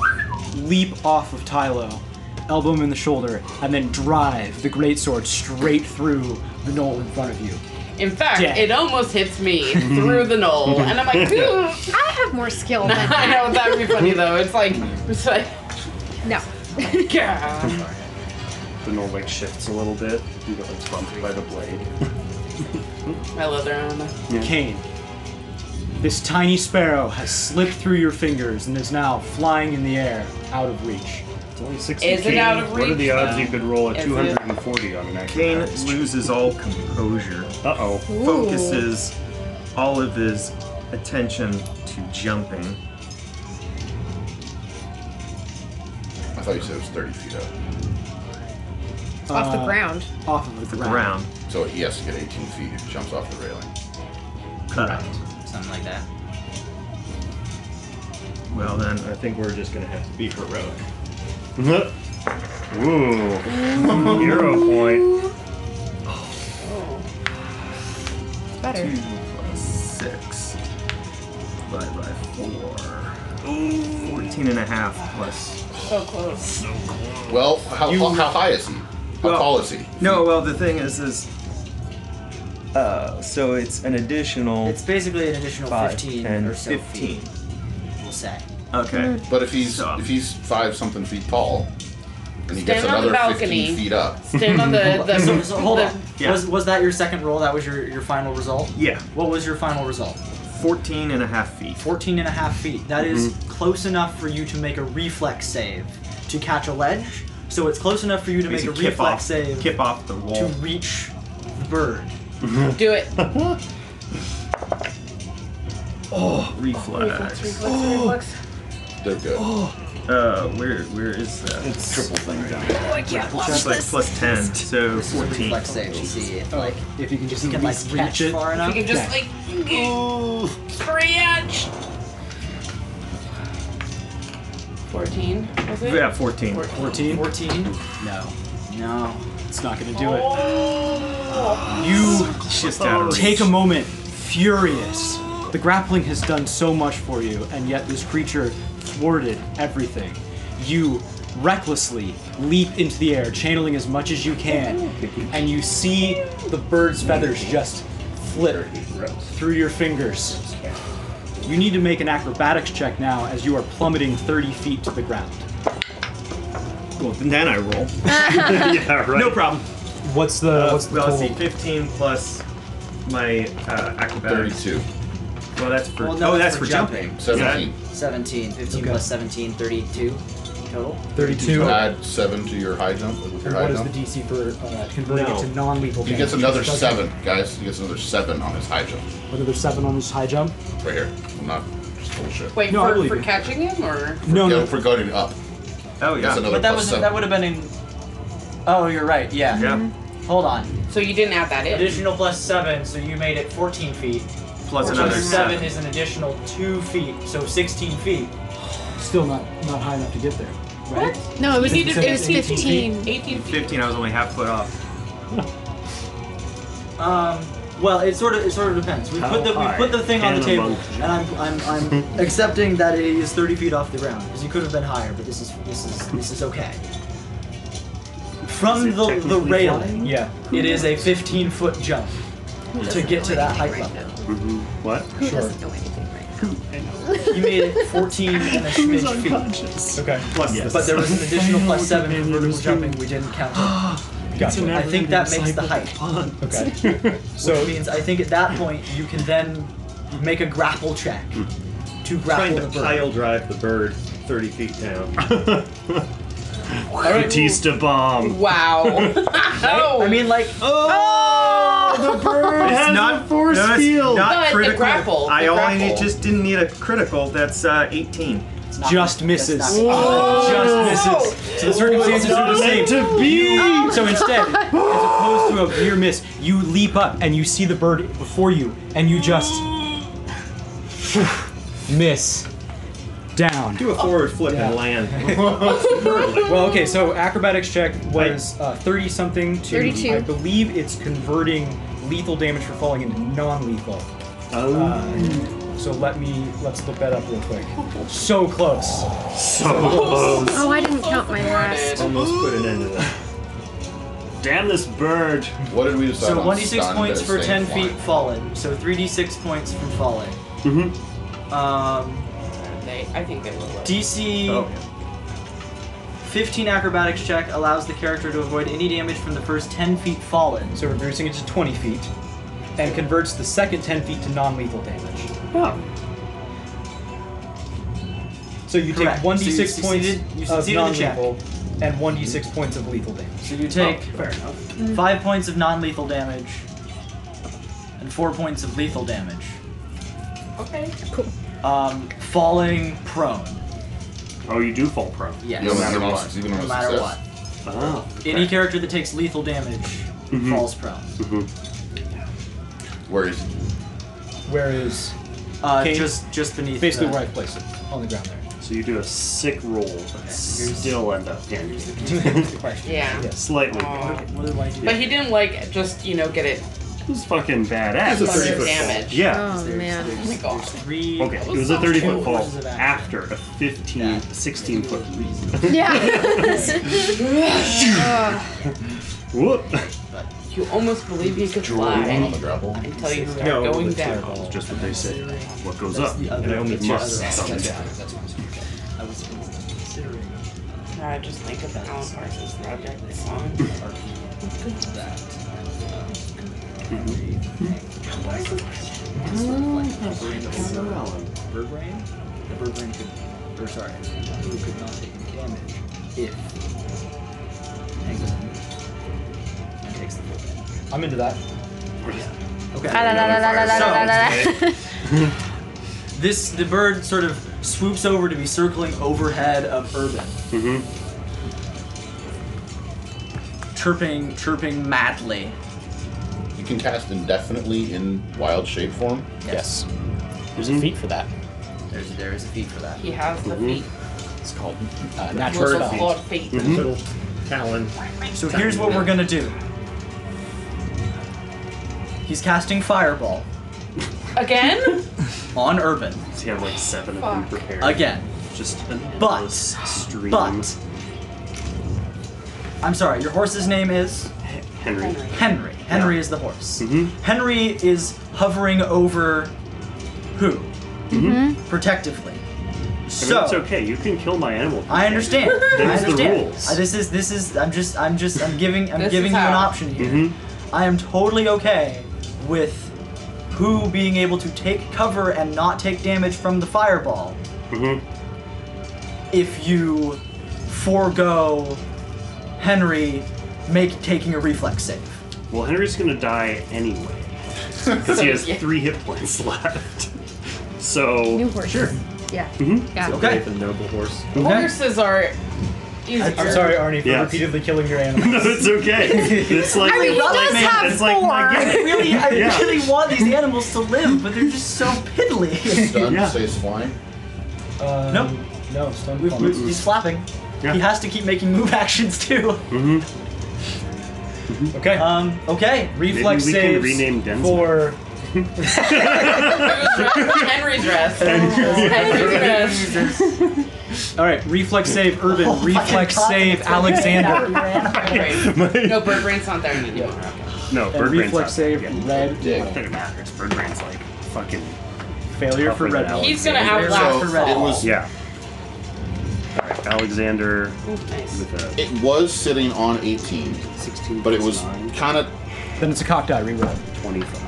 A: leap off of Tylo, elbow him in the shoulder, and then drive the greatsword straight through the knoll in front of you.
B: In fact,
A: Dead.
B: it almost hits me through the knoll, and I'm like, "Ooh."
G: I have more skill than
B: I know that would be funny though. It's like, it's like,
G: No.
B: yeah.
F: The knoll like shifts a little bit. You get like bumped by the blade.
B: My leather armor.
A: Kane, this tiny sparrow has slipped through your fingers and is now flying in the air, out of reach.
F: It's only 60
B: Is it
F: Kane.
B: out of
F: What are
B: reach,
F: the odds
B: though?
F: you could roll a
B: Is it-
F: 240 on an
E: Kane
F: action?
E: loses all composure,
F: Uh oh.
E: focuses all of his attention to jumping.
C: I thought you said it was 30 feet up.
G: Off the
A: Uh,
G: ground.
A: Off of the
E: The
A: ground.
E: ground.
C: So he has to get 18 feet if he jumps off the railing.
E: Correct.
J: Something like that.
E: Well then,
M: I think we're just gonna have to be heroic.
F: Ooh. Hero point.
G: It's better.
E: two plus six divided by four. Fourteen and a half plus.
B: So close.
C: Well, how,
E: You-
C: how high is he? How
E: Well-
C: tall is he?
E: No, well the thing is, is uh, so it's an additional
J: It's basically an additional
E: five,
J: 15
E: 10,
J: or so
E: 15.
J: feet, we'll say.
E: Okay.
B: Mm.
C: But if he's
E: So- um,
C: if he's five something feet tall, and he gets
B: Stand on the
C: another
B: balcony.
C: 15 feet up,
B: Stand on the the.
J: So, so hold on.
E: Yeah.
J: Was, was that your second roll? That was your, your final result?
E: Yeah,
J: What was your final result?
E: fourteen and a half feet. Mm-hmm.
J: 14 and a half feet. That is close enough for you to make a reflex save to catch a ledge. So it's close enough for you to make a
E: Basically,
J: reflex
E: off,
J: save
E: kip off the wall.
J: to reach the bird.
B: Do it.
E: Oh, reflex.
C: Oh, they're good.
E: Uh, where where is that? It's
F: Triple thing down.
J: Oh,
E: just like plus ten, so fourteen.
J: Reflex save to see if like
A: If you can just
J: you
A: at
J: can like
A: least
J: catch
A: reach it.
J: far
B: You
J: enough.
B: can just like three inch. Fourteen was it?
E: Yeah, fourteen.
A: 14?
J: 14.
A: No,
J: No.
A: it's not gonna do it.
B: Oh.
A: You
E: Just out
J: Oh.
E: of reach.
A: take a moment, furious. The grappling has done so much for you, and yet this creature thwarted everything. You recklessly leap into the air, channeling as much as you can, and you see the bird's feathers just flip through your fingers. You need to make an acrobatics check now as you are plummeting 30 feet to the ground.
E: Well, then I roll.
F: yeah, right.
E: No problem.
J: What's the what's the
E: well,
J: total?
E: see, 15 plus my uh, acrobatics.
C: 32.
E: Well, that's for
D: Well, no,
E: oh,
D: that's
E: that's
D: for
E: for jumping.
D: jumping.
C: 17.
D: 17. 15
J: Okay.
D: plus 17, 32 total.
J: 32.
G: Uh,
C: Add 7 to your high jump with your
J: And
C: high
J: what is
C: jump.
J: the DC for uh, converting
E: No.
J: it to non-lethal?
C: He
J: damage?
C: gets another
J: Doesn't-
C: 7, guys. He gets another 7 on his high jump.
J: Another seven on his high jump.
C: Right here. I'm not just bullshit.
B: Wait,
J: No, I
B: for,
J: believe
B: for
J: you.
B: catching him or?
J: No,
C: yeah,
J: no.
C: for going up.
E: Oh yeah.
C: That's another
D: But that
C: plus
D: was
C: 7.
D: that would have been in. Oh, you're right. Yeah.
E: yeah.
D: Hold on.
B: So you didn't add that in.
D: Additional plus seven, so you made it 14 feet.
E: Plus
D: Which
E: another
D: is
E: seven.
D: seven is an additional two feet, so 16 feet.
J: Still not not high enough to get there. Right?
G: No, it was
J: You said
G: it was
J: 18 feet.
G: 15.
B: 18 feet.
E: 15. I was only half foot off.
D: Um, well, it sort of it sort of depends. We
F: How
D: put the we
F: high
D: put the thing on the
F: can a
D: table,
F: monk
D: and I'm I'm, I'm accepting that it is 30 feet off the ground because you could have been higher, but this is this is this is okay. From
E: Is it
D: the the
E: technically
D: railing,
J: Yeah.
D: it is a 15 foot jump to get to that height level.
F: Mm-hmm. What?
G: Who doesn't know anything right now?
D: You made it 14 and a smidge feet.
J: Okay.
E: Plus
F: Yes.
E: yes.
D: But there was an additional plus seven for vertical jumping we didn't count.
J: Gotcha.
D: I think that makes the height.
J: Okay.
D: Which means I think at that point you can then make a grapple check to grapple
N: Trying
D: the
N: to
D: bird.
N: pile drive the bird 30 feet down.
F: Batista bomb.
B: Wow. oh.
D: I mean, like
F: Oh, the bird
E: It's
F: has
E: not
F: a force
E: no, it's
F: field.
E: Not
B: But the
E: critical.
B: grapple, the
E: I only
B: grapple.
E: need, just didn't need a critical. That's uh, 18.
A: Just misses.
D: not-
A: Oh, Just misses. So the circumstances are the same.
F: meant to be.
A: You- so instead, as opposed to a near miss, you leap up and you see the bird before you, and you just miss down.
N: Do a forward flip and land.
A: Well, okay, so acrobatics check was uh, 30 something to
G: 32.
A: I believe it's converting lethal damage for falling into non-lethal. Oh. So let me let's look that up real quick. So close.
D: um,
G: Oh, I didn't count my last.
N: Almost put an end to that.
F: Damn this bird.
C: What did we decide
D: so
C: on?
D: 1d6
C: stun
D: points
C: that
D: for
C: is
D: 10
C: staying
D: feet fallen. So 3d6 points from falling.
F: Mm-hmm.
D: Um,
B: They, I think they will. look.
D: DC
E: Oh.
D: 15 acrobatics check allows the character to avoid any damage from the first 10 feet fallen.
A: So reducing it to 20 feet, and converts the second 10 feet to non-lethal damage. So you
D: Correct.
A: take
D: So you
A: 1d6
D: succeeded- you
A: points of
D: succeeded in the check.
A: non-lethal and 1d6 points of lethal damage.
D: So you take
A: Oh,
D: five points of non-lethal damage and four points of lethal damage.
B: Okay.
D: Um, falling prone.
F: Oh, you do fall prone.
D: Yes.
C: You don't have
D: No
C: to roll
D: matter
C: s- even on a
D: what.
C: success.
F: Oh.
D: Any character that takes lethal damage
J: Mm-hmm.
D: falls prone.
C: flying. Where is he?
A: Where is
D: Uh,
A: Okay.
D: just just beneath.
A: basically
D: the,
A: where I place it on the ground there?
F: So you do a sick roll, but still end up damaged.
B: Yeah.
F: Slightly.
B: Aw.
D: Oh, What do I do?
B: But he didn't like just you know get it
F: This is fucking badass.
N: It's a
B: bunch of
N: 30 foot
B: damage.
F: Yeah.
G: Oh man.
B: Oh my god.
D: Three.
F: Okay, it was a 30
D: Two
F: foot fall
D: forces of action.
F: after a 15, 16 foot leap.
G: Uh, Yeah.
F: Whoop!
B: You almost believe he could
C: On the
B: fly
C: grapple?
B: until you start
N: No,
B: going
N: it's
B: down.
F: That's just what they say. What goes
D: That's
F: up?
D: the other.
N: And I only
D: that's
F: must
D: the other
F: summon.
D: action.
B: I was considering. I just think of Alan Parsons Project song.
G: Oh,
D: Bird brain. The bird brain could, or sorry, who could not take any damage if Angle and takes the full damage.
A: I'm into that.
D: Okay.
G: La, la, la, la, la, la, la, la, la, la.
D: This the bird sort of swoops over to be circling overhead of Urban.
F: Mm-hmm.
D: Chirping, chirping madly.
C: You can cast indefinitely in wild shape form.
A: Yes. There's a feat for that. Mm-hmm.
D: There's there is a feat for that.
B: He has the feet.
A: It's called uh, natural
B: Little
A: spell.
B: clawed feet.
F: Mm-hmm.
N: Little talon.
D: So here's what we're gonna do. He's casting fireball
B: Again?
D: on Urban
F: See, I have like seven of them
B: Fuck.
F: prepared.
D: again.
F: Just an
D: But-
F: endless stream.
D: But I'm sorry, your horse's name is
F: Henry. Mm-hmm.
D: Henry. Henry is the horse. Henry is hovering over who? Protectively.
F: Mm-hmm. I
D: So
F: mean, it's okay. You can kill my animal.
D: I understand. I
F: That's the
D: understand.
F: rules.
D: Uh, This is this is I'm just I'm just I'm giving I'm
B: This
D: giving
B: is
D: you an
B: how.
D: option here.
F: Mm-hmm.
D: I am totally okay with who being able to take cover and not take damage from the fireball
F: Mhm.
D: if you forego Henry make taking a reflex save.
F: Well, Henry's gonna die anyway because he has three hit points left. So
G: New horse. Sure. Yeah.
F: Mhm.
G: Yeah.
D: Okay.
E: The noble horse.
B: Horses are easier.
A: I'm sorry, Arnie, for
F: Yeah.
A: repeatedly killing your animal.
F: no, it's okay. It's like
G: I mean, he does
F: man,
G: have
F: it's like my
G: four.
F: gimmick.
D: really, I
F: Yeah.
D: really want these animals to live, but they're just so piddly.
C: Stunned,
F: Yeah.
C: stays flying.
A: Um, No,
D: No.
A: stone
D: We've-
A: plummet.
D: we've- he's flapping.
F: Yeah.
D: He has to keep making move actions too.
F: Mm-hmm.
A: Okay.
D: Um, okay.
A: Reflex
F: we can
A: saves
F: rename Denzil.
A: for
B: Henry's rest. Henry's rest.
O: All right, reflex save, Urban.
D: Oh my
O: reflex
D: God.
O: save, Alexander.
B: Bird- No, bird brain's not there anymore.
F: No,
O: And
F: bird brain's
O: reflex
F: not there
O: save,
F: yet.
O: red.
F: Doesn't matter. It's bird brain's like fucking
O: Failure for
F: Tougher
O: red.
F: than
O: Bull.
F: Alex.
B: He's gonna outlast
C: So,
B: us all.
C: it was-
F: yeah. All right, Alexander
B: Nice.
F: with a
C: It was sitting on 18,
E: 16
C: but it was
E: nine,
C: kind of.
O: Then it's a cocked eye reroll.
E: 25.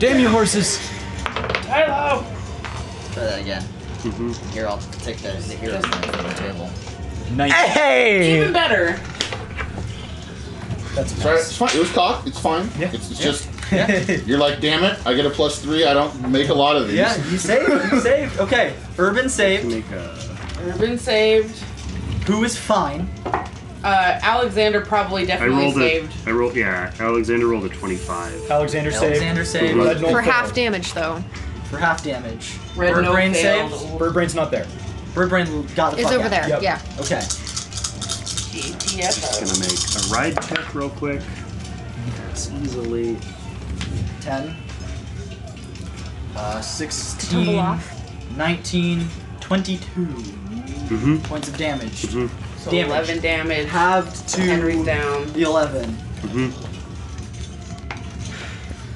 O: Damn you, horses!
B: Hello.
J: Try that again. Here, I'll take the, the hero's name from the table.
O: Nice.
B: Even better.
C: Sorry, it's fine. It was cocked. It's fine. It's, it's just you're like, damn it! I get a plus three. I don't make a lot of these.
D: Yeah, you saved. You saved. Okay. Urban saved.
F: make a
B: Urban saved.
D: Who is fine?
B: Uh, Alexander probably
F: I
B: definitely
F: rolled a
B: saved.
F: I rolled yeah, Alexander rolled a 25.
O: Oh.
A: Alexander saved.
D: Alexander saved
A: Red Knoll
G: For
A: failed.
G: half damage, though,
D: for half damage.
B: Red
D: Bird
B: no
D: brain
B: failed.
D: saved.
A: Bird brain's not there.
D: Bird brain got the
G: it's
D: fuck
G: over
D: out.
G: there.
A: Yep.
G: Yeah.
D: Okay.
B: GTFO.
F: Gonna make a ride check real quick. That's easily
D: Ten.
G: Tumble
D: Uh, 16,
G: off.
D: 19, 22
F: Mm-hmm.
D: points of damage.
B: So
D: Damage.
B: 11 damage.
D: Halved to
B: Henry's down.
D: the 11.
F: Mm-hmm.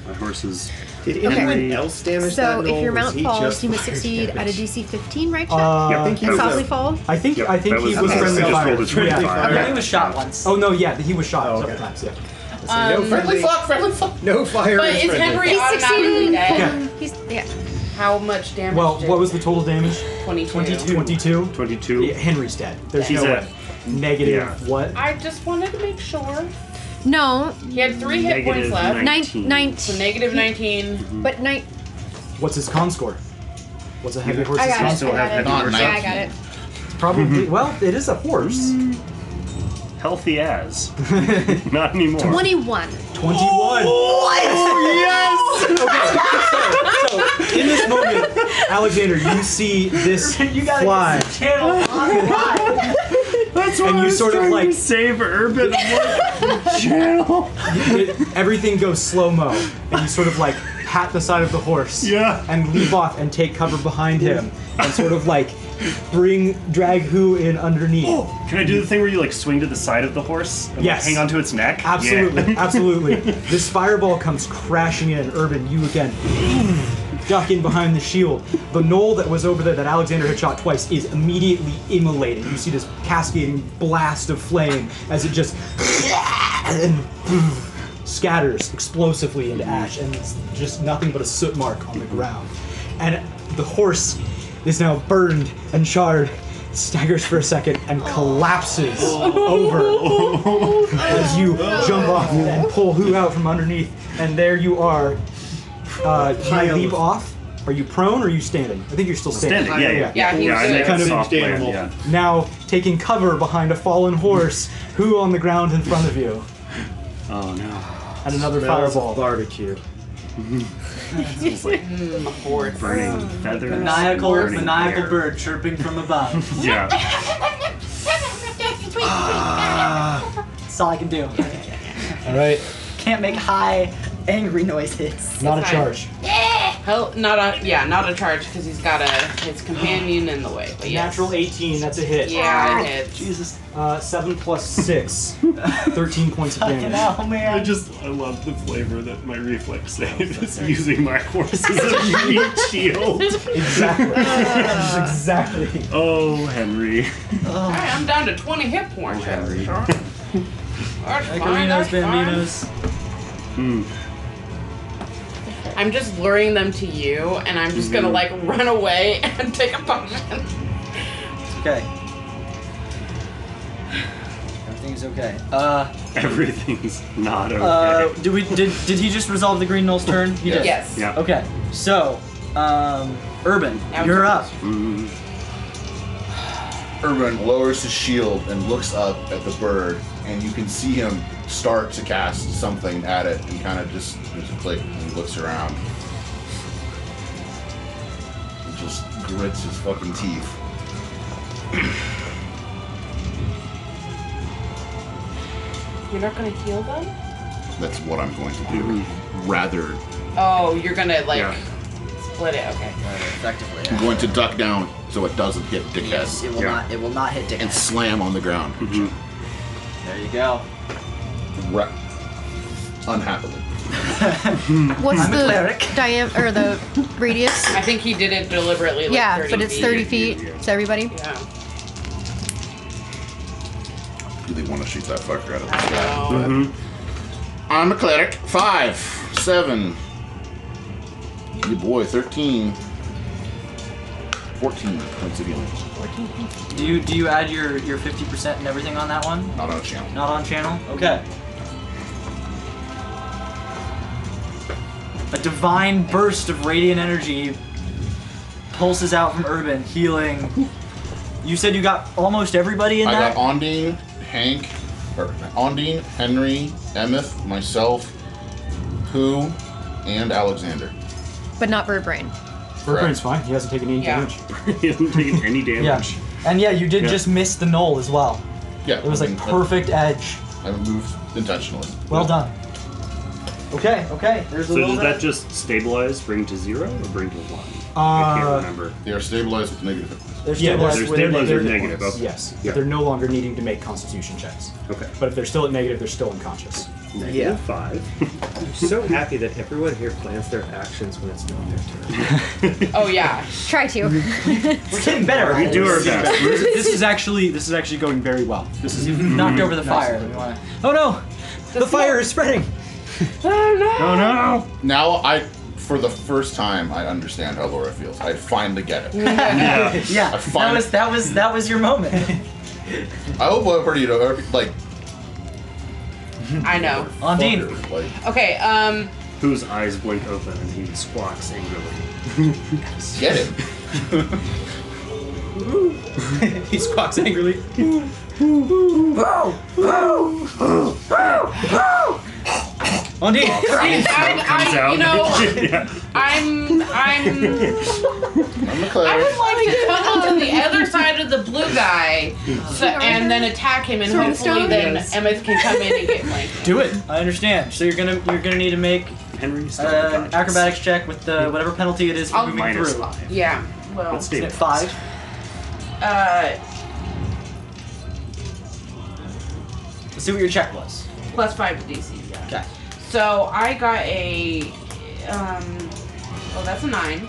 F: my horses.
E: Did
G: Okay.
E: anyone else damage
G: So
E: that knoll?
G: if your
E: Was
G: mount
E: he
G: falls,
E: just
G: you must
E: fire
G: succeed at a
E: damage?
G: DC 15 right check
A: Uh,
F: Yeah, I think he
G: and
F: was
G: softly
F: a-
G: fall.
A: I think
F: Yep,
A: I think
F: that was
A: he was
G: okay.
A: friendly
G: I
F: just
A: fire.
F: rolled a
A: Friendly
F: 25.
A: fire.
D: I think he was shot once.
A: Oh no, yeah, he was shot
E: okay.
A: several times. Yeah.
E: Uh, no friendly,
C: friendly fuck.
E: no fire.
B: But
E: is
B: is
E: friendly.
B: Henry
G: He's
B: automatically
G: succeeding.
B: dead?
G: He's yeah.
B: How much damage?
A: Well,
B: did
A: what was the total damage?
B: 22?
A: 22.
F: 22.
A: Yeah, Henry's dead. There's
F: He's
A: no
F: dead.
A: way. Negative
F: Yeah.
A: what?
B: I just wanted to make sure.
G: No,
B: He had three hit
F: Negative
B: points left.
F: nine.
G: nine,
F: 19.
G: nine,
B: So negative 19.
G: but nine.
A: What's his con score? What's a heavy horse's
G: I
A: con
G: got it.
A: score?
F: still have
G: I
F: heavy
G: got it.
C: horses.
G: Yeah, I got it.
A: Probably. Well, it is a horse.
F: Mm-hmm. Healthy as. Not anymore.
G: 21.
A: 21.
F: Oh,
E: Oh,
A: yes! Okay, so, so in this moment, Alexander, you see this
D: You gotta
A: fly,
D: get some channel on live.
F: That's
A: and
F: why I
A: you
F: was
A: sort of,
F: trying
A: like-
F: to save Urban what channel.
A: it- everything goes slow mo, and you sort of like pat the side of the horse,
F: Yeah.
A: and leap off and take cover behind him, and sort of like bring drag who in underneath.
F: Oh, Can I do the thing where you like swing to the side of the horse and
A: Yes.
F: like, hang onto its neck?
A: Absolutely,
F: Yeah.
A: absolutely. This fireball comes crashing in, Urban. You again duck in behind the shield. The knoll that was over there that Alexander had shot twice is immediately immolated. You see this cascading blast of flame as it just and scatters explosively into ash, and it's just nothing but a soot mark on the ground. And the horse is now burned and charred. Staggers for a second and collapses over as you jump off and pull who out from underneath, and there you are. Uh, do you leap off? Are you prone or are you standing? I think you're still standing.
F: Standing, yeah, yeah.
B: Yeah, he was
F: I
B: good.
F: make
A: Kind
F: a
A: of
F: soft
E: singed
F: land,
E: animal.
F: yeah.
A: Now taking cover behind a fallen horse, who on the ground in front of you,
F: Oh no.
A: and another
E: Smells of
A: fireball.
E: barbecue.
F: It's like burning feathers. and
D: Maniacal,
F: burning
D: maniacal
F: hair.
D: bird chirping from above.
F: Yeah.
D: That's all I can do.
O: All right,
D: Can't make high, angry noises.
A: Not a
B: Fine.
A: charge.
B: Hell, not a yeah, not a charge because he's got a his companion in the way. But yes.
I: Natural 18, that's a hit.
B: Yeah, it hits.
I: Jesus. Uh, 7 plus 6. 13 points of
D: Fucking
I: damage.
D: hell,
F: I
D: man.
F: just I love the flavor that my reflex save is using my horse as a unique shield.
I: Exactly. Just exactly.
F: Oh, Henry.
B: All right, I'm down to 20 hit points.
F: Henry.
B: Sure. That's fine, that's fine.
D: bambinos.
F: Hmm.
B: I'm just luring them to you, and I'm just gonna
F: Mm-hmm.
B: like run away and take a potion.
D: Okay. Everything's okay. Uh,
F: Everything's not okay.
D: uh, did we did did he just resolve the Green Knoll's turn? He did.
B: Yes.
F: yeah.
D: Okay. So, um, Urban,
B: Now
D: you're
B: it's
D: up.
F: Mm,
C: Urban lowers his shield and looks up at the bird, and you can see him start to cast something at it, and kind of just there's a click, and he looks around. He just grits his fucking teeth.
B: You're not gonna heal them?
C: That's what I'm going to do.
D: Mm-hmm.
C: Rather,
B: Oh, you're gonna like
F: Yeah.
B: split it. Okay.
D: Effectively.
C: I'm going to duck down so it doesn't hit dickhead
D: Yes, it will
F: Yeah.
D: not. It will not hit
C: and
D: Dick.
C: slam on the ground.
F: mhm.
D: Mm-hmm. There you go.
C: Ra- unhappily.
G: What's
D: I'm a
G: the
D: cleric.
G: diam- or the radius?
B: I think he did it deliberately. Like
G: yeah,
B: 30
G: but it's
B: feet.
G: 30 feet.
F: Yeah.
G: So everybody.
B: Yeah.
C: Really want to shoot that fucker out of the sky.
B: So,
D: Mm-hmm.
C: I'm a cleric. Five, seven. You boy, 13. 14 points of healing.
D: Do you do you add your your fifty percent and everything on that one?
C: Not on a channel.
D: Not on channel. Okay. A divine burst of radiant energy pulses out from Urban, healing. You said you got almost everybody in
C: I
D: that.
C: got Ondine, Hank, or Ondine, Henry, Emmeth, myself, Who, and Alexander.
G: But not bird brain.
I: Burpin's fine. He hasn't taken any
B: Yeah.
I: damage.
F: he hasn't taken any
I: Yeah.
F: damage.
D: and yeah, you did.
F: Yeah.
D: just miss the knoll as well.
C: Yeah.
I: It was like perfect edge.
C: I moved intentionally.
I: Well done.
D: Okay, okay. There's a
F: So
D: little
F: does
D: bit.
F: that just stabilize, bring to zero, or bring to one? I
I: Uh,
F: can't remember.
C: They are stabilized with negative hit points.
I: they're Yeah, they're-
F: There's
I: stabilized with a
F: stabilized or
I: negative
F: negative.
I: points.
F: Okay.
I: Yes.
F: Yeah.
I: But they're no longer needing to make constitution checks.
F: Okay.
I: But if they're still at negative, they're still unconscious.
F: Negative
M: Yeah.
F: five.
M: I'm so happy that everyone here plans their actions when it's not their turn.
B: oh yeah.
G: Try to.
D: We're getting better.
F: We do our best. We're-
H: this is actually this is actually going very well. This is
D: knocked over the fire.
I: Oh no! The fire is spreading!
F: oh no!
C: Now I, for the first time, I understand how Laura feels. I finally get it.
F: Yeah.
D: Yeah,
C: I
D: that
C: find-
D: was that was that was your moment.
C: I hope everybody, you know, like,
B: I know.
D: Ondine,
C: fucker, like,
B: Okay. Um.
F: Whose eyes blink open and he squawks angrily.
C: get it.
H: he squawks angrily.
D: Ondine,
B: I,
F: Comes
B: I, I,
F: out.
B: you know,
F: yeah.
B: I'm I'm
C: I'm a
B: I
C: cleric.
B: would like um, to come up to the other side of the blue guy so, and then attack him, and
G: Sword and
B: hopefully
G: stone?
B: then
G: Yes.
B: Emmett can come in and get like.
I: Do it!
D: I understand. So you're gonna you're gonna need to make
F: Henry's still
D: an
F: unconscious.
D: acrobatics check with the whatever penalty it is for
B: I'll-
D: moving
F: Minus
D: through.
F: five.
B: Yeah. Well.
F: Let's
D: Is
F: see.
D: it five?
B: Uh.
D: Let's see what your check was.
B: Plus five to DC. Yeah.
D: Okay.
B: So I got a. Um. Oh, that's a nine.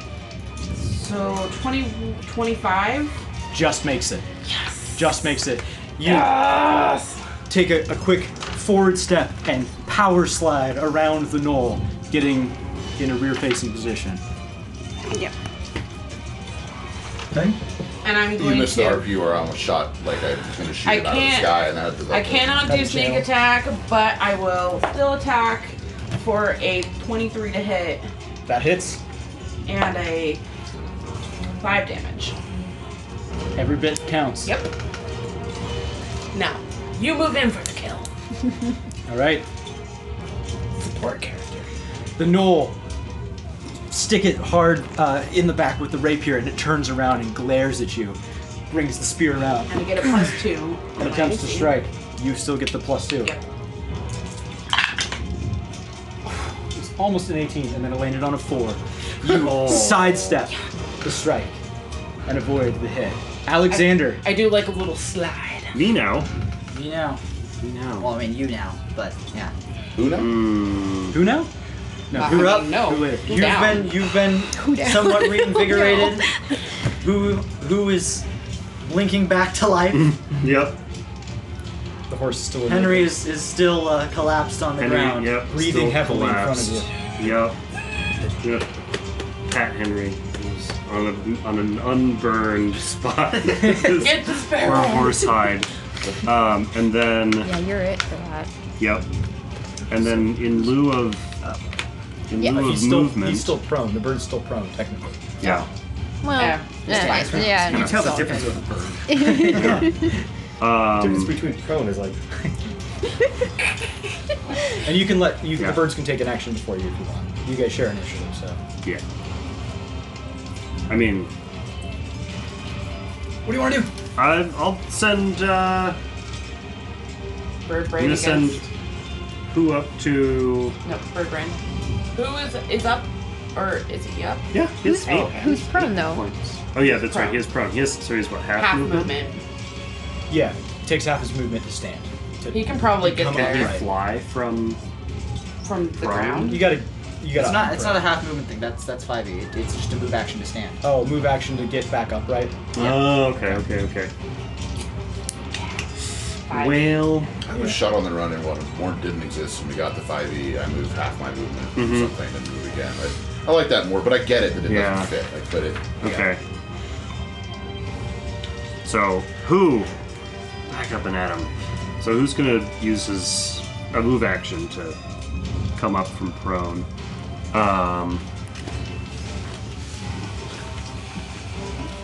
B: So 20, 25.
A: Just makes it.
B: Yes.
A: Just makes it.
I: You take a, a quick forward step and power slide around the knoll,
A: Getting in a rear facing position.
B: Yep.
I: Okay.
B: And I'm
C: You
B: going
C: missed the
B: to.
C: RP where I almost shot, like I was gonna shoot
B: I
C: it out of the
B: can't-
C: sky and that was
B: I cannot do sneak attack, but I will still attack for a 23 to hit
A: That hits.
B: and a 5 damage.
A: Every bit counts.
B: Yep. Now, you move in for the kill.
A: All right.
B: Support character.
A: The knoll. Stick it hard uh, in the back with the rapier, and it turns around and glares at you. Brings the spear out.
B: And I get a plus 2.
A: and
B: on my
A: attempts to
B: AC.
A: strike. You still get the plus two.
B: Yep.
A: It's almost an 18, and then it landed on a four. You
F: Oh.
A: sidestep the strike and avoid the hit. Alexander,
B: I do like a little slide.
F: Me now.
J: Me now.
F: Me now.
J: Well, I mean you now, but yeah.
C: Who now?
F: Mm.
A: who now? No,
B: Uh,
A: who
B: Hmm. I
A: up?
B: mean, no.
A: Who later?
B: Who
D: You've
B: down?
D: been you've been
G: down?
D: somewhat
G: Who
D: reinvigorated. who who is linking back to life?
F: Yep.
H: The horse is still in
D: Henry is, is still uh, collapsed on the
F: Henry,
D: ground.
F: yep.
H: Breathing
F: still
H: heavily in front of
F: collapsed. Yep. Yep. Pat Henry is on, a, on an unburned spot.
B: Get the
F: or a
B: sparrow.
F: horse hide. Um, and then,
G: Yeah, you're it for that.
F: yep. And then in lieu of in
G: Yeah.
F: lieu
H: Oh, He's
F: of
H: still,
F: movement,
H: he's still prone. The bird's still prone, technically.
F: yeah.
G: Well, eh,
B: Yeah,
G: yeah,
B: just
G: yeah, yeah.
E: You tell the difference with a bird.
F: Um,
M: difference between prone is like
H: And you can let you
F: Yeah.
H: the birds can take an action before you if you want. You guys share initiative, so
F: Yeah. I mean,
H: what do you want to do?
F: I, I'll send. Uh,
B: Bird
F: I'm
B: brain
F: gonna
B: against.
F: send who up to?
B: No, bird brain. Who is is up, or is he up?
F: Yeah,
G: Who's-
F: his eight.
G: who's prone, though?
F: Points. Oh yeah, that's right. He is prone. He is so he's what half,
B: Half
F: movement.
B: movement.
H: Yeah, it takes half his movement to stand. To-
B: He can probably get
H: Come
F: Can
B: there
F: he
H: Right.
F: fly from?
B: from the
F: Prone?
B: ground.
H: you gotta, you gotta.
J: It's not. It's not a half movement thing. That's that's five e. It, it's just a move action to stand.
H: Oh, move action to get back upright.
F: Oh, okay, okay, okay.
B: Five.
F: Well,
C: I was shot on the run and what warrant didn't exist, and we got the 5e. I moved half my movement
F: Mhm.
C: or something and moved again. I, I like that more, but I get it that it
F: Yeah.
C: doesn't fit. Like, but it.
F: okay. So who? Back up and at him. So who's gonna use his a move action to come up from prone? Um,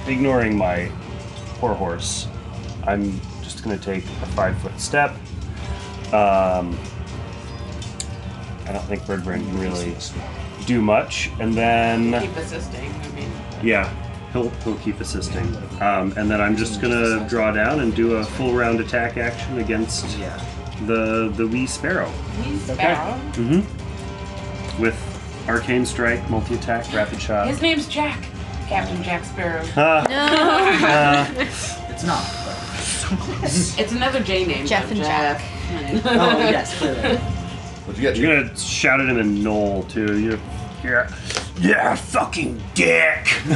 F: ignoring my poor horse, I'm just gonna take a five foot step. Um, I don't think Bird Brain can really do much, and then
B: Keep assisting. I mean,
F: yeah, he'll he'll keep assisting, um, and then I'm just gonna draw down and do a full round attack action against the the wee sparrow
B: he's sparrow.
F: Mm-hmm. with arcane strike, multi attack, rapid shot.
B: His name's Jack. Captain Jack Sparrow.
F: Ah, uh,
J: It's not.
B: It's another J name.
G: Jeff
B: though,
G: and Jack.
J: Oh yes, clearly.
C: But you get
F: You're gonna shout at him in Knoll too. You're, yeah, yeah, fucking dick.
B: You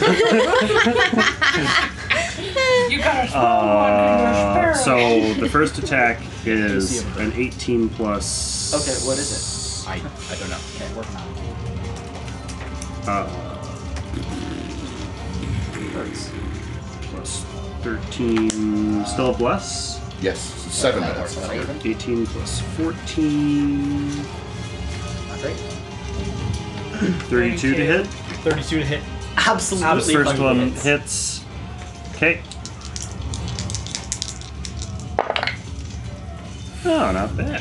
B: got
J: Oh
B: a small one.
F: Uh, so the first attack is an 18 plus.
J: Okay, what is
A: I, I don't know.
J: it? Okay, working on it.
F: Uh, plus 13. Still a plus.
C: Yes, seven minutes.
J: That's not even.
F: 18 plus 14.
J: Not great.
F: 32 to hit.
H: Thirty-two to hit.
J: Absolutely.
F: The first
J: fucking
F: one
J: hits.
F: hits. Okay. Oh, not bad.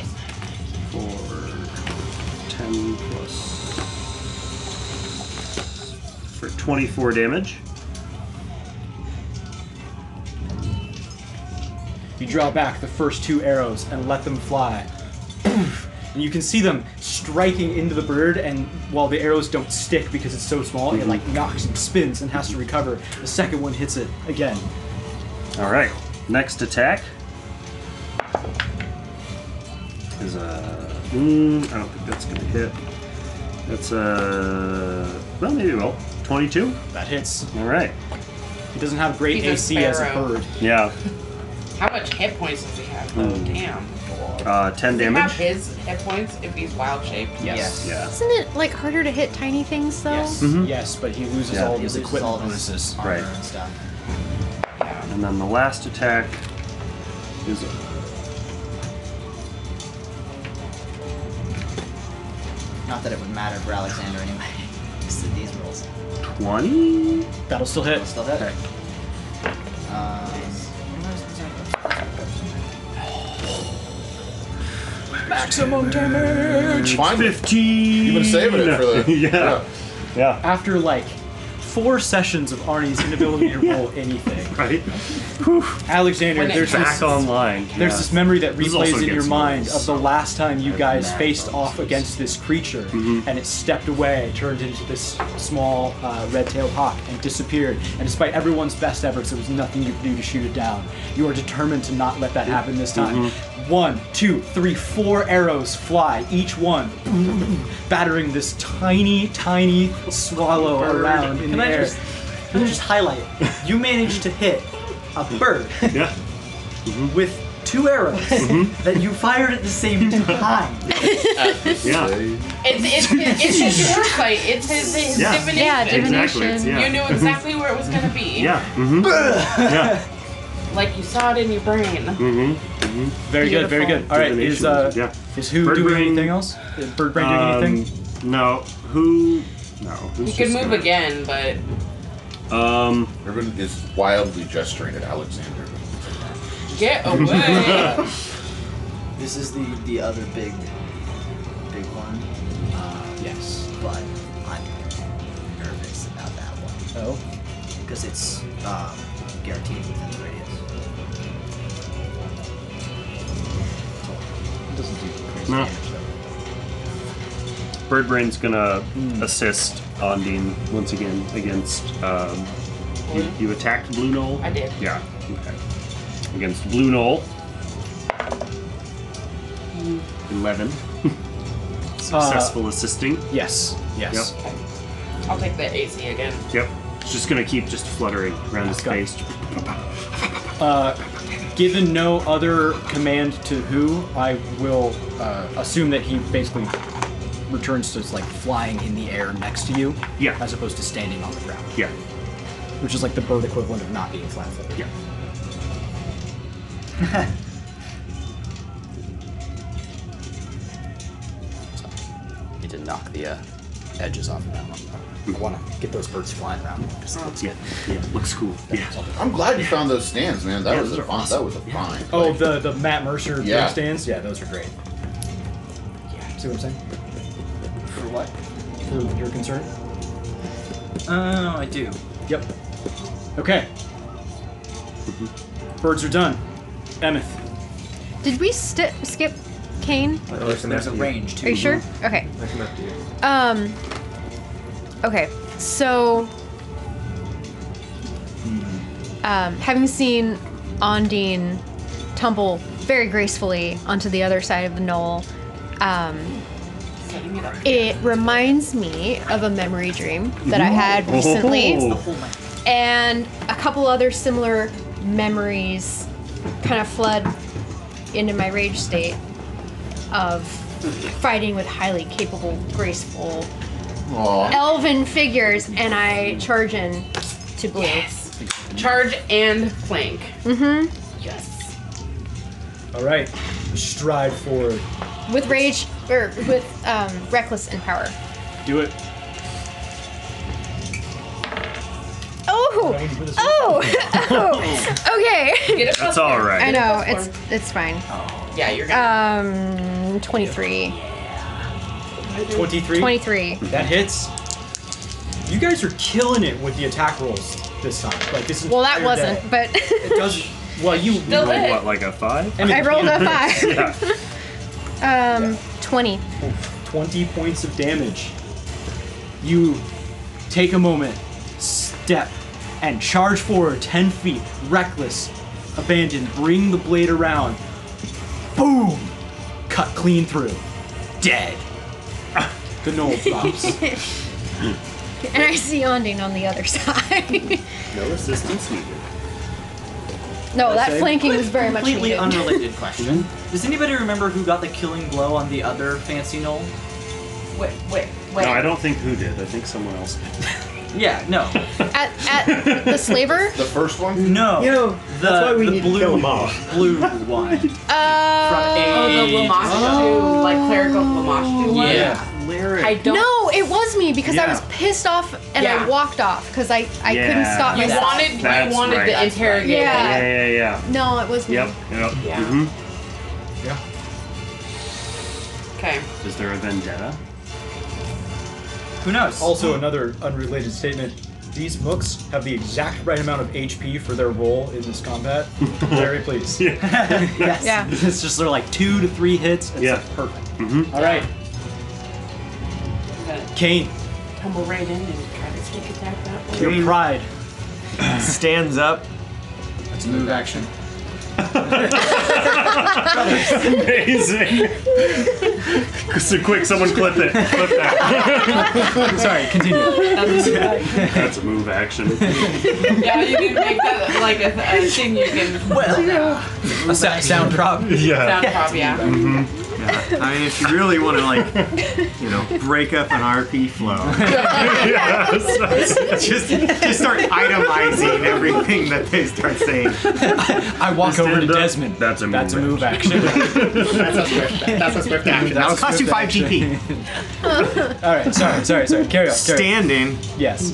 F: For 10 plus. For 24 damage.
H: You draw back the first two arrows and let them fly. And you can see them striking into the bird, and while the arrows don't stick because it's so small, it like knocks and spins and has to recover. The second one hits it again.
F: All right. Next attack is a. Mm, I don't think that's going to hit. That's a. Well, maybe it will. 22.
H: That hits.
F: All right.
H: He doesn't have great
B: He's a
H: AC as a
B: sparrow.
H: bird.
F: Yeah.
B: How much hit points does he have? though?
F: Hmm.
B: Damn.
F: Uh, 10
B: Does he have
F: damage.
B: his hit points if he's wild shaped?
A: Yes.
F: Yeah.
G: Isn't it like harder to hit tiny things though?
A: Yes.
F: Mhm.
A: Yes, but he loses
F: Yeah.
A: all of
J: He
A: his
J: loses
A: equipment
J: all of his-
A: bonuses.
J: Armor
F: Right.
J: and stuff.
F: And then the last attack is a
J: Not that it would matter for Alexander anyway. Just that these rules.
F: 20.
H: That'll still hit.
J: Still hit.
F: Okay.
B: Uh,
J: Um,
H: Maximum damage.
C: Fine.
F: 15.
C: You've been saving it for the.
F: yeah. Yeah.
H: After like
A: four sessions of Arnie's inability to roll anything.
F: Right?
A: Alexander,
B: When it
A: there's
F: Back
A: this,
F: online.
A: there's
F: yeah.
A: this memory that
F: This is
A: replays
F: also
A: in your
F: against
A: mind
F: rules,
A: of the
F: so
A: last time you
F: I've
A: guys
F: mad
A: faced
F: problems
A: off
F: with
A: against this creature,
F: Mm-hmm.
A: and it stepped away, turned into this small uh, red-tailed hawk, and disappeared. And despite everyone's best efforts, there was nothing you could do to shoot it down. You are determined to not let that happen this time.
F: Mm-hmm.
A: One, two, three, four arrows fly, each one battering this tiny, tiny swallow around in
D: Can
A: the
D: I
A: air.
D: just, can I just highlight? You managed to hit a bird
F: Hmm. Yeah. Mm-hmm.
D: with two arrows that you fired at the same time.
F: Yeah.
B: It's it's his, it's his foresight. It's his, his
F: Yeah.
B: divination.
G: Yeah,
F: Exactly. It's,
G: Divination.
F: yeah.
B: You knew exactly where it was gonna be.
F: Yeah. hmm yeah.
B: Like you saw it in your brain.
F: hmm
A: Very good, very good.
B: Beautiful.
A: All right, is uh,
F: Yeah.
A: is who
F: Bird
A: doing
F: brain.
A: anything else? Is Bird brain doing anything?
F: No. Who? No. who's
B: You could
F: just
B: move
F: gonna-
B: again, but
F: Um.
C: Urban is wildly gesturing at Alexander.
B: get away.
P: This is the the other big, big one, Uh,
Q: Yes.
P: but I'm nervous about that one
Q: Oh.
P: because it's um, guaranteed within the radius.
F: No. Birdbrain's gonna
A: Hmm.
F: assist Ondine once again against. Um, you, you attacked Blue Knoll.
B: I did.
F: Yeah. Okay. Against Blue Knoll.
B: Hmm.
F: Eleven. Successful
A: Uh,
F: assisting.
Q: Yes. Yes.
F: Yep.
B: I'll take that AC again.
F: Yep. It's just gonna keep just fluttering around his
Q: Got it.
F: face.
A: Uh, Given no other command to who, I will uh, assume that he basically returns to like flying in the air next to you,
F: Yeah.
A: as opposed to standing on the ground,
F: Yeah.
A: which is like the bird equivalent of not being flat-footed.
F: Yeah.
Q: Need to knock the uh, edges off of that one. I want to get those birds flying around. Just looks
F: Yeah. Yeah. Looks cool. Yeah.
C: I'm glad you found those stands, man. That
F: Yeah,
C: was
F: those
C: a
F: are
C: fun.
F: awesome.
C: That was a fine.
A: Oh, the the Matt Mercer
C: Yeah.
A: yeah. stands. Yeah, those are great.
B: Yeah.
A: See what I'm saying?
P: For what?
A: For your concern.
D: Oh, I do.
A: Yep. Okay. Birds are done. Emmeth.
G: Did we sti skip Kane?
R: There's,
D: There's a range
G: Are you
D: too.
G: sure? Okay.
R: I come after you.
G: Um. Okay, so. Um, having seen Ondine tumble very gracefully onto the other side of the knoll, um,
B: Setting it up.
G: it reminds me of a memory dream that I had recently and a couple other similar memories kind of flood into my rage state of fighting with highly capable, graceful,
C: Aw.
G: elven figures, and I charge in to blue.
B: Yes. Charge and flank.
G: Mm-hmm.
B: Yes.
A: All right. Stride forward.
G: With rage or with um, reckless and power.
A: Do it.
G: Oh, oh, oh. Okay.
B: Get it
F: That's all right.
G: I know it's it's fine.
B: Yeah, you're gonna.
G: Um, 23,
A: 23.
G: 23.
A: That hits. You guys are killing it with the attack rolls this time. Like this is
G: Well, that wasn't, but
A: It doesn't. Well, you.
B: Still
F: Rolled,
B: hit.
F: what, like a five?
A: mean,
G: I rolled a five.
F: Yeah.
G: Um, 20.
A: 20 points of damage. You take a moment, step, and charge forward 10 feet, reckless, abandon, bring the blade around. Boom! Cut clean through. Dead. The knoll drops.
G: And I see Ondine on the other side.
F: No assistance needed.
G: no, that flanking was very much
D: Completely
G: needed.
D: unrelated question. Does anybody remember who got the killing blow on the other fancy knoll?
B: Wait, wait, wait.
F: No, I don't think who did. I think someone else did.
D: Yeah, no.
G: at, at the slaver?
C: The first one?
D: No.
R: You know,
D: the,
R: that's why we
D: the
R: need to
D: blue,
R: kill 'em all.
D: blue one.
G: Uh,
B: Oh, the Lamash dude, Oh. like clerical Lamash dude. one?
D: Yeah.
B: I don't.
G: Oh. no, it was me because I was
F: Yeah.
G: pissed off and
B: Yeah.
G: I walked off because I, I
F: Yeah.
G: couldn't stop
B: You
G: myself.
B: wanted,
F: That's
B: you wanted
F: right.
B: the interrogate.
G: Yeah.
F: Yeah, yeah, yeah.
G: No, it was me.
F: Yep. Yep.
B: Yeah.
F: Mm-hmm.
B: Okay.
F: Is there a vendetta?
D: Who knows?
A: also, another unrelated statement.
H: These hooks have the exact right amount of HP for their role in this combat. Very pleased.
G: Yes. Yeah.
H: it's just they're like two to three hits. It's
F: Yeah.
H: like perfect.
F: Mm-hmm.
H: All right, Kane,
B: Tumble right in and try to sneak attack that one.
H: your pride.
E: stands up.
A: That's a move action.
F: Amazing. so quick, someone clip it. Clip that.
A: Sorry, continue.
F: That's a move action.
B: yeah, you can make that like a, a thing you can. Well,
A: A sa- sound drop.
F: Yeah.
B: sound pop, yeah.
E: Yeah. I mean, if you really want to, like, you know, break up an RP flow,
F: yes.
E: just just start itemizing everything that they start saying.
A: I walk over to
F: Stand up.
A: Desmond.
F: That's a move
A: That's a move action.
C: That's a swift action.
E: That'll cost you five GP.
A: All right, sorry, sorry, sorry. Carry on. Carry on.
E: Standing,
A: Yes.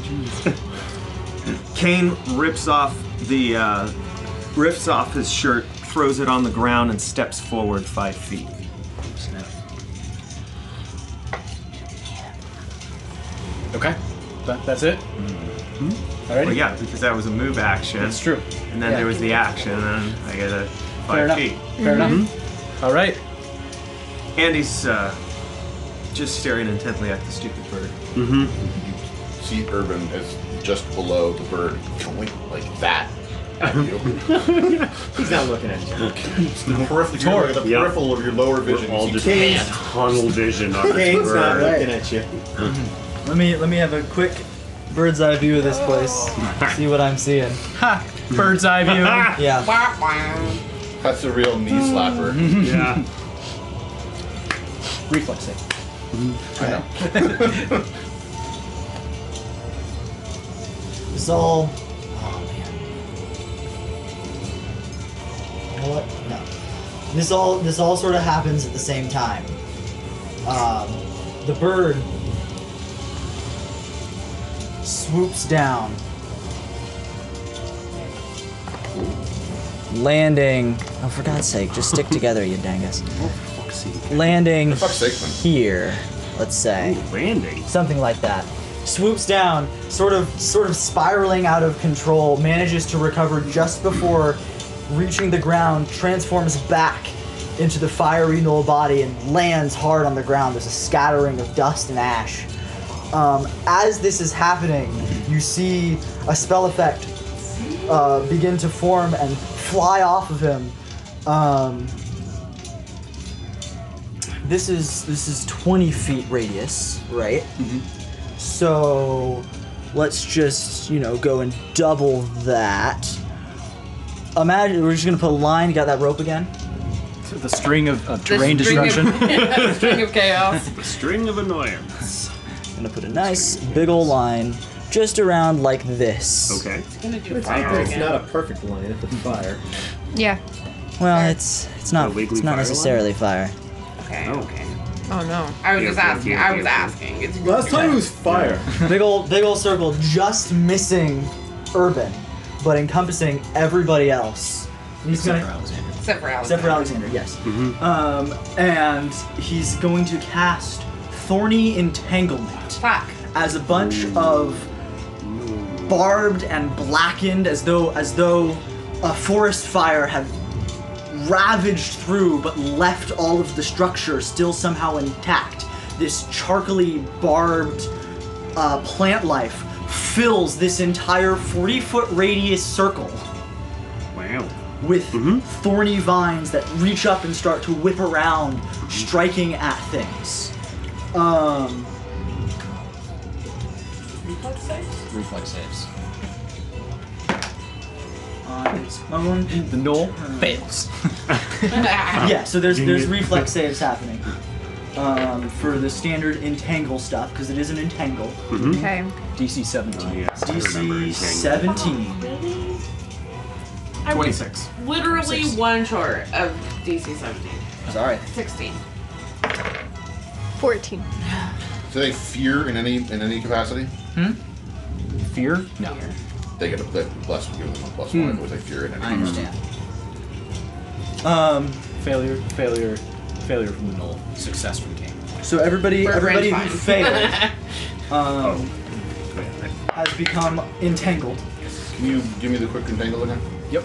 E: Kane rips off the uh, rips off his shirt, throws it on the ground, and steps forward five feet.
A: Okay. That, that's it. All right.
E: Mm-hmm. Well, yeah, because that was a move action.
A: That's true.
E: And then there was the action, and I get a
A: Fair
E: five
A: enough.
E: feet.
A: Fair enough. Mm-hmm. All right.
E: Andy's uh, just staring intently at the stupid bird.
A: Mm-hmm.
C: See Urban is just below the bird going like that at you.
M: He's not looking at you.
C: It's the peripheral, the
F: Yeah.
C: peripheral of your lower
F: We're
C: vision.
F: all
C: You
F: just
C: can't-
F: tunnel vision on Mm-hmm. this
M: Kane's not
F: bird.
M: looking at you.
D: Let me let me have a quick bird's eye view of this place. see what I'm seeing.
A: Ha! Oh. Bird's eye view.
D: Yeah.
B: Wah, wah.
C: That's a real knee slapper.
F: yeah.
A: Reflex save.
D: This all. Oh man. You know what? No. This all this all sort of happens at the same time. Um, the bird swoops down, landing. Oh, for God's sake, just stick together, you dangus. Landing
C: fuck's sake, man.
D: here, let's say
F: Landing.
D: something like that. Swoops down, sort of, sort of spiraling out of control, manages to recover just before reaching the ground, transforms back into the fiery null body and lands hard on the ground. There's a scattering of dust and ash. Um, as this is happening, you see a spell effect uh, begin to form and fly off of him. Um, this is this is 20 feet radius, right? So let's just you know go and double that. Imagine we're just gonna put a line. Got that rope again?
A: The string of, of
B: The
A: terrain
B: string
A: destruction.
B: Of, string of chaos.
F: The string of annoyance.
D: gonna put a nice big old line just around like this.
F: Okay.
B: gonna do
M: Well,
B: fire
M: It's
B: again.
M: not a perfect line if it's fire.
G: Yeah.
D: Well, it's it's not
F: A wiggly
D: it's not
F: fire
D: necessarily fire.
B: Okay,
F: Oh.
B: okay.
G: Oh no.
B: I was
F: Yeah,
B: just
F: yeah,
B: asking.
F: yeah,
B: I was
F: yeah.
B: asking. It's
M: Last time it was fire.
D: big old big old circle just missing Urban, but encompassing everybody else. And He's
A: Except for
D: gonna
A: Alexander.
B: Except for Alex.
D: except for Alexander, yes. Um, and he's going to cast Thorny Entanglement.
B: Fuck.
D: as a bunch of barbed and blackened as though as though a forest fire had ravaged through but left all of the structure still somehow intact this charcoaly barbed uh, plant life fills this entire 40 foot radius circle
F: Wow.
D: with thorny vines that reach up and start to whip around, striking at things. Um,
A: Reflex saves.
D: on its own.
A: The knoll fails.
D: Yeah, so there's there's
F: Ding it.
D: reflex saves happening um, for the standard entangle stuff because it is an entangle.
G: Okay.
A: DC 17.
F: Yes, Mm-hmm. Oh, I
D: DC
F: remember his name.
D: 17.
B: Really? I was
E: 26.
B: literally one short of DC 17.
D: Sorry.
B: 16.
G: 14.
C: Do they fear in any in any capacity?
A: Fear? No.
C: They get a they- plus. We give them a plus one. Was they fear in any?
D: I
C: capacity?
D: understand. Um,
A: Failure, failure, failure from the knoll. Success from Kane.
D: so everybody
B: Bird
D: everybody
B: brain's
D: who
B: fine.
D: failed, um, has become entangled.
C: Can you give me the quick entangle again?
A: Yep.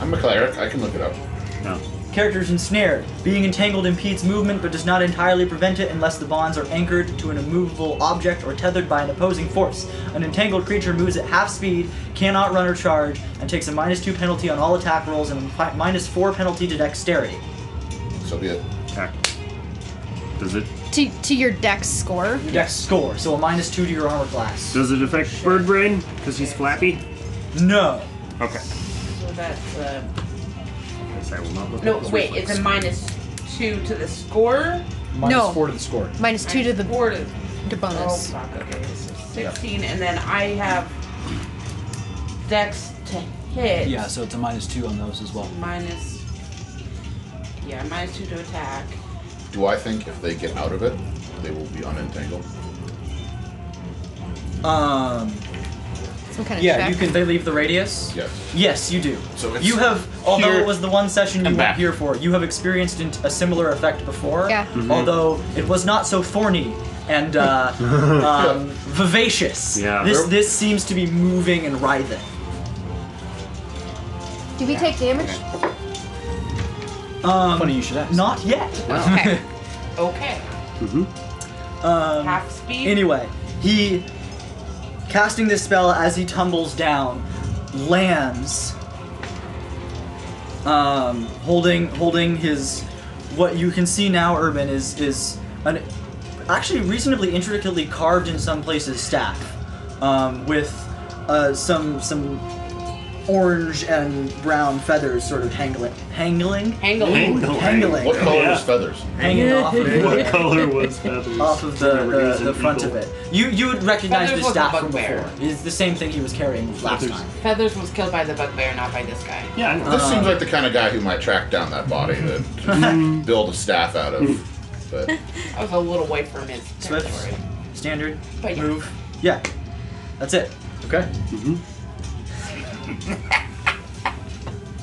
C: I'm a cleric. I can look it up.
F: No.
D: Character is ensnared. Being entangled impedes movement but does not entirely prevent it unless the bonds are anchored to an immovable object or tethered by an opposing force. An entangled creature moves at half speed, cannot run or charge, and takes a minus 2 penalty on all attack rolls and a fi- minus 4 penalty to dexterity.
C: So be it.
F: Attack. Does it
G: To, to your dex score.
D: Your dex score, so a minus 2 to your armor class.
F: does it affect Bird Brain because he's flappy?
D: No.
F: Okay.
B: So that's uh,
F: Yes, I will not look
B: no.
F: at this
B: Wait,
F: reflex.
B: it's a minus two to the score.
A: Minus
G: No.
A: four to the score.
G: Minus two to the,
B: Four to-
G: to
B: Oh
G: bonus.
B: fuck. Okay, so sixteen, and then I have Dex to hit.
A: Yeah, so it's a minus two on those as well.
B: Minus. Yeah, minus two to attack.
C: Do I think if they get out of it, they will be unentangled?
D: Um,
G: Some kind of
H: Yeah,
G: check.
H: you
D: can they leave the radius?
C: Yes.
D: Yes, you do.
C: So it's
D: you have, although
C: here
D: it was the one session you
C: and
D: were
C: back.
D: here for, you have experienced in- a similar effect before.
G: Yeah.
C: Mm-hmm.
G: Mhm.
D: Although it was not so thorny and uh, um, vivacious.
F: Yeah.
D: This this seems to be moving and writhing.
G: Do we take damage?
D: Um,
A: Funny you should ask.
D: Not yet.
G: Okay.
B: Okay.
C: Mm-hmm.
D: Um,
B: Half speed.
D: Anyway, he, casting this spell as he tumbles down, lands, um, holding holding his. What you can see now, Urban, is is an actually reasonably intricately carved in some places staff, um, with uh, some some orange and brown feathers sort of hangling hangling
B: Angle.
D: hangling
C: What color
F: Yeah.
C: is feathers?
D: hanging off of it
F: What color was feathers?
D: off of the, the, the front of it. You you would recognize
B: Feathers
D: this
B: was the
D: staff from
B: bugbear.
D: before. It's the same thing he was carrying last time.
B: Feathers was killed by the bugbear, not by this guy.
F: Yeah, I know.
D: Uh,
C: This seems like the kind of guy who might track down that body to build a staff out of. But
B: I was a little away from his
D: Swift.
B: territory.
D: Standard
B: But yeah.
D: move. Yeah, that's it.
A: Okay.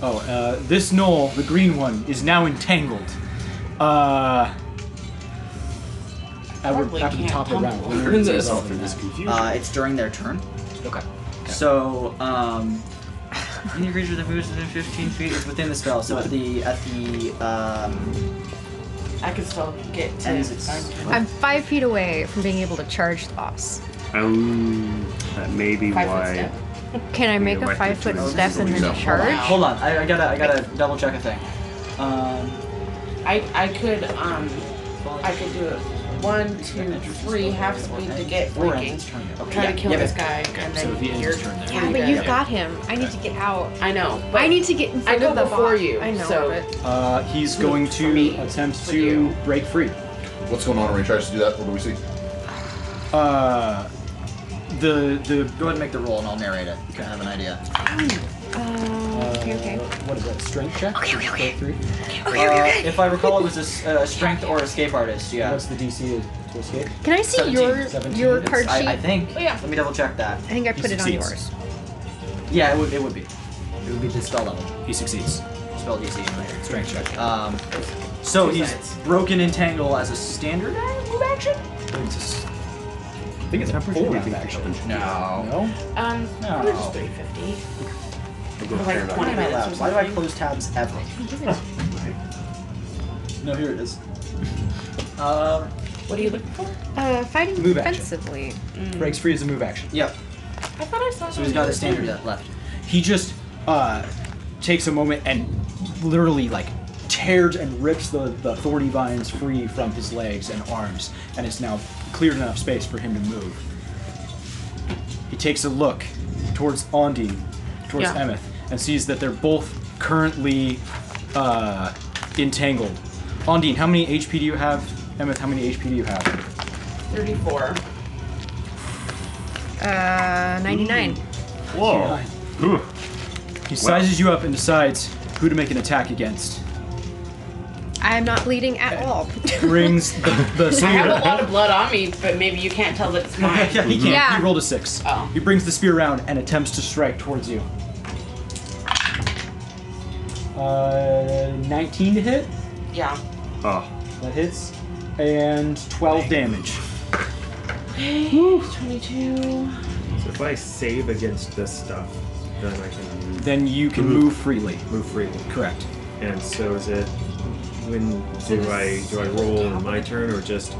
A: oh, uh, this knoll, the green one, is now entangled. Uh, at,
B: Probably
A: at the
B: can't
A: top of the round.
B: tumble
A: We're
B: over
A: gonna
B: this.
A: resolve that.
D: Uh, it's during their turn.
A: Okay.
D: So um, any creature that moves within 15 feet is within the spell. So at the at the um,
B: I can still get to
D: ends it's
G: I'm five feet away from being able to charge the boss.
F: Um, that may be
B: Five foot
F: why.
B: step.
G: Can I make
F: Yeah,
G: a
F: like
G: five foot
F: the two
G: step and
C: No.
G: then charge?
D: hold on. I, I gotta I gotta double check a thing. Um,
B: I I could um I could do it. One, two, three, half speed to get
D: Or ends
B: flanking.
D: its turn. Okay.
B: Try
D: yeah,
B: to kill
D: yeah,
B: this
D: yeah.
B: guy, and
A: so
B: then
A: if he ends
B: you're
A: his turn there.
G: Yeah, but
B: free
G: you've
B: to-
G: got him. I need to get out.
B: I know. But
G: I need to get in
B: I
G: front
B: go
G: of the
B: before
G: boss.
B: you.
G: I know.
B: So
G: but
A: Uh, he's going
B: For me.
A: to attempt
B: For
A: to
B: you.
A: break free.
C: what's going on when he tries to do that? What do we see?
A: Uh, the the
D: Go ahead and make the roll, and I'll narrate it. I have an idea.
G: uh, okay, okay.
A: what is that? Strength check.
G: Okay, okay, okay.
A: Break free?
D: Uh, if I recall, it was a s- uh, strength or escape artist. Yeah.
A: What's the DC to escape?
G: Can I see
D: 17,
G: your
A: 17
G: your
A: is-
G: card sheet?
D: I, I think.
B: Oh, yeah.
D: Let me double check that.
G: I think I
A: He
G: put it on
A: succeeds.
G: yours.
D: Yeah, it would. It would be. It would be the spell level.
A: He succeeds.
D: Spell DC in there.
A: Strength check.
D: Um, so
B: Two
D: he's
B: sides.
D: broken entangle as a standard move action.
A: It's a s- I think it's a
M: Temperature
A: full
M: check.
A: round action.
D: No.
A: No.
B: um,
D: No.
B: it was 350. Like 20
D: Why, am I
B: minutes or
D: allowed- why do I
B: something.
D: close tabs ever? No, here it is.
A: Uh,
D: Um.
B: What are you looking for?
G: Uh, fighting
A: Move action.
G: defensively. Mm.
A: Breaks free as a move action.
D: Yep.
B: I thought I saw.
D: So he's got a standard that left.
A: He just uh, takes a moment and literally like tears and rips the, the thorny vines free from his legs and arms, and it's now cleared enough space for him to move. He takes a look towards Ondi, towards
B: Yeah.
A: Emeth, and sees that they're both currently uh, entangled. Ondine, how many HP do you have? Emeth, how many HP do you have?
B: 34.
G: Uh, 99. Oh.
F: Whoa. Ooh.
A: He sizes you up and decides who to make an attack against.
G: I'm not bleeding at all.
A: Brings the, the
B: I
A: spear.
B: have a lot of blood on me, but maybe you can't tell that it's mine.
A: Yeah, he can't.
G: Yeah.
A: He rolled a six.
B: Oh.
A: He brings the spear around and attempts to strike towards you. Uh, 19 to hit.
B: yeah.
F: Oh.
A: That hits. And 12 damage.
B: Okay, 22.
E: So if I save against this stuff, then I can move,
A: Then you can move freely.
E: move freely.
A: Correct.
E: And so is it when do I do I roll in my turn or just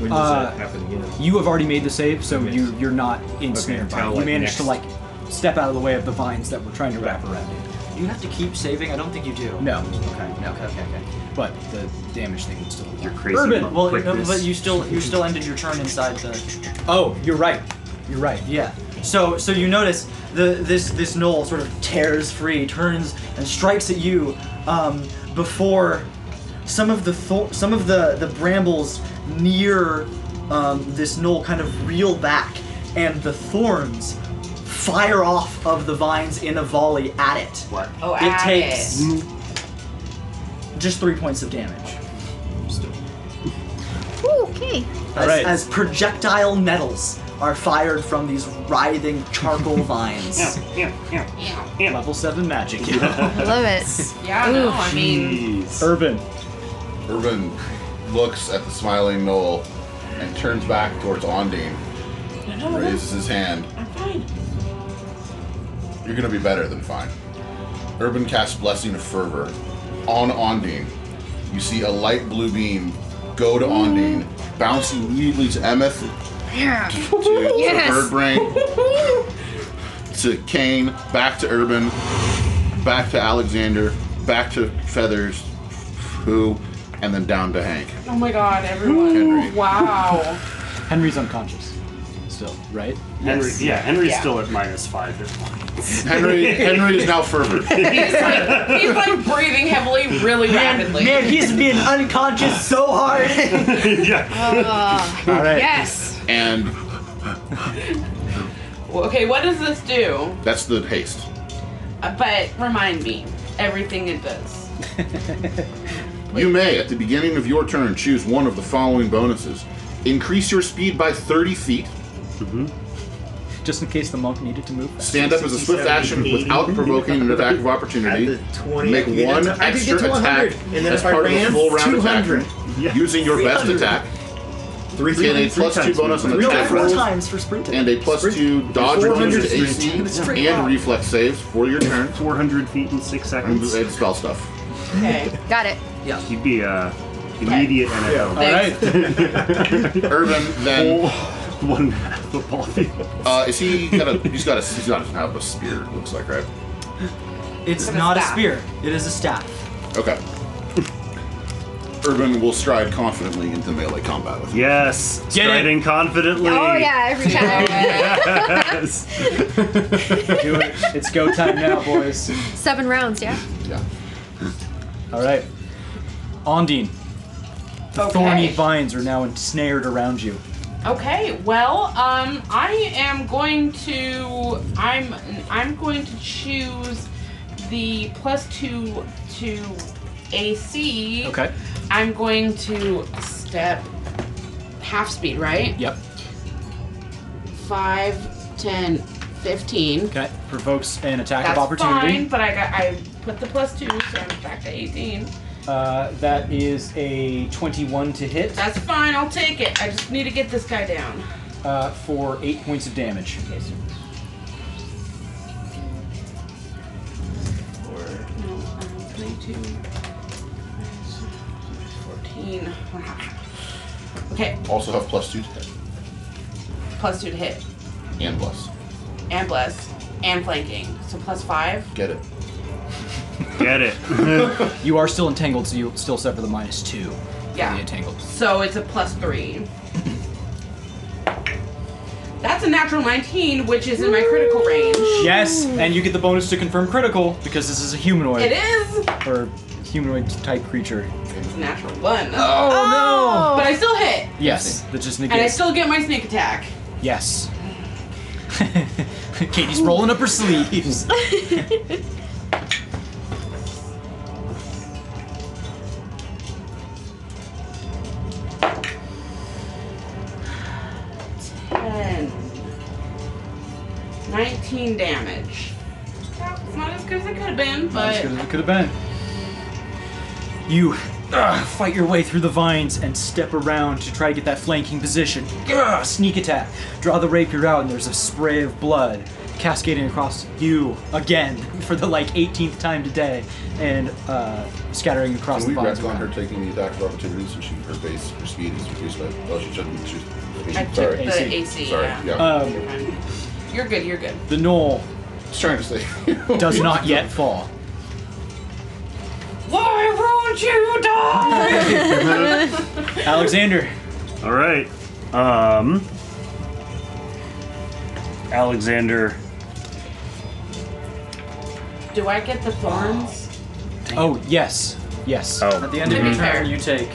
E: when does
A: Uh,
E: that happen again?
A: You have already made the save, so
E: Okay.
A: you, you're not ensnared
E: Okay,
A: by
E: I'll,
A: it. You
E: like,
A: managed to like
E: next-
A: step out of the way of the vines that were trying to wrap around you.
D: Do you have to keep saving? I don't think you do.
A: No,
D: Okay. No. Okay. Okay. Okay.
A: but the damage thing would still.
F: You're crazy.
A: Urban,
F: about
D: Well, no,
F: quickness.
D: but you still you still ended your turn inside the.
A: Oh, you're right. You're right.
D: Yeah. So so you notice the this this knoll sort of tears free, turns and strikes at you um, before some of the thor- some of the the brambles near um, this knoll kind of reel back, and the thorns fire off of the vines in a volley at it. What?
B: Oh,
D: It
B: at
D: takes
B: it.
D: just three points of damage.
G: Ooh, okay.
D: as,
A: Alright.
D: as projectile nettles are fired from these writhing charcoal vines.
B: Yeah.
A: Level seven magic.
G: I love it.
B: Yeah, no, Oh, I mean,
F: Jeez.
A: Urban,
C: Urban looks at the smiling knoll and turns back towards Ondine.
B: no, no,
C: Raises his hand.
B: I'm fine.
C: You're gonna be better than fine. Urban casts Blessing of Fervor on Ondine. You see a light blue beam go to Ondine,
B: Mm.
C: bounce immediately to Emeth,
G: Yeah.
C: to, to
G: Yes.
C: Bird Brain, to Kane, back to Urban, back to Alexander, back to Feathers, who, and then down to Hank.
B: Oh my god, everyone.
C: Henry.
B: Wow.
A: Henry's unconscious. Still, right?
F: Henry, yeah, Henry's
B: Yeah.
F: still at minus five. Hit
C: Henry, Henry is now fervor.
B: He's like, he's like breathing heavily, really rapidly.
D: Man, he's been unconscious so hard.
F: point. yeah.
A: All right.
G: Yes.
C: and
B: Okay, what does this do?
C: that's the haste.
B: Uh, But remind me everything it does.
C: You may, at the beginning of your turn, choose one of the following bonuses: increase your speed by 30 feet,
A: Mm-hmm. Just in case the monk needed to move.
C: stand up as a swift action without provoking an attack of
E: At
C: opportunity,
E: the 20, I
C: make
E: could get
C: one
E: to- I could get
C: extra
E: to 100,
C: attack
E: and then
C: as
E: if I
C: part of a
E: ran,
C: full round
E: 200.
C: attack,
F: Yeah.
C: using your best
E: 300.
C: attack,
E: Three,
C: and a
F: three
C: plus two
F: times
C: bonus on
F: movement.
C: attack
D: Four
C: rolls,
D: times for sprinting.
C: and a plus two dodge or
E: 400
C: to AC and reflex saves for your turn,
F: 400 feet in six
C: and
F: seconds.
C: and spell stuff.
B: Okay.
G: Got it.
F: You'd be uh, immediate NFL.
A: All right.
C: Urban then.
F: One half the ball field.
C: Uh, is he got a? He's got a. He's not have a spear. It looks like right.
D: it's
B: a
D: not a
B: staff.
D: spear. It is a staff.
C: Okay. Urban will stride confidently into melee combat with him.
F: Yes.
A: Get it.
F: striding confidently.
G: Oh yeah, every time.
F: Yes.
A: Do it. It's go time now, boys.
G: Seven rounds, yeah.
C: Yeah.
A: All right. Ondine, the thorny
B: Okay.
A: vines are now ensnared around you.
B: Okay. Well, um, I am going to. I'm. I'm going to choose the plus two to AC.
A: Okay.
B: I'm going to step half speed, right?
A: Yep.
B: Five, ten, fifteen.
A: Okay. Provokes an attack
B: That's
A: of opportunity.
B: fine, but I got. I put the plus two, so I'm back to eighteen.
A: Uh, that is a 21 to hit
B: That's fine. I'll take it. I just need to get this guy down.
A: uh, for eight points of damage.
B: Okay, so. Four, no, um, 22, 14. Okay,
C: Also have plus two to hit
B: plus two to hit,
C: and plus.
B: and bless, and flanking. So plus five.
C: Get it.
F: Get it.
A: You are still entangled, so you still suffer the minus two.
B: Yeah.
A: The entangled.
B: So it's a plus three. That's a natural 19, which is in my critical range.
A: Yes, and you get the bonus to confirm critical because this is a humanoid
B: It is
A: or humanoid type creature.
B: It's a natural one.
G: Oh,
B: But I still hit,
A: Yes, that just
B: and I
A: negates.
B: still get my sneak attack.
A: yes. Katie's rolling up her sleeves.
B: Ten. 19 damage. It's not as good as it could have been,
A: Not
B: but
A: as good as it could have been. You
S: Ugh, uh, fight your way through the vines and step around to try to get that flanking position. Ugh, sneak attack. Draw the rapier out, and there's a spray of blood cascading across you again for the like 18th time today, and uh, scattering across
C: Can we
A: the vines.
C: retcon her taking the attack of opportunity so she, her base, her speed is reduced by. Oh, she shouldn't. She's,
B: I took
C: sorry.
B: the AC.
C: Sorry.
B: yeah.
C: Yeah.
B: You're
A: Um,
B: fine. You're good. You're good.
A: the knoll
C: Just trying to say.
A: does not yet fall.
B: Why won't you die?
A: Alexander,
F: All right. Um, Alexander.
B: Do I get the thorns?
A: oh yes, yes.
F: Oh,
D: At the end of your
B: Mhm.
D: turn, you take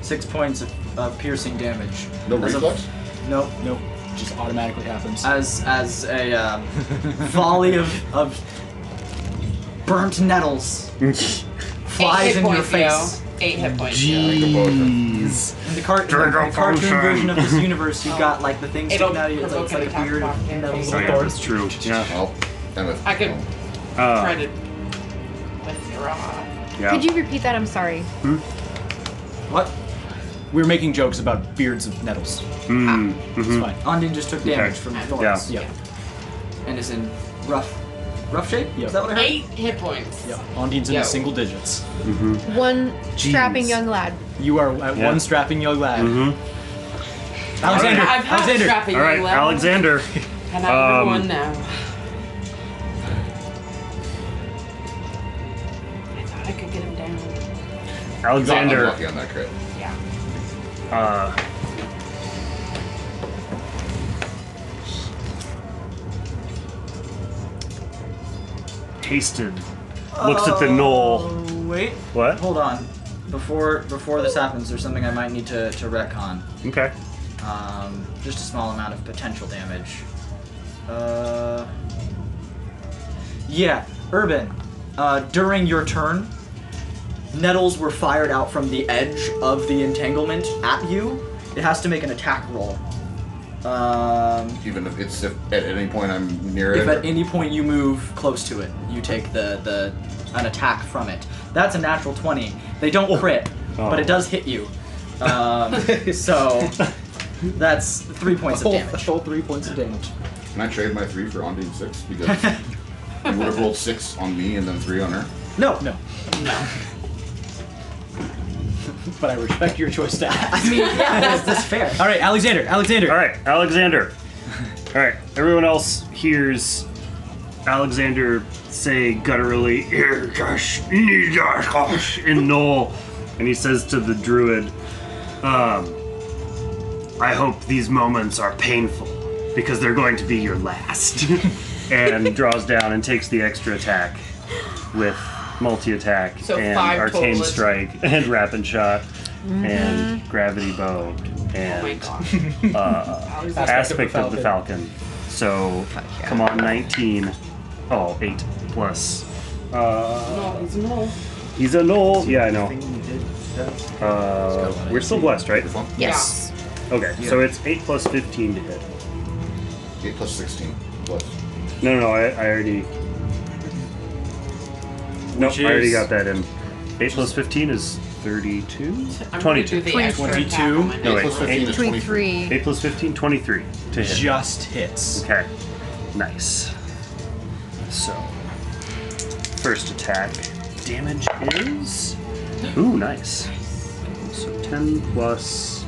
D: six points of, of piercing damage.
C: No
D: As a-
C: reflex?
D: No,
A: Nope, just automatically happens.
D: as as a um, volley of of burnt nettles
B: Eight
D: flies
B: hit
D: into your
B: points,
D: face.
B: yo. Eight hit points. yo.
C: Jeez.
D: In the, car- in the
F: Drink a
D: cartoon
F: potion.
D: version of this universe, you've
B: Oh.
D: got like the thing
B: It'll
D: sticking out of you. It's like, it's
B: provoke
D: like a
B: an
D: weird
B: attack block,
D: metal
B: yeah.
F: oh yeah,
D: thorn.
F: that's true. Yeah.
C: Well, Emma.
B: I could try
F: Uh,
B: to withdraw.
F: yeah.
G: Could you repeat that? I'm sorry.
D: What?
A: We're making jokes about beards of nettles.
F: Mm,
A: It's
F: mhm.
A: fine.
D: Ondine just took damage from the thorns
A: Yeah,
D: and is in rough rough shape.
A: Yeah.
D: Is that what I heard?
B: Eight hit points.
A: yeah. Ondine's in
B: Yeah.
A: the single digits.
G: One strapping
A: Jeez.
G: young lad.
A: You are at
F: Mm-hmm. Yeah.
A: one strapping young lad.
F: Mhm.
A: Alexander,
F: All right.
B: I've had
A: Alexander.
B: strapping
F: All right,
B: level,
F: Alexander.
B: And I'm
F: um,
B: one now. I thought I could get him down.
C: Not
F: Alexander.
C: unlucky on that crit.
B: Yeah.
F: Uh, tasted. Looks at the knoll.
D: Oh, Wait.
F: What?
D: Hold on. Before before this happens, there's something I might need to to wreck on.
F: Okay.
D: Um, just a small amount of potential damage. Uh, yeah, Urban. Uh, during your turn, nettles were fired out from the edge of the entanglement at you. It has to make an attack roll. Um,
C: Even if it's if at any point I'm near
D: if
C: it.
D: at any point you move close to it, you take the, the an attack from it. That's a natural twenty. They
T: Oh.
D: don't crit, but it does hit you. Um, so that's three points of damage.
T: Full three points of damage.
C: Can I trade my three for Ondine six? Because you would have rolled six on me and then three on her.
D: No, no.
A: But I respect your choice, Dad.
D: I mean, yeah, that's, that's fair.
A: All right, Alexander. Alexander.
F: All right, Alexander. All right, everyone else hears Alexander say gutturally, "Ear gosh, knee gosh, gosh," in Knoll, and he says to the druid, um, "I hope these moments are painful because they're going to be your last." and draws down and takes the extra attack with multi-attack
B: So
F: and
B: five
F: arcane
B: total is-
F: strike and rapid shot and gravity bow
A: Mm-hmm.
B: Oh my
F: and uh,
B: god.
E: uh,
F: aspect of the falcon. So, come on, 19. Oh, 8 plus.
B: No, he's no.
F: He's a null. Yeah, Uh, I know. Uh, we're still blessed, right?
G: Yes.
F: Okay, so it's 8 plus 15 to hit.
C: Eight plus sixteen. Plus.
F: No, no, no, I, I already. Nope, I already got that in. 8 plus 15 is 32?
B: I'm gonna do
F: 22.
B: the extra
A: 22.
B: attack on my
C: Eight
B: next
F: No, wait.
C: plus
B: roll.
C: fifteen is
G: Between
C: twenty-three.
G: three.
F: 8 plus 15, 23 to hit.
A: Just hits.
F: Okay. Nice. So, first attack damage is. Ooh, nice. So 10 plus.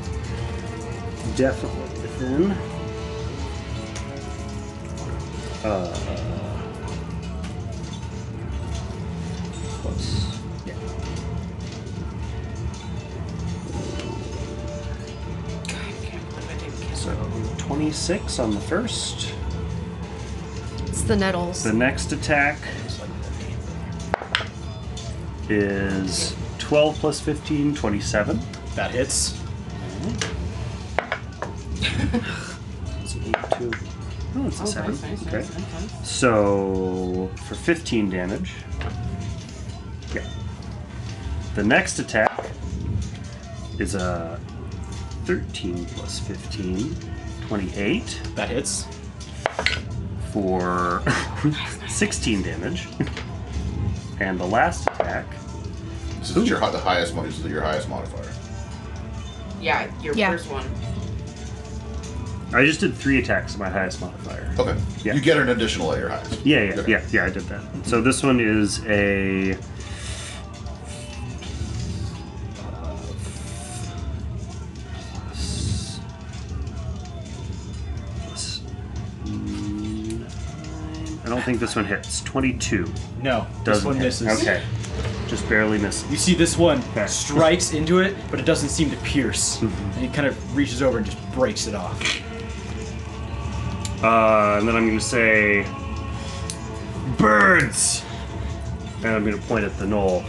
F: Definitely within. Uh. Plus. Yeah.
B: God, I can't believe I didn't kill
F: So 26 on the first.
G: It's the nettles.
F: The next attack is 12 plus 15, 27.
A: That hits.
F: It's an 8, 2. Oh, it's a
B: Oh,
F: 7.
B: nice, nice,
F: okay.
B: nice, nice, nice.
F: So, for 15 damage. Yeah. The next attack is a 13 plus 15, 28
A: That hits.
F: for 16 damage. And the last attack
C: This is your hi- the highest mod. This is your highest modifier.
B: Yeah, your
G: Yeah.
B: first one.
F: I just did three attacks at my highest modifier.
C: Okay.
F: Yeah.
C: You get an additional at your highest.
F: Yeah, yeah,
C: Okay.
F: yeah, yeah, I did that. So this one is a. I don't think this one hits. 22.
A: No,
F: Doesn't
A: this one
F: hit.
A: misses.
F: Okay. Just barely misses.
A: You see this one
F: Yeah.
A: strikes into it, but it doesn't seem to pierce.
F: Mm-hmm.
A: And it kind of reaches over and just breaks it off.
F: Uh, and then I'm going to say, birds! And I'm going to point at the knoll.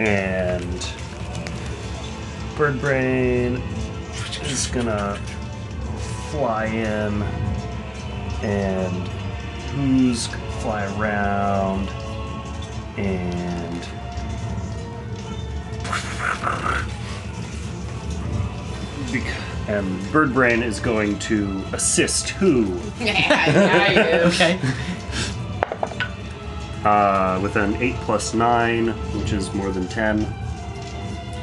F: And bird brain is going to fly in and who's going to fly around and Bec- and bird brain is going to assist who
B: yeah, yeah, you.
A: Okay.
F: uh, with an 8 plus 9, which is more than 10.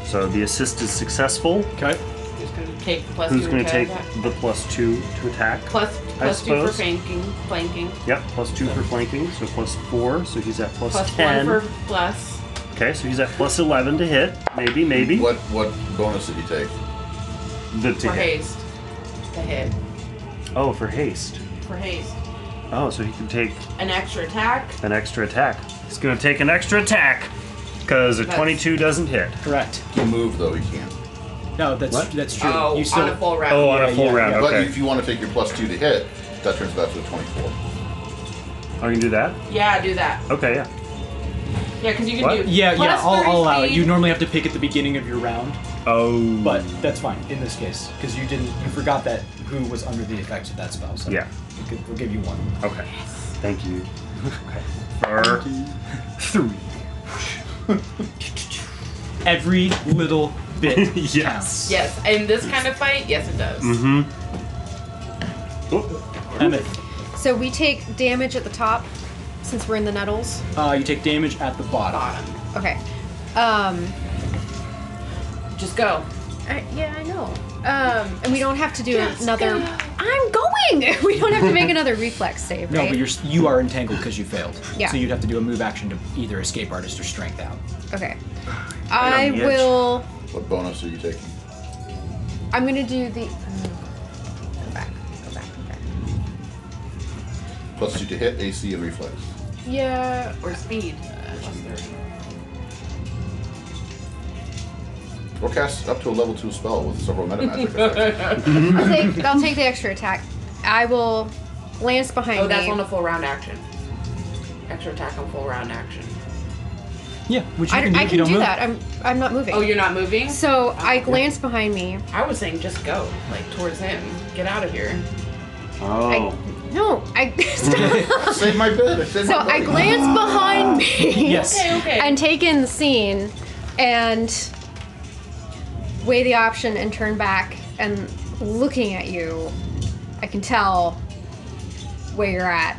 F: So the assist is successful.
A: Okay.
B: Who's gonna take plus
F: Who's
B: two
F: going to
B: to
F: take
B: attack?
F: the plus 2 to attack?
B: Plus, plus two for
F: suppose.
B: flanking, flanking.
F: Yep, plus 2 for flanking, so plus 4, so he's at plus
B: Plus
F: 10.
B: one for plus.
F: Okay, so he's at plus 11 to hit. Maybe, maybe.
C: What what bonus did you take?
F: The to
B: For
F: hit.
B: haste. The hit.
F: Oh, for haste.
B: For haste.
F: Oh, so he can take
B: An extra attack.
F: an extra attack. He's going to take an extra attack because a
B: That's-
F: 22 doesn't hit.
A: Correct.
C: You move though, you can.
A: No, that's
F: What?
A: that's true.
B: oh,
A: you still
B: on a full round.
F: Oh, on a full
A: yeah,
F: round.
A: yeah.
C: But
F: Okay.
C: if you want to take your plus two to hit, that turns out to a twenty-four.
F: I Oh, can do that?
B: Yeah, do that.
F: Okay, yeah.
B: Yeah, because you can
F: What?
B: do.
A: yeah, yeah,
B: plus
A: I'll,
B: 30
A: I'll allow it.
B: speed.
A: You normally have to pick at the beginning of your round,
F: Oh.
A: but that's fine in this case because you didn't, you forgot that who was under the effects of that spell. So
F: Yeah.
A: we could- we'll give you one.
F: Okay. Thank you. For three.
A: Every little bit.
F: yes.
B: Yes, in this kind of fight, yes, it does.
A: Emmett,
G: So we take damage at the top since we're in the nettles.
A: uh, you take damage at the bottom.
B: Bottom.
G: Okay. Um,
B: Just go.
G: I, yeah, I know. Um, and we don't have to do another. I'm going. We don't have to make another reflex save,
A: No,
G: right?
A: but you're s- you are entangled because you failed.
G: Yeah.
A: So you'd have to do a move action to either escape artist or strength out.
G: okay. I
F: the edge.
G: will.
C: What bonus are Oh, you taking?
G: I'm gonna do the. Go back. Go back. Go back.
C: Plus two to hit, AC, and reflex.
G: Yeah.
B: Or speed. Uh,
C: Or cast up to a level two spell with several meta magic effects.
D: Mm-hmm.
G: I'll take, I'll take the extra attack. I will glance behind
B: Oh, that's
G: me.
B: on a full round action. Extra attack on full round action.
A: Yeah, which you
G: I,
A: can do
G: I
A: if
G: can
A: you don't
G: do
A: move.
G: that. I'm I'm not moving.
B: Oh, you're not moving? Oh,
G: So I glance behind me.
B: I was saying just go, like towards him. Get out of here.
F: Oh.
G: No, I stop.
C: Save my bed. I saved
G: so
C: my
G: I
C: bed.
G: glance behind me.
A: Yes.
B: Okay, okay.
G: And take in the scene, and weigh the option and turn back. And looking at you, I can tell where you're at,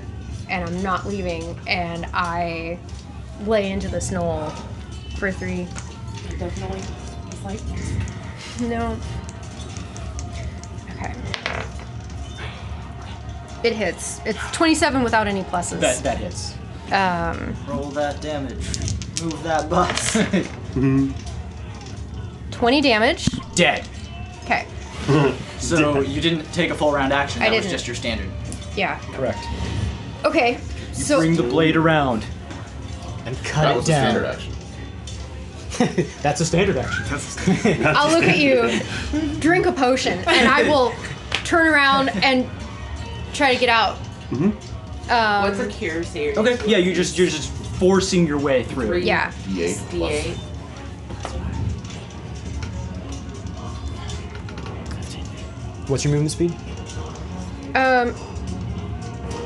G: and I'm not leaving. And I lay into this knoll for three.
B: definitely. It's like
G: No. Okay. It hits. It's 27 without any pluses.
A: That that hits.
G: Um,
D: Roll that damage. Move that bus.
T: Mm-hmm.
G: 20 damage.
A: Dead.
G: Okay.
D: so you didn't take a full round action.
G: I
D: That was
G: didn't.
D: just your standard.
G: Yeah.
A: Correct.
G: Okay. So
A: Bring the blade around.
I: and
C: That
I: cut it
C: was the standard
I: down.
C: action.
I: That's a standard action.
G: I'll look at you, drink a potion, and I will turn around and try to get out.
B: what's
G: Mm-hmm. Um,
B: a cure series?
A: Okay. Yeah, you just you're just forcing your way through.
B: Three.
G: yeah.
C: D8
B: It's
C: plus.
B: D8.
I: What's your movement speed?
G: Um,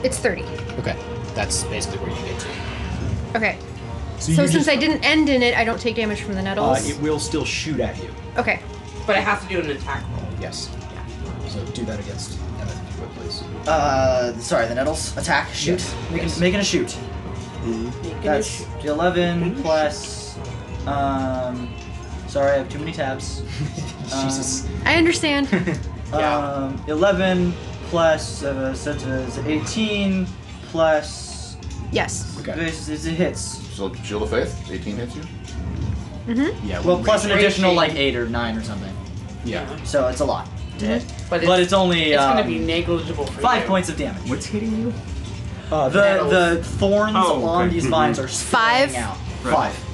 G: it's 30.
A: Okay. That's basically where you get to.
G: Okay.
I: So,
G: So,
I: you
G: since
I: just,
G: I didn't end in it, I don't take damage from the
A: Uh,
G: nettles.
A: it will still shoot at you.
G: okay.
B: But it has to do an attack roll.
A: Yes. So do that against Emmett, if you would, please.
D: Uh, sorry, the nettles attack, shoot.
A: Yes,
D: Making,
A: yes.
D: making a shoot.
B: Make an
D: That's
B: issue.
D: 11 plus. Um, sorry, I have too many tabs. Um, Jesus.
G: I understand.
D: Um, 11 plus uh, such as 18 plus.
G: yes.
D: This is it hits.
C: So, Shield of Faith, 18 hits you?
G: Mm-hmm.
J: Yeah.
D: Well, plus an
B: raging.
D: additional like 8 or 9 or something.
J: Yeah.
D: So it's a lot.
G: Mm-hmm.
B: But it's,
D: But it's only
B: it's gonna
D: um,
B: be negligible for
D: five
B: you.
D: points of damage. Uh,
E: What's hitting you?
D: The the thorns
E: Oh,
D: on
E: okay.
D: these
E: Mhm.
D: vines are
G: Five.
D: spraying out.
E: Right.
D: Five.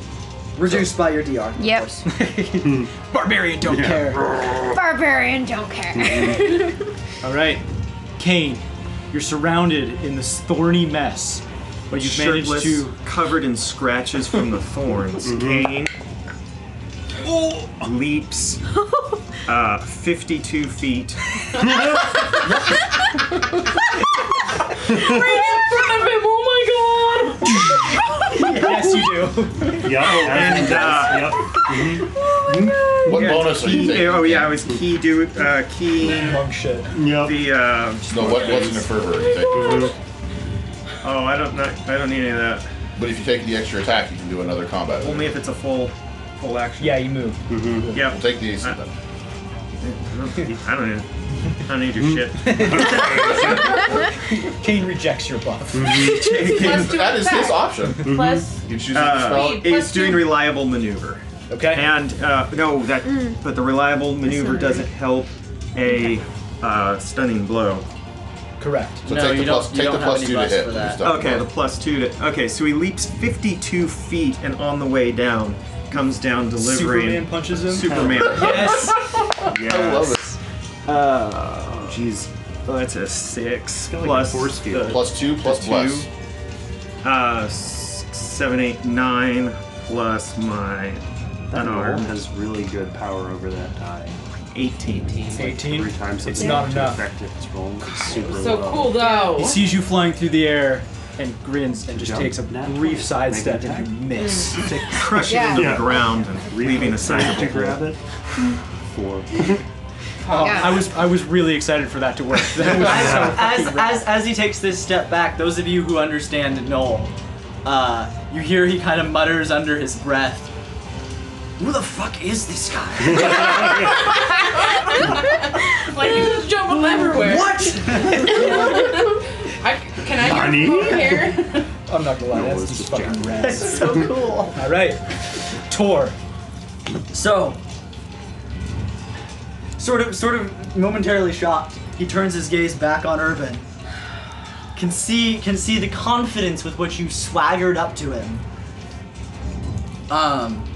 D: Reduced by your DR. of
G: Yep.
D: course.
J: Barbarian, don't care.
G: Barbarian don't care.
A: All right, Kane, you're surrounded in this thorny mess, but you've
E: Shirtless,
A: managed to.
E: covered in scratches from the thorns.
F: Mm-hmm.
E: Kane
F: Oh.
E: leaps uh, 52 feet.
A: Yes, you do.
F: Yep. And,
E: Oh, uh,
F: yep.
C: Mm-hmm. What
E: Yeah, it's
C: bonus are you
E: key-
C: taking?
E: Oh yeah, I was key do uh, keying
U: Monk shit.
F: Yep.
E: the. Uh,
C: No, what, what's in the fervor? you take?
E: oh, I don't not, I don't need any of that.
C: But if you take the extra attack, you can do another combat.
E: Only if it's a full full action. Uh,
U: Yeah, you move.
E: Yeah.
F: Mm-hmm.
C: We'll take the AC then.
E: I don't need. I don't need your shit.
U: Kane rejects your buff.
B: Mm-hmm. Plus two
C: That is his
B: attack.
C: option. You
B: Plus
C: can choose to
E: Uh,
C: spell.
B: Wait,
E: it's
B: plus
E: doing
B: two.
E: reliable maneuver,
U: Okay.
E: and uh, no, that
B: Mm.
E: but the reliable maneuver doesn't help a uh, stunning blow.
U: Correct.
C: So
D: No,
C: take the
D: you don't-
C: plus,
D: you
C: take
D: don't
C: the
D: have
C: plus
D: any
C: two to
D: buffs
C: hit.
D: for
C: with your
D: that.
C: stuff.
E: Okay, the plus two to okay, so he leaps 52 feet and on the way down comes down delivering
U: Superman punches him.
E: Superman.
U: Yes.
E: yes.
C: I love it.
E: Uh, jeez, oh, that's a six
F: like a
E: plus
F: force field.
E: the-
C: Plus two, plus
E: Two.
C: bless.
E: uh, s- seven, eight, nine plus my
F: That roll
E: unarmed
F: has really good power over that die.
E: 18.
U: 18.
F: Every time something
U: It's not
F: to
U: enough.
F: affect it, it's rolling super
B: so
F: low.
B: cool though.
A: He sees you flying through the air and grins and just
F: Jump.
A: takes a
F: Nat
A: brief
F: 20.
A: sidestep
F: Make an
A: and you miss.
E: Crush it into
F: Mm. Yeah.
E: the ground and leaving a
F: to
E: sizable
F: grab
E: hole.
F: it. Four.
A: Oh, I was I was really excited for that to work. That was
D: as, as, as he takes this step back, those of you who understand Noel, uh, you hear he kind of mutters under his breath, Who the fuck is this guy?
B: like he's just jumping everywhere.
D: what?
B: I, can I get a phone here?
U: I'm not gonna lie, that's just fucking rad.
D: so cool.
U: All right. Tor.
D: So, sort of, sort of momentarily shocked, he turns his gaze back on Urban. Can see, can see the confidence with which you swaggered up to him. Um.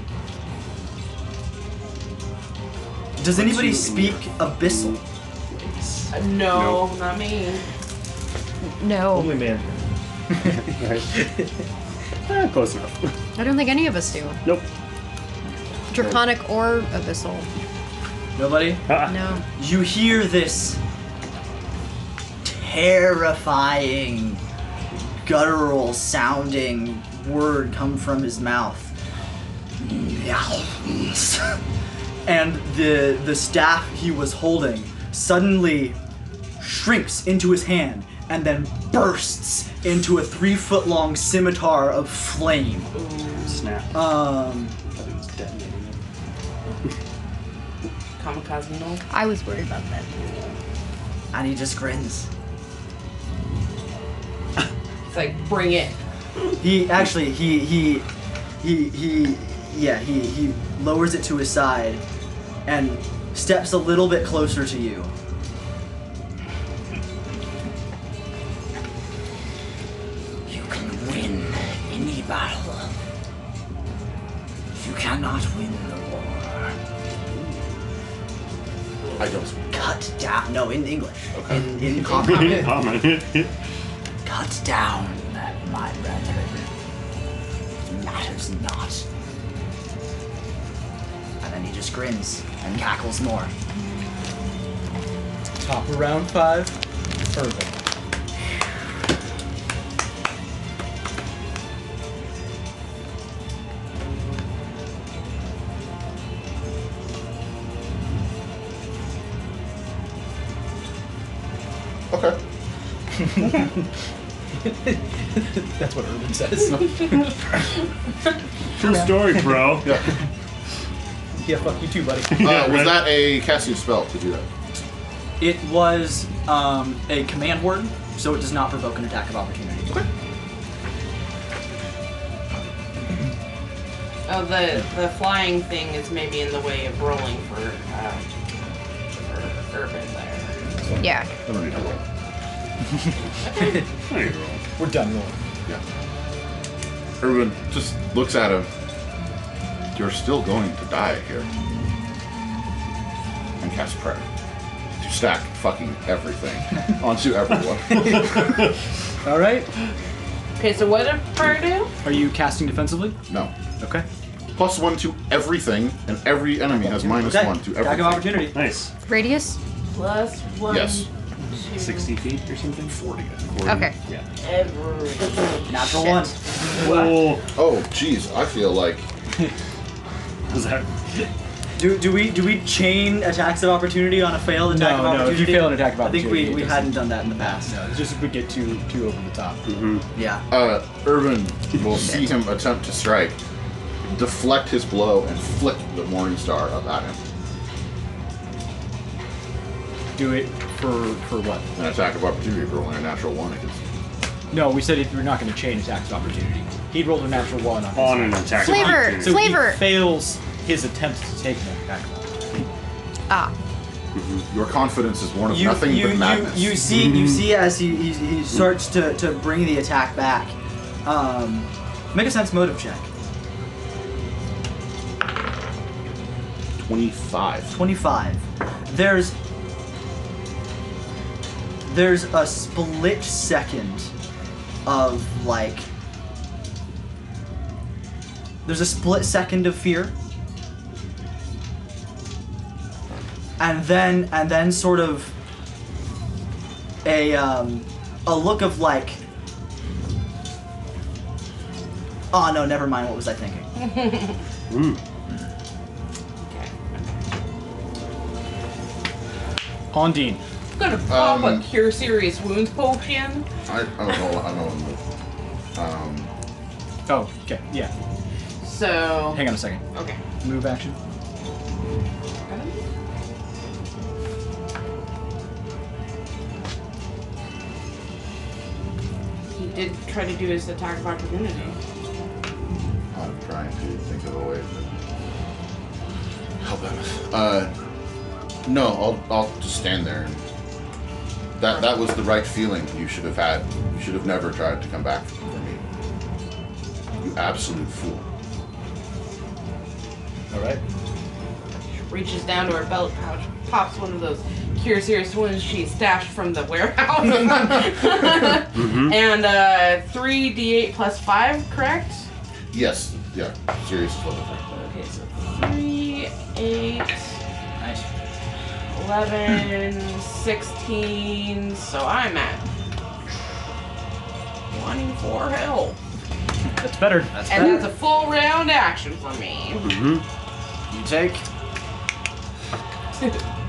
D: Does anybody speak abyssal?
B: Uh, no, not me.
G: No,
V: Only man.
F: Eh, close enough.
G: I don't think any of us do.
F: Nope.
G: Draconic or abyssal.
D: Nobody.
F: Uh-uh.
G: No.
D: You hear this terrifying, guttural sounding word come from his mouth. And the the staff he was holding suddenly shrinks into his hand and then bursts into a three foot long scimitar of flame.
F: Snap.
D: Um,
F: I thought he was detonating it.
B: Kamikaze no.
G: I was worried about that.
D: and he just grins.
B: It's like bring it.
D: He actually he he he he yeah he he lowers it to his side and steps a little bit closer to you. You can win any battle. You cannot win the war.
C: I don't speak.
D: Cut down. No, in English. In in common. Cut down, my brethren. It matters not. And then he just grins and cackles more.
U: Top of round five. Urban.
C: Okay.
A: That's what Urban says.
F: True story, bro.
A: yeah, fuck you too, buddy.
F: Yeah,
C: uh, was
F: right.
C: that a casting spell to do that?
D: It was um, a command word, so it does not provoke an attack of opportunity.
B: Oh, the the flying thing is maybe in the way of rolling for, uh, for urban there.
G: Yeah.
C: I don't need to roll.
F: There you go.
A: We're done rolling.
C: Urban just looks at him. You're still going to die here. And cast prayer. To stack fucking everything onto everyone.
A: All right.
B: Okay, so what did prayer do?
A: Are you casting defensively?
C: no.
A: Okay.
C: Plus one to everything, and every enemy has minus
D: Okay.
C: one to
D: Attack of
C: everything.
D: opportunity.
F: Nice.
G: Radius?
B: Plus one.
C: Yes.
B: to
F: 60 feet or something? 40.
G: Okay.
F: Yeah.
B: Every.
D: Natural one.
F: Oh,
C: Oh, jeez, I feel like
F: was that?
D: Do, do we do we chain attacks of opportunity on a failed
A: No,
D: attack of
A: no, if you
D: opportunity?
A: fail an attack of
D: I think
A: opportunity,
D: we,
A: it
D: we
A: doesn't-
D: hadn't done that in the past.
A: No, it's just if we get too too over the top.
D: Yeah.
C: uh, Urban will see him attempt to strike, deflect his blow, and flick the Morning Star up at him.
A: Do it for for what?
C: An attack of opportunity for only a natural one against
A: No, we said if we're not going to change attacks of opportunity. He rolled a natural one on. his
F: On
A: attack.
F: an attack. of
G: Flavor.
F: opportunity.
A: So
G: Flavor.
A: he fails his attempt to take an attack. of opportunity.
G: Ah.
C: Your confidence is one of
D: You,
C: nothing
D: you,
C: but madness. Mm.
D: You, you see you
C: Mm-hmm.
D: see as he, he, he starts to, to bring the attack back. Um, make a sense motive check.
C: 25.
D: 25. There's there's a split second of like there's a split second of fear. And then and then sort of a um a look of like Oh no, never mind what was I thinking.
A: Ondine.
B: I'm gonna pop
C: Um,
B: a cure serious wounds potion.
C: I, I don't know. I don't know. Um,
A: Oh, okay. Yeah.
B: So.
A: Hang on a second.
B: Okay.
A: Move action.
B: He did try to do his attack of opportunity.
C: I'm trying to think of a way to help him. Uh, no, I'll, I'll just stand there. And that that was the right feeling you should have had. You should have never tried to come back for me. You absolute fool.
A: All right.
B: Reaches down to her belt pouch, pops one of those cure serious wounds she stashed from the warehouse.
F: Mm-hmm.
B: And uh, 3d8 plus 5, correct?
C: Yes. Yeah. Serious as well.
B: Okay, so 3, 8.
D: Nice.
B: 11, 16, so I'm at 24 health.
A: That's better.
D: That's
B: And
D: better.
B: that's a full round action for me.
D: You take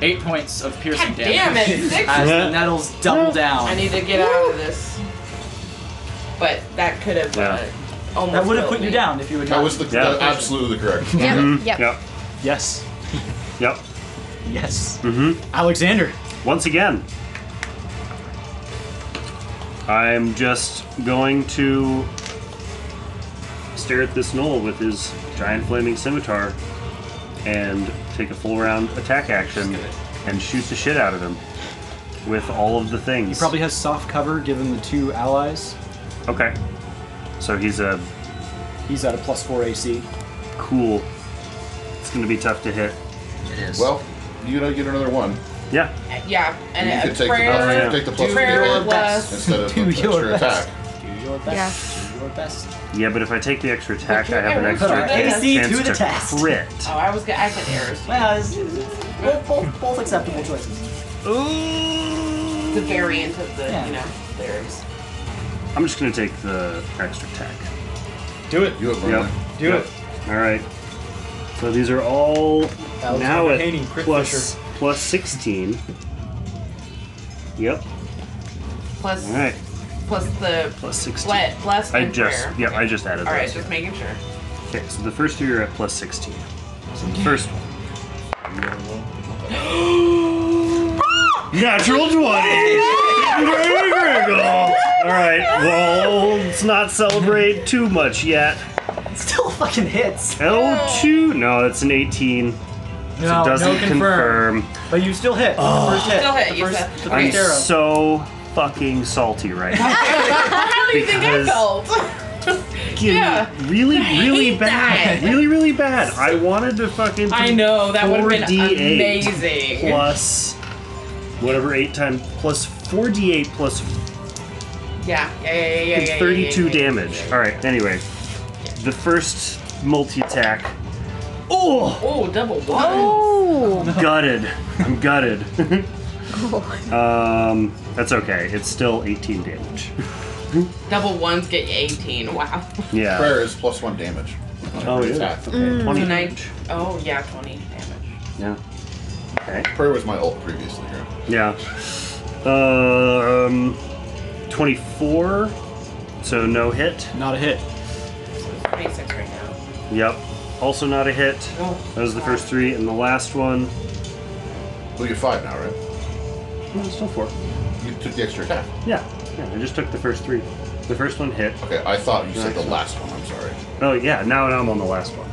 D: eight points of piercing
B: God damn
D: damage.
B: it, six.
D: As the nettles double
B: I
D: down.
B: need to get out of this. But that could have uh,
F: Yeah.
B: almost
D: That would have
B: killed
D: put
B: me.
D: you down if you would
C: That
D: not.
C: was the,
F: Yeah.
C: the absolutely correct.
G: Yep. Yep.
F: Yep.
A: Yes.
F: Yep.
A: Yes.
F: Mm-hmm.
A: Alexander.
F: Once again, I'm just going to stare at this knoll with his giant flaming scimitar and take a full round attack action and shoot the shit out of him with all of the things.
A: Probably has soft cover given the two allies.
F: Okay. So he's a
A: He's at a plus four AC.
F: cool. It's going to be tough to hit.
C: Well, you know, get another one.
F: Yeah.
B: Yeah,
C: You
B: and
C: could
B: a
C: take the,
B: prayer.
C: you could take the plus
B: do
C: one
B: your
C: damage
B: best.
C: instead of
A: Do
C: the
A: your
C: extra
A: best.
C: attack.
D: Do your best. Do your best.
F: Yeah, but if I take the extra attack, I
B: Okay,
F: have an
B: we'll
F: extra
B: put our
F: chance
D: AC to
F: to,
D: the test.
F: crit.
B: Oh, I was gonna. I said errors.
D: Well, it's, it's- both, both, both acceptable choices.
B: It's a variant of the,
D: Yeah.
B: you know, errors.
F: I'm just going to take the extra attack.
A: Do it.
C: You have one.
F: Yep.
A: Do
F: Yep. All right. So these are all now at
A: Haney, crit
F: plus, plus 16. Yep.
B: Plus
F: All right.
B: plus the
F: Plus 16.
B: ble- blessed
F: I
B: and
F: just,
B: prayer.
F: yeah, I just added
B: All right,
F: those.
B: just making sure.
F: Okay, so the first two you're at plus 16. So the first one. Natural 20! Very critical! Alright, well, let's not celebrate too much yet.
J: Still fucking hits.
F: L2, no, that's an 18.
J: No,
F: so it doesn't
J: no confirm.
F: confirm.
J: But you still hit. The first hit.
B: Still hit,
J: The
B: you
J: first,
B: said.
J: the
F: I'm
J: first arrow.
F: so fucking salty right now.
B: How do you think I
F: Because-
B: felt?
F: Fucking
B: Yeah.
F: Really, really
B: hate
F: bad.
B: that.
F: Really, really bad. I wanted to fucking.
B: I know that would have been
F: 4D8.
B: amazing.
F: plus whatever eight times plus 4d8 plus
B: Yeah, yeah, yeah, yeah, yeah, yeah, yeah.
F: 32
B: yeah, yeah.
F: damage all right anyway the first multi-attack oh
B: Oh, double one.
F: gutted i'm gutted um that's okay it's still 18 damage
B: Double ones get you 18. Wow.
F: yeah
C: Prayer is plus one damage.
F: oh yeah
C: Attack.
F: 20
B: Nine. Oh, yeah, 20 damage.
F: yeah okay
C: Prayer was my ult previously here.
F: yeah um 24 so no hit
A: Not a hit.
B: So it's 26 right now.
F: yep also not a hit
B: Oh.
F: that was the first three and the last one
C: Well, you're five now, right?
F: No, it's still four.
C: You took the extra attack.
F: Yeah, yeah. I just took the first three. The first one hit.
C: Okay, I thought you said the last one. I'm sorry.
F: Oh yeah, now I'm on the last one.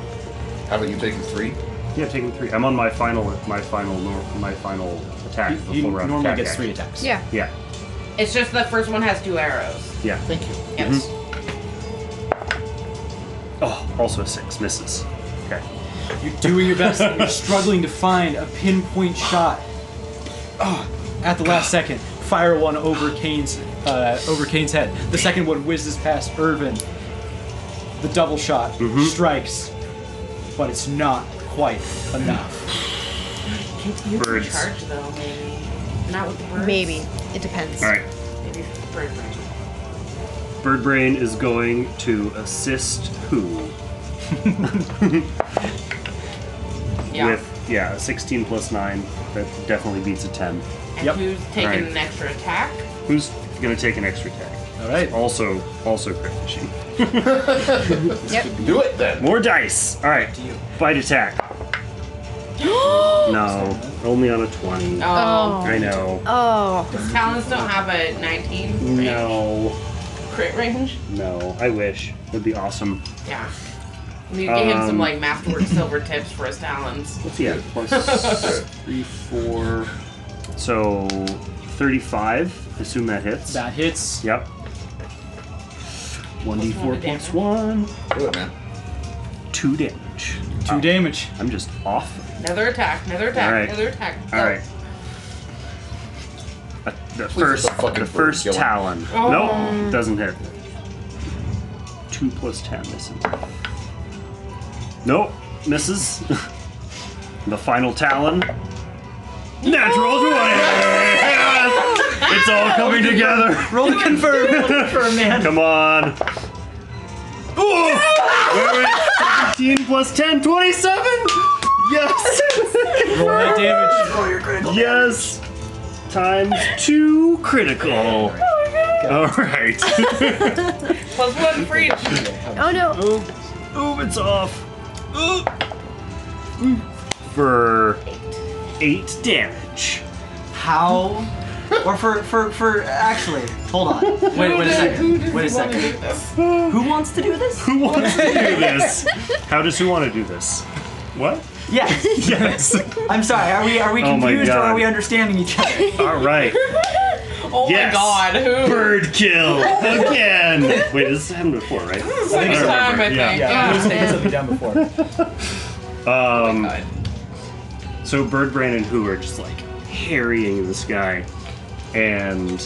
C: Haven't you taken three?
F: Yeah, I've taken three. I'm on my final, my final, nor- my final attack. the
A: He
F: full round
A: normally
F: attack
A: gets
F: action.
A: three attacks.
G: Yeah.
F: Yeah,
B: It's just the first one has two arrows.
F: yeah. Mm-hmm.
B: Thank you. Yes.
F: Oh, also a six misses. Okay.
H: You're doing your best. You're struggling to find a pinpoint shot.
F: Oh,
H: Ah, at the last second, fire one over Kane's uh, over Kane's head. The second one whizzes past Irvin. The double shot
F: Mm-hmm.
H: strikes, but it's not quite enough.
F: Birds.
B: Charge though, maybe. Not with the birds.
G: Maybe. It depends.
F: All right.
B: Maybe with the bird brain.
F: Birdbrain is going to assist who
B: Yeah.
F: with yeah a 16 plus nine. That definitely beats a 10.
B: and
A: Yep.
B: who's taking
F: Right.
B: an extra attack?
F: Who's gonna take an extra attack?
A: All right.
F: Also, also crit fishing.
C: Do it then.
F: More dice. All right. Bite attack. no, only on a 20.
B: Oh.
F: I know.
G: Oh.
B: Talons don't have a 19 range.
F: No,
B: crit range.
F: no. I wish. That'd be awesome.
B: Yeah. We need to give him
F: Um,
B: some like masterwork silver tips for his talons.
F: Let's see. Yeah, plus three, four. So thirty-five. Assume that hits.
A: That hits.
F: Yep. One d four
B: Plus one to
F: plus
B: damage.
F: one.
C: Do it, man.
F: Two damage.
A: Two damage.
F: I'm just off.
B: Another attack, another attack,
F: Alright.
B: another attack.
F: All right. Uh, The first,
C: the fucking bird
F: the first
C: kill him.
F: talon.
B: Oh.
F: Nope, doesn't hit. Two plus ten misses. Nope, misses. the final talon. Natural twenty. Yes! It's all coming together.
J: Oh, Roll to confirm. confirm, man.
F: Come on. Ooh! Wait, wait. 17 plus 10, 27? Yes!
A: Roll that damage.
C: Oh,
F: Yes. Times two
J: Oh
F: critical. All right.
B: Plus one for each.
G: Oh no.
F: Oop, oop, it's off. Oop. For eight damage.
J: How? Or for for for actually, hold on. Wait wait a second. Wait a second. Who wants to do this?
F: Who wants to do this? How does who want to do this? What?
J: Yes.
F: Yes.
J: I'm sorry. Are we are we
F: Oh my
J: confused or
F: God.
J: are we understanding each other?
F: All right.
B: Oh
F: Yes.
B: my god, who?
F: Bird kill Oh, again. Wait, this happened before, right?
B: Next
F: I
B: time,
F: remember,
B: I think.
F: yeah.
B: Yeah.
H: something down before.
F: Um, so Birdbrain and Who are just like harrying this guy, and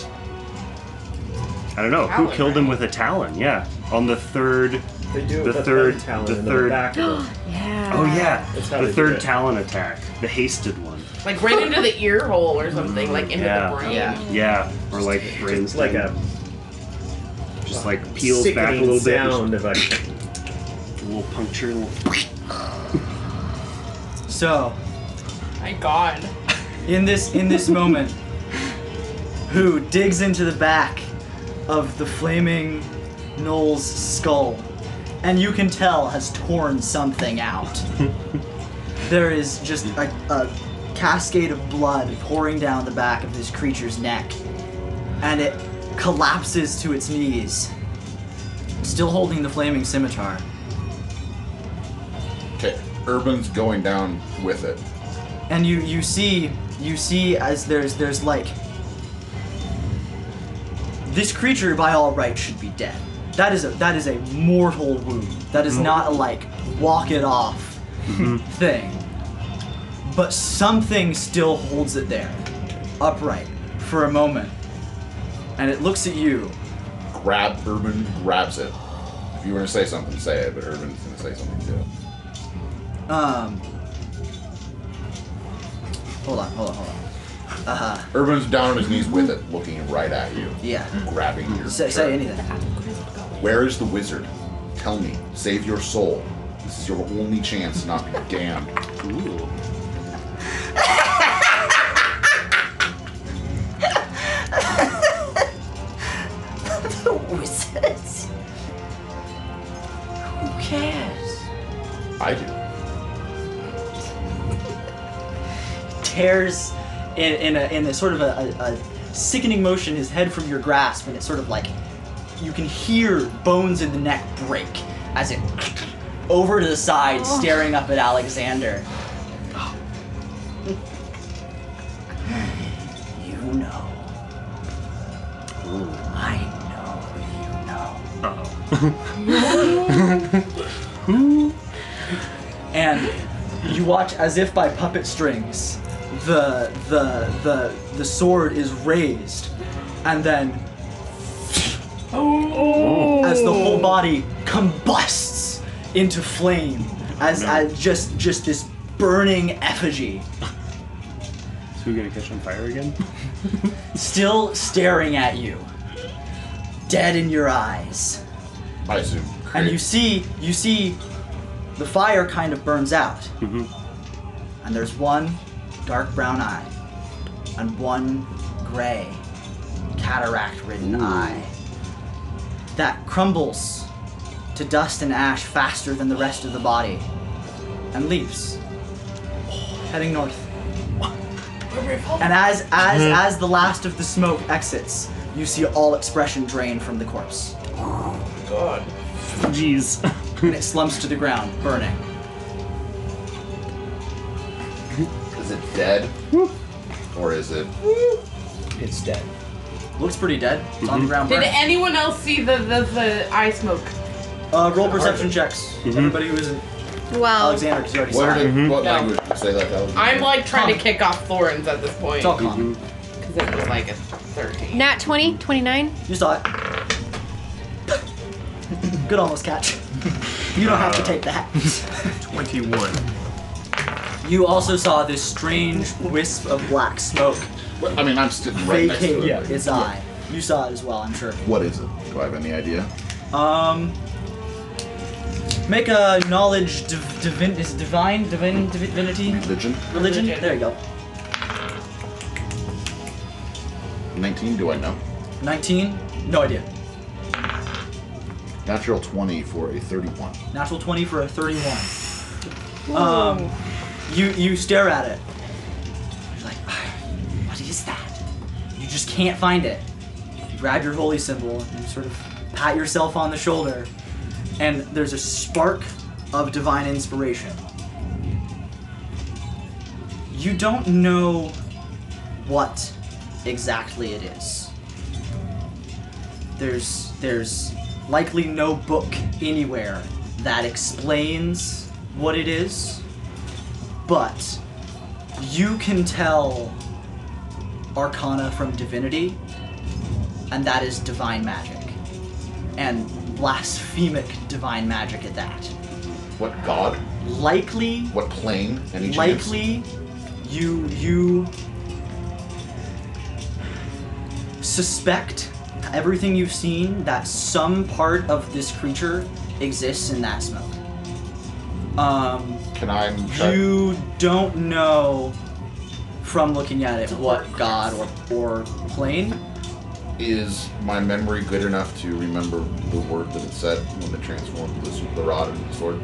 F: I don't know who
B: Talon,
F: killed him with a talon. Yeah, on the third.
M: They do it
F: The
M: with
F: third-
M: one talon
F: the
M: in
F: third-
M: back of it.
G: Yeah.
F: Oh yeah,
M: That's how
F: the
M: they do
F: third
M: it.
F: talon attack, the hasted one.
B: Like right into the ear hole or something, like into
F: Yeah.
B: the brain.
A: Yeah.
F: Yeah, or like brains
M: like
F: thing,
M: a
F: just like peels back a
M: sickening
F: little bit,
M: sound of a
F: just a little puncture, a little.
J: So
B: My god.
J: in this in this moment, who digs into the back
D: of the flaming knoll's skull, and you can tell has torn something out. there is just a, a cascade of blood pouring down the back of this creature's neck, and it collapses to its knees, still holding the flaming scimitar.
C: Okay, Urban's going down with it.
D: and you you see you see as there's there's like this creature by all rights should be dead that is a that is a mortal wound that is not a like walk it off thing but something still holds it there upright for a moment and it looks at you
C: Grab Urban grabs it. If you were to say something, say it. But Urban's gonna say something too.
D: um hold on hold on hold on uh-huh
C: Urban's down on his knees with it, looking right at you,
D: yeah
C: grabbing your.
D: say,
C: shirt.
D: say anything
C: Where is the wizard? Tell me. Save your soul. This is your only chance to not be damned.
F: Ooh.
B: the wizards. Who cares?
C: I do.
D: tears in, in a in a sort of a, a, a sickening motion his head from your grasp and it's sort of like you can hear bones in the neck break as it over to the side
B: Oh.
D: staring up at Alexander. you know. I know you know. and you watch as if by puppet strings the the the the sword is raised and then
E: Oh.
W: Oh!
D: as the whole body combusts into flame as, as just just this burning effigy
F: So we're gonna catch on fire again?
D: still staring at you dead in your eyes
C: I assume.
D: and you see you see the fire kind of burns out
C: Mm-hmm.
D: and there's one dark brown eye and one gray cataract ridden eye that crumbles to dust and ash faster than the rest of the body and leaves heading north and as as as the last of the smoke exits you see all expression drain from the corpse
F: Jeez.
D: and it slumps to the ground, burning.
C: Is it dead? Or is it?
X: It's dead.
D: Looks pretty dead. It's on the ground
B: Did
D: burning.
B: anyone else see the the, the eye smoke?
D: Uh, roll perception checks. Everybody who isn't
B: Oh.
G: Well,
D: Alexander, because you already
C: What,
D: saw
C: did
D: it.
C: it, what
B: No.
C: language did it say that? that was-
B: I'm like trying to kick off Florence at this point
D: It's all gone.
B: because it was like a thirteen.
G: nat 20, 29.
D: You saw it. Good almost catch. You don't have to take that.
A: 21.
D: you also saw this strange wisp of black smoke
C: Well, I mean, I'm sitting right next to
D: vacate
C: it.
D: its eye. You saw it as well, I'm sure.
C: What is it? Do I have any idea?
D: Um, make a knowledge div- divin- is it divine divin- divi- divinity
C: Religion.
D: religion.
B: Religion.
D: There you go.
C: 19. Do I know?
D: 19. No idea.
C: Natural 20 for a 31.
D: Natural 20 for a 31. Um, you you stare at it. You're like, "Ah, what is that? You just can't find it. You grab your holy symbol and you sort of pat yourself on the shoulder, and there's a spark of divine inspiration. You don't know what exactly it is. There's there's likely no book anywhere that explains what it is, but you can tell arcana from divinity, and that is divine magic, and blasphemic divine magic at that.
C: What god?
D: Likely
C: What plane? Any chance?
D: likely you you suspect everything you've seen that some part of this creature exists in that smoke um
C: Can I check?
D: you don't know from looking at it what god or, or plane
C: Is my memory good enough to remember the word that it said when it transformed the, the rod into the sword?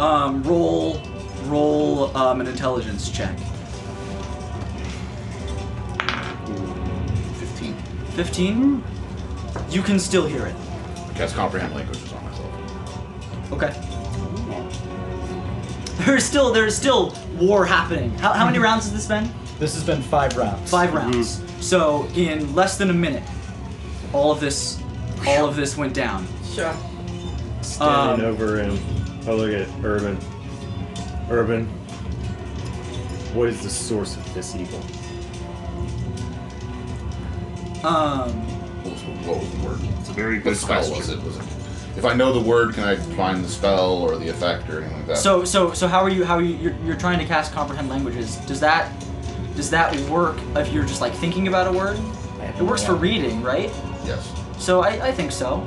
D: Um, roll, roll um, an intelligence check.
C: 15.
D: Fifteen. You can still hear it.
C: Cast comprehend languages on myself.
D: Okay. There's still there's still war happening. How, how many rounds has this been?
A: Mhm. This has been five rounds. Mhm.
D: Five rounds. So in less than a minute, all of this, all of this went down.
B: Sure.
W: Standing
D: Um,
W: over him. Oh, look at Urban. Urban, what is the source of this evil?
D: Um,
C: What was, what was the word?
F: It's a very
C: What
F: good
C: spell was
F: question.
C: it? Was it? If I know the word, can I find the spell or the effect or anything like that?
D: so so so how are you? How are you? You're, you're trying to cast comprehend languages. Does that does that work if you're just like thinking about a word? It works for reading, right?
C: yes.
D: So I, I think so.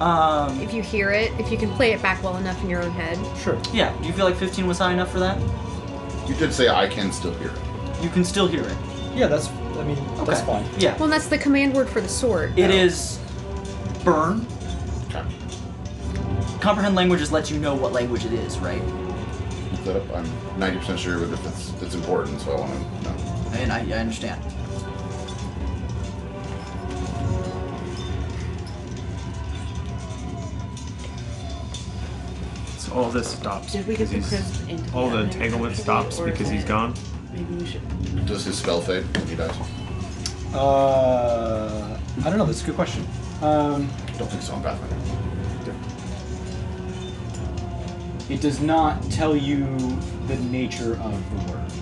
D: Um,
G: If you hear it, if you can play it back well enough in your own head.
D: yeah. Do you feel like 15 was high enough for that?
C: You did say I can still hear it.
D: You can still hear it.
A: Yeah, that's. I mean, that's fine.
D: Yeah.
G: Well, that's the command word for the sword.
D: It
G: though.
D: is burn.
C: Okay.
D: Comprehend languages lets you know what language it is, right?
C: Look that up. I'm 90% sure, but if it's, it's important, so I want to know.
D: And I, I understand.
E: So all this stops
B: Did we get
E: because
B: the
E: he's
B: crisp into
E: all
B: the
E: the
B: oven?
E: entanglement stops
B: Or is
E: because he's
B: it-
E: gone.
B: Maybe we should.
C: Does his spell fade when he dies?
A: Uh, I don't know. That's a good question. Um,
C: Don't think so on Pathfinder.
A: it does not tell you the nature of the word.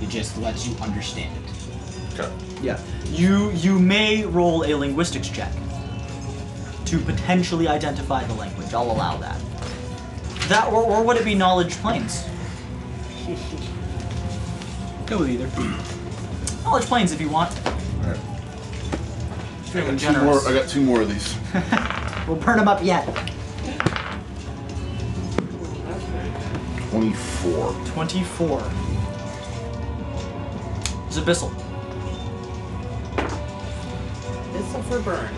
A: It just lets you understand it.
C: Okay.
D: Yeah. You you may roll a linguistics check to potentially identify the language. I'll allow that. That or, or would it be knowledge planes?
A: Go with either.
D: Knowledge planes if you want.
C: Alright.
D: Extremely
C: Two more,
D: generous.
C: I got two more of these.
D: We'll burn them up yet.
C: 24.
D: 24. Zabissel.
B: This is for burn.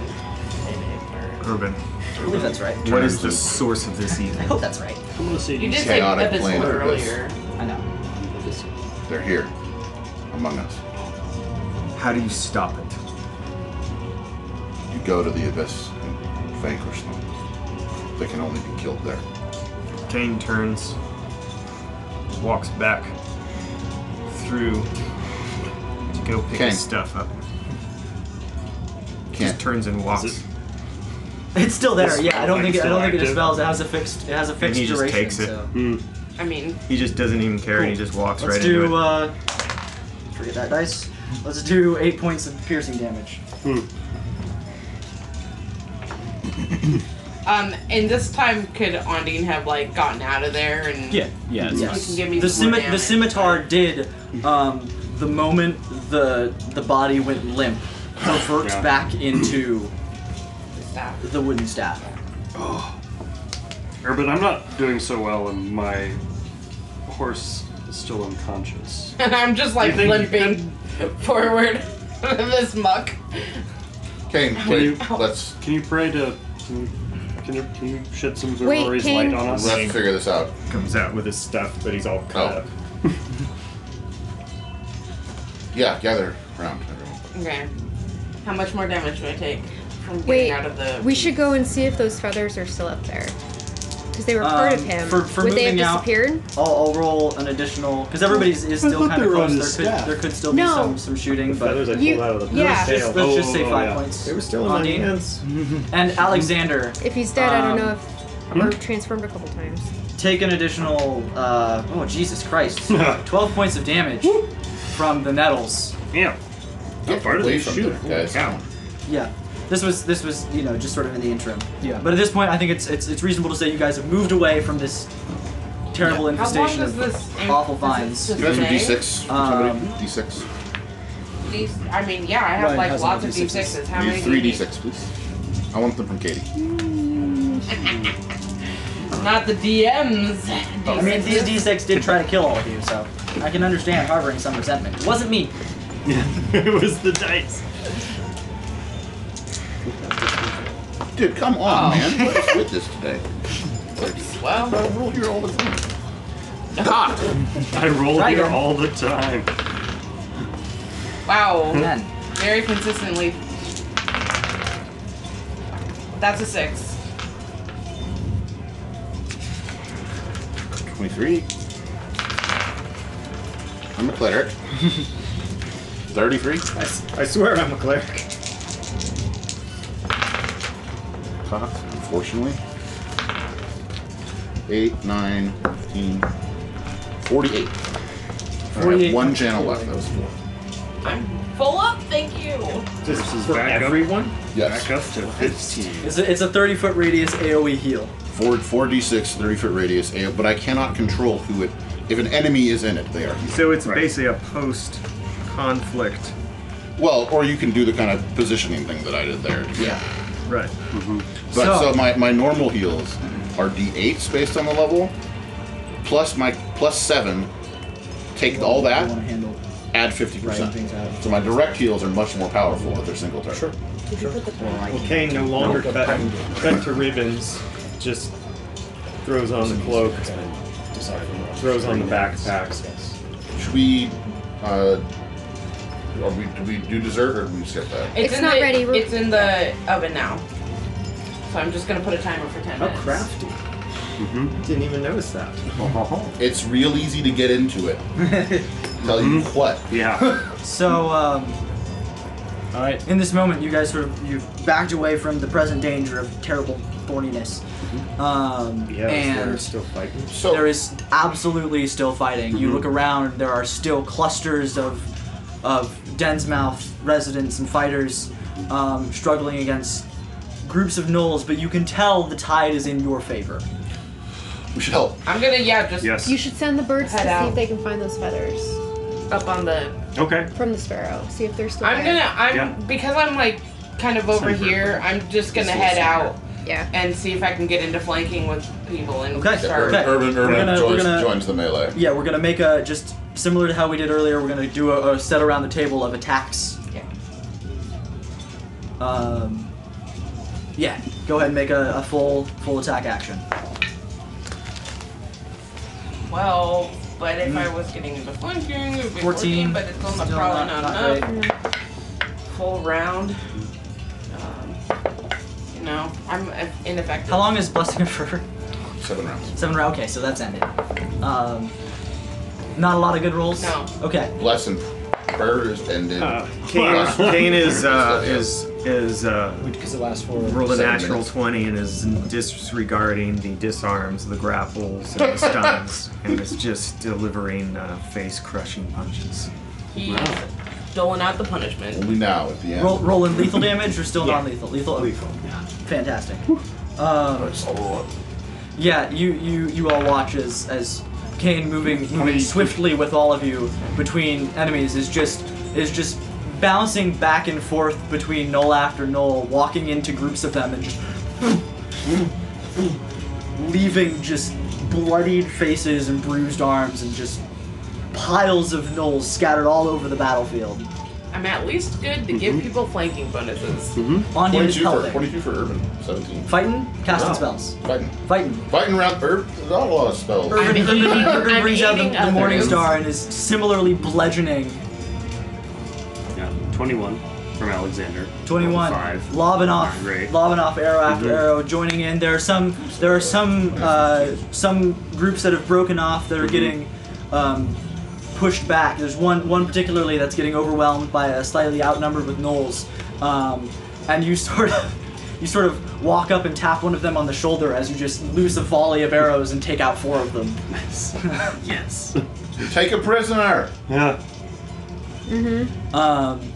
E: Urban,
D: I believe that's right.
E: what is the source of this evil?
D: I hope that's right.
F: I'm gonna say
B: You
F: these
B: did say
C: Chaotic
B: that this
C: plane.
B: word earlier.
D: I know.
C: They're here. Among us.
E: How do you stop it?
C: You go to the abyss and vanquish them. They can only be killed there.
E: Kane turns, walks back through to go pick
C: Kane.
E: his stuff up.
C: Can't.
E: Just turns and
F: Is
E: walks.
F: it-
D: It's still there.
E: This
D: yeah, I don't think it, I
F: spell thing's
D: don't
F: still
D: think it
F: active.
D: dispels. It has a fixed. It has a fixed
E: he just
D: duration.
E: takes it.
D: So.
A: Hmm.
B: I mean,
E: He just doesn't even care and he just walks
D: Let's
E: right
D: do.
E: into it.
D: Uh, forget that dice. Let's do eight points of piercing damage.
B: um, and this time could Ondine have like gotten out of there and
A: Yeah. Yeah. It's
B: You can give me
D: The,
B: some more
D: scimi- the
B: damage.
D: scimitar did. Um, the moment the the body went limp, perverts
F: Yeah.
D: back into
B: Stop.
D: the wooden staff.
F: Urban, I'm not doing so well, and my horse is still unconscious.
B: And I'm just like
F: You think you
B: limping forward this muck.
C: Kane,
F: you-
C: wait. Let's,
F: Can you pray to? Can you, can you, can you shed some
G: Wait,
F: Vivori's
G: Kane.
F: light on us?
C: let's figure this out.
E: Comes out with his stuff, but he's all cut
C: Oh.
E: up.
C: Yeah, gather around, everyone.
B: Okay. How much more damage do I take from getting
G: Wait,
B: out of the?
G: we should go and see if those feathers are still up there. Because they were part of
D: Um,
G: him.
D: for- for
G: Would they have
D: moving out-
G: disappeared?
D: I'll, I'll roll an additional because everybody's is still kind of close. There could, there could still be
G: No.
D: some, some shooting, but
W: Feathers I
G: You-
W: pulled out of the
G: yeah.
W: tail.
D: let's
W: Oh,
D: just say
W: oh,
D: five
W: yeah.
D: points.
W: They were still in my
D: Ondine.
W: hands.
A: Mm-hmm.
D: Hmm. And Alexander,
G: If he's dead, I don't know
D: Um,
G: if. Or transformed a couple times.
D: take an additional uh, oh Jesus Christ, twelve points of damage from the nettles.
F: Damn. How far did
C: away
F: they
C: from
F: shoot?
C: them,
F: Holy
C: guys.
F: cow.
D: Yeah, this was this was you know just sort of in the interim.
A: Yeah.
D: But at this point, I think it's it's, it's reasonable to say you guys have moved away from this terrible
B: How long
D: infestation
B: does
D: of
B: this?
D: awful
B: does
D: vines.
B: it
C: You guys some
B: stay?
C: D6 from
D: Um,
C: somebody? D6.
B: These, I mean, yeah, I have
A: Ryan
B: like
A: has
B: lots of
A: enough D6s.
B: D6s. How
C: Need
B: many? do
C: three
B: you need?
C: D6, please. I want them from Katie.
B: Not the DMs.
D: I mean, these D6 did try to kill all of you, so I can understand harboring some resentment. It wasn't me.
F: it was the dice.
C: Dude, come on, man. What is with this today?
B: Oh. Well,
C: I roll here all the time.
B: Ah!
F: I roll
Y: Right.
F: here all the time.
B: wow.
Y: Ten.
B: Very consistently. That's a six.
C: 23. I'm a cleric. 33.
A: I, s- I swear I'm a cleric.
C: Cox, unfortunately. 8, 9, 15, 48. I
D: 48.
C: have one channel left. That was four.
B: I'm full up. Thank you.
F: This is
A: For
F: back up,
A: everyone?
C: Yes.
F: back up to 15.
D: It's a, it's a E 30 foot radius AoE heal.
C: 4, 4d6, 30 foot radius, eh, but I cannot control who it. If an enemy is in it, they are.
E: So it's
F: Right.
E: basically a post conflict.
C: Well, or you can do the kind of positioning thing that I did there. Yeah.
E: Right.
F: Mm-hmm.
C: But
Y: So-
C: so, my, my normal heals are d8s based on the level, plus my plus seven. Take all
D: I want to
C: that,
D: handle
C: add fifty
D: writing
C: percent.
D: things out.
C: So my direct heals are much more powerful if they're single target. Sure.
A: Well, Kane no longer cut, cut to ribbons, just throws on the cloak, throws on the backpack.
C: Should we? Uh, are we? Do we do dessert or do we skip that?
G: It's not
B: the,
G: ready. We're-
B: It's in the oven now. So I'm just gonna put a timer for ten
F: Oh,
B: minutes.
A: How crafty. Didn't even notice that.
C: Mm-hmm. It's real easy to get into it. Tell you
E: Mm-hmm.
C: what.
F: Yeah.
D: So, um,
Z: All right.
D: in this moment, you guys sort of you've backed away from the present danger of terrible thorniness, um,
A: Yeah,
D: and
A: they're still fighting.
C: So
D: there is absolutely still fighting. You look around; there are still clusters of of Densmouth residents and fighters um, struggling against groups of gnolls, but you can tell the tide is in your favor.
C: we should help.
B: I'm gonna yeah just
F: yes.
G: You should send the birds
B: Head
G: to see
B: out.
G: if they can find those feathers
B: up on the.
F: Okay.
G: from the sparrow. See if they're still
B: I'm
G: there.
B: gonna I'm
F: Yeah.
B: because I'm like kind of over
F: Send her.
B: here. I'm just gonna
F: This is
B: head
F: send her.
B: out
G: Yeah.
B: and see if I can get into flanking with people and
D: Okay.
B: start.
D: Okay.
C: Urban
D: We're
C: Urban
D: gonna- we're
C: joins,
D: gonna-
C: joins the melee.
D: Yeah, we're gonna make a just similar to how we did earlier. We're gonna do a, a set around the table of attacks.
B: Yeah.
D: Um, yeah, go ahead and make a, a full full attack action.
B: Well, but if I was getting into flanking, it would be 14,
D: 14,
B: but it's almost
D: still
B: probably
D: not-
B: not,
D: not
B: enough. Full round. Um, you know, I'm uh, ineffective.
D: How long is blessing of fur?
C: Seven rounds.
D: Seven rounds. Okay, so that's ended. Um, not a lot of good rolls.
B: No.
D: Okay.
C: Bless and prayer is ended.
E: Uh, Kane is Kane is uh, is is uh,
Y: Because it lasts for.
E: rolled a
C: Seven
E: natural
C: minutes.
E: twenty and is disregarding the disarms, the grapples, and the stuns, and is just delivering uh, face crushing punches.
B: He's doling out the punishment.
C: Only now at the end.
D: Roll, roll in lethal damage or still
E: Yeah.
D: non-lethal? Lethal. okay.
E: Lethal.
D: Fantastic. Um,
C: Just roll up.
D: yeah, you you you all watch as as Kane moving moving
A: many-
D: swiftly with all of you between enemies is just is just bouncing back and forth between knoll after knoll, walking into groups of them and just leaving just bloodied faces and bruised arms and just piles of knolls scattered all over the battlefield.
B: I'm at least good to give people flanking bonuses.
D: On him is
C: 22 for,
D: Pelvic.
C: 22 for Urban. 17.
D: Fighting, casting
C: Wow.
D: spells.
C: Fighting.
D: Fighting.
C: Fighting around Urban. There's not a lot of spells.
D: Urban,
B: I'm
D: Urban-
B: eating-
D: Urban
B: I'm
D: brings out the,
B: eating
D: the Morning
B: others.
D: Star and is similarly bludgeoning
F: Yeah. 21 from Alexander.
D: 21.
F: Five.
D: Lobbing off,
F: Alright, great.
D: lobbing off arrow after arrow, joining in. There are some, there are some, uh, some groups that have broken off that are getting um, pushed back. There's one, one particularly that's getting overwhelmed by a slightly outnumbered with Knowles, um, and you sort of, you sort of walk up and tap one of them on the shoulder as you just loose a volley of arrows and take out four of them.
F: Yes.
C: Take a prisoner.
F: yeah.
D: Um,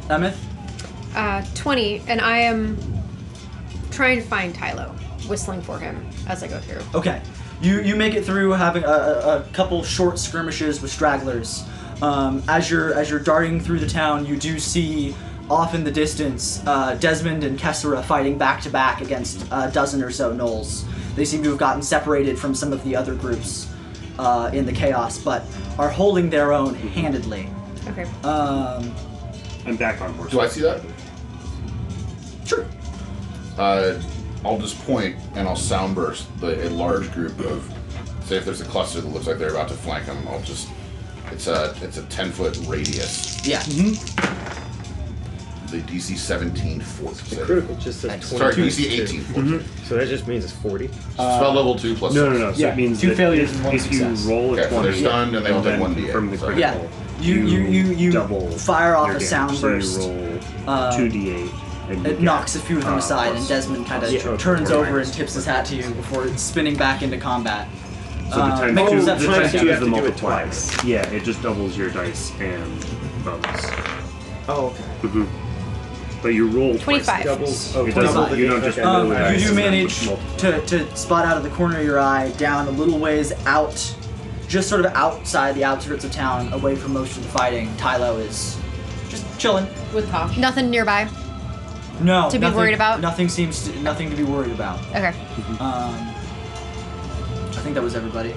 D: Emeth,
G: Mm-hmm. Uh, 20, and I am trying to find Tylo, whistling for him as I go through.
D: Okay, you you make it through having a, a, a couple short skirmishes with stragglers. Um, as you're as you're darting through the town, you do see off in the distance uh, Desmond and Kessera fighting back to back against a dozen or so gnolls. They seem to have gotten separated from some of the other groups uh, in the chaos, but are holding their own handedly.
G: Okay.
D: Um,
F: I'm back on horse.
C: Do I see that?
D: sure.
C: uh, I'll just point and I'll sound burst the, a large group of. Say if there's a cluster that looks like they're about to flank them, I'll just. It's a it's a ten foot radius.
J: Yeah.
F: Mm-hmm.
C: The DC 17 force. save.
M: Critical just says 22.
C: Sorry, DC 18 force. save.
M: So that just means it's 40.
C: Spell level two plus.
F: Mm-hmm. No, no, no. So
A: Yeah,
F: it means
A: two
F: that
A: failures
F: if,
A: and one
F: if
A: success.
F: you roll a
C: Okay, so
F: 20
C: they're stunned and they all take
F: then
C: 1d8,
F: From the
C: so-
F: critical,
D: Yeah. You- you- you- you
F: double
D: fire off
F: your
D: a
F: damage.
D: sound
F: so
D: burst.
F: You roll
D: Um,
F: 2d8. And
D: It
F: you get,
D: knocks a few of them
F: uh,
D: aside, and
F: plus-
D: Desmond kind of
F: plus your
D: turns
F: total
D: over and
F: damage.
D: tips his hat to you before spinning back into combat. Uh,
F: So
M: Uh,
F: the times
D: make a
F: two, the
D: perception
F: times
D: check.
F: two
M: You
F: is
M: have
F: the
M: to do it
F: multipliers. Yeah, it just doubles your dice and bonus. Mm-hmm.
I: Oh, okay.
F: But you roll twice
G: 25.
F: the
M: Doubles. Oh,
F: It doesn't-
M: double the
F: you don't
M: damage. Okay.
F: just roll
D: Um,
F: it out.
M: Alright,
D: you
F: Nice.
D: do
M: so then
D: manage
M: multiply.
D: to, to spot out of the corner of your eye down a little ways out, just sort of outside the outskirts of town, away from most of the fighting. Tylo is just chilling.
B: With Tosh.
G: Nothing nearby.
D: No,
G: To be
D: nothing-
G: worried about?
D: Nothing seems to, nothing to be worried about.
G: Okay.
A: Mm-hmm.
D: Um, I think that was everybody.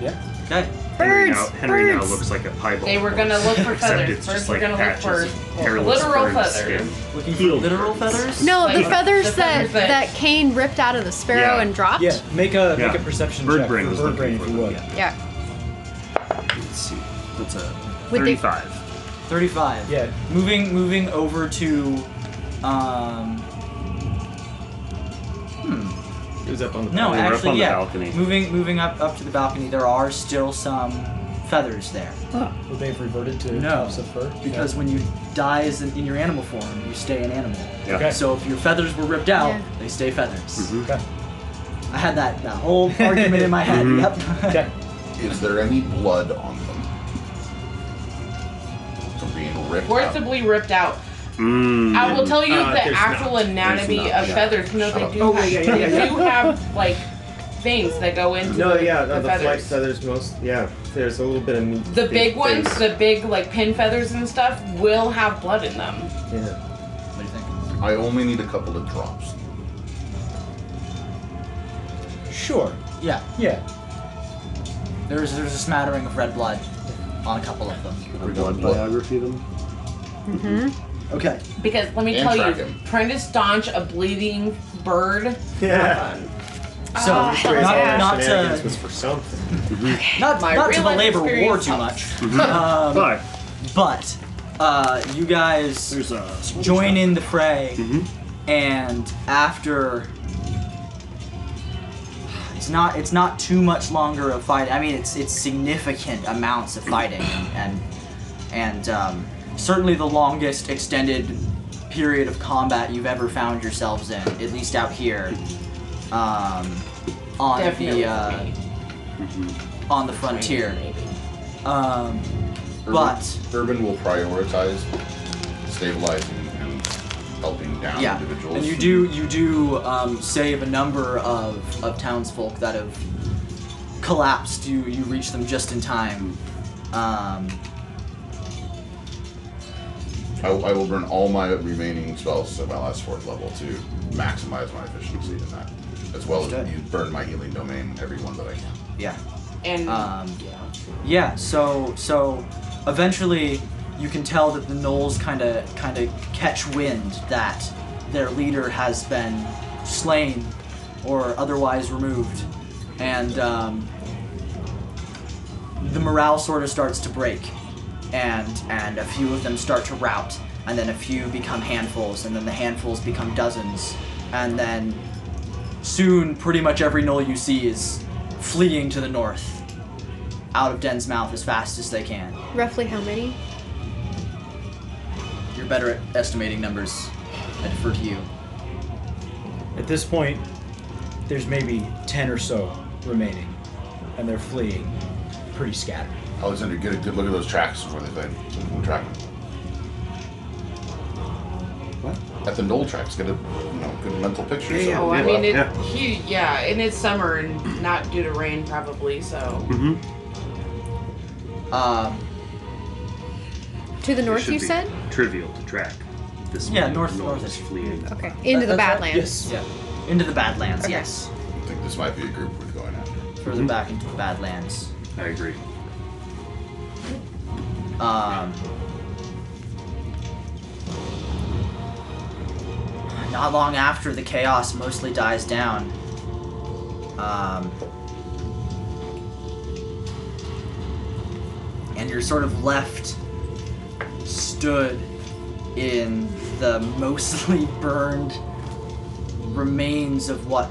A: Yeah.
D: Okay.
F: Henry, now,
G: Birds,
F: Henry now
G: birds.
F: looks like a piebald.
B: They were gonna look for
F: Except
B: feathers.
F: it's
B: First,
F: just
B: we're
F: like
B: gonna look
F: patches
B: for well,
F: of hairless
B: literal
F: bird
B: feathers.
F: skin.
D: Looking for
F: Healed
D: literal
F: birds.
D: feathers?
G: No,
B: Like,
G: the feathers
B: the
G: that
B: feathers that-
G: that Kane ripped out of the sparrow
F: Yeah.
G: and dropped.
A: Yeah. Make a
F: Yeah.
A: make a perception
F: Bird
A: check
F: brain
A: for
F: was
A: bird brain
F: looking
A: if
F: for
A: you
F: them,
A: would.
G: Yeah.
F: yeah. Let's see. That's a
G: Would they-
F: 35.
D: 35.
A: Yeah.
D: Moving moving over to um
M: It was up on the
D: no,
F: we're up
D: actually
F: on the
D: yeah.
F: balcony.
D: Moving moving up up to the balcony, there are still some feathers there.
A: Would they have reverted to
D: No.
A: tufts of fur?
D: Because when you die as an, in your animal form, you stay an animal.
F: Yeah. Mm-hmm.
A: Okay.
D: So if your feathers were ripped out,
G: Yeah.
D: they stay feathers.
A: Okay.
D: I had that, that whole argument in my head.
F: Mm-hmm.
M: Mm-hmm.
D: Yep.
A: Okay.
C: Is there any blood on them? From being ripped out.
B: Forcibly ripped out.
F: Mm.
B: I will tell you
M: Uh,
B: the
M: there's
B: actual
M: not.
B: anatomy
C: There's not,
B: of
C: yeah.
B: feathers. No,
C: Shut
B: they
C: up.
B: do have.
M: Oh, yeah, yeah,
B: they
M: yeah.
B: do have like veins that go into
M: No,
B: the,
M: yeah,
B: the
M: uh, the flight
B: feathers.
M: feathers most. Yeah, there's a little bit of meat.
B: The big ones,
M: things.
B: the big like pin feathers and stuff, will have blood in them.
M: Yeah.
C: I only need a couple of drops.
A: Sure.
D: yeah.
A: Yeah.
D: There's there's a smattering of red blood on a couple of them.
F: blood biography them.
D: Mm-hmm. Okay.
B: Because let me
C: And
B: tell
C: track
B: you,
C: him.
B: trying to staunch a bleeding bird.
M: Yeah.
B: Oh,
D: So Ah, not, not
M: Shenanigans
D: to
M: was for something.
D: not,
B: My
D: not to
B: real life
D: belabor war
B: experience
D: too much.
B: helps.
F: Mm-hmm.
D: Um,
F: But
D: But uh, you guys
F: there's a Mm-hmm.
D: join in the fray, and after it's not it's not too much longer of fighting. I mean, it's it's significant amounts of fighting, and and um, certainly the longest extended period of combat you've ever found yourselves in, at least out here, um, on
B: Definitely.
D: the uh, on the frontier.
B: Maybe.
D: Um,
C: Urban,
D: but
C: Urban will prioritize stabilizing and helping down
D: yeah,
C: individuals.
D: and you do you do um, save a number of, of townsfolk that have collapsed. You you reach them just in time. Um,
C: I, I will burn all my remaining spells at my last fourth level to maximize my efficiency in that, as well as
D: Okay.
C: you burn my healing domain every one that I can.
D: yeah,
B: And
D: Um,
B: yeah.
D: yeah. So so eventually you can tell that the gnolls kind of kind of catch wind that their leader has been slain or otherwise removed, and um, the morale sort of starts to break, and and a few of them start to rout, and then a few become handfuls, and then the handfuls become dozens, and then soon pretty much every knoll you see is fleeing to the north, out of Den's mouth as fast as they can.
G: Roughly how many?
D: You're better at estimating numbers. I defer to you.
A: At this point, there's maybe ten or so remaining, and they're fleeing, pretty scattered.
C: Alexander, get a good look at those tracks before they thing. So we can track them. What? At the knoll tracks, get a you know, good mental picture. so
B: Oh, I mean, it,
F: Yeah.
B: he, yeah, and it's summer and not due to rain probably, so.
D: Um,
G: To the
F: it
G: north,
F: should
G: you
F: be
G: said?
F: trivial to track. This
D: Yeah,
F: way,
D: north-
F: no
D: north
F: one's
D: is-
F: fleeing.
G: Okay. Into the
D: That's right.
G: Badlands.
A: Yes.
D: yeah. Into the Badlands,
G: Okay.
D: yes.
C: I think this might be a group worth going after.
D: Further back into the Badlands.
F: Hmm. I agree.
D: Um, Not long after the chaos mostly dies down, um, and you're sort of left stood in the mostly burned remains of what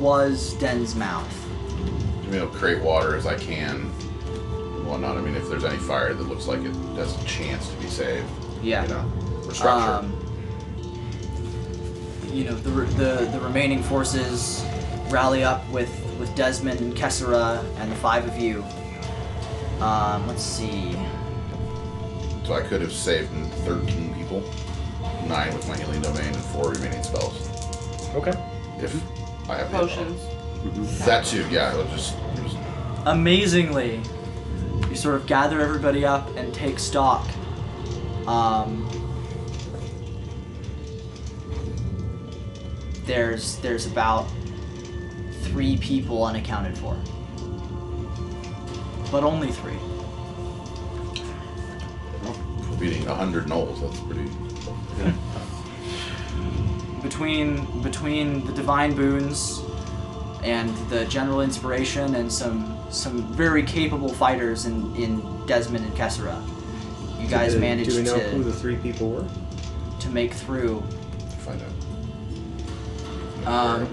D: was Den's mouth.
C: I mean, I'll create water as I can. Well, not. I mean, if there's any fire that looks like it has a chance to be saved,
D: Yeah.
C: you know, or structure.
D: you know the, re- the the remaining forces rally up with with Desmond and Kessera and the five of you. Um, let's see.
C: so I could have saved 13 people, nine with my healing domain, and four remaining spells.
M: Okay.
C: If I have the-
B: Potions.
C: That too, yeah. It'll just, just
D: Amazingly, you sort of gather everybody up and take stock. Um, there's there's about three people unaccounted for, but only three.
C: beating 100 knolls. That's pretty.
D: between between the divine boons and the general inspiration and some some very capable fighters in, in Desmond and Kessera. You guys
M: Do-
D: managed
M: Do we know who
D: to,
M: the three people were?
D: to make through.
C: Find out.
D: Um,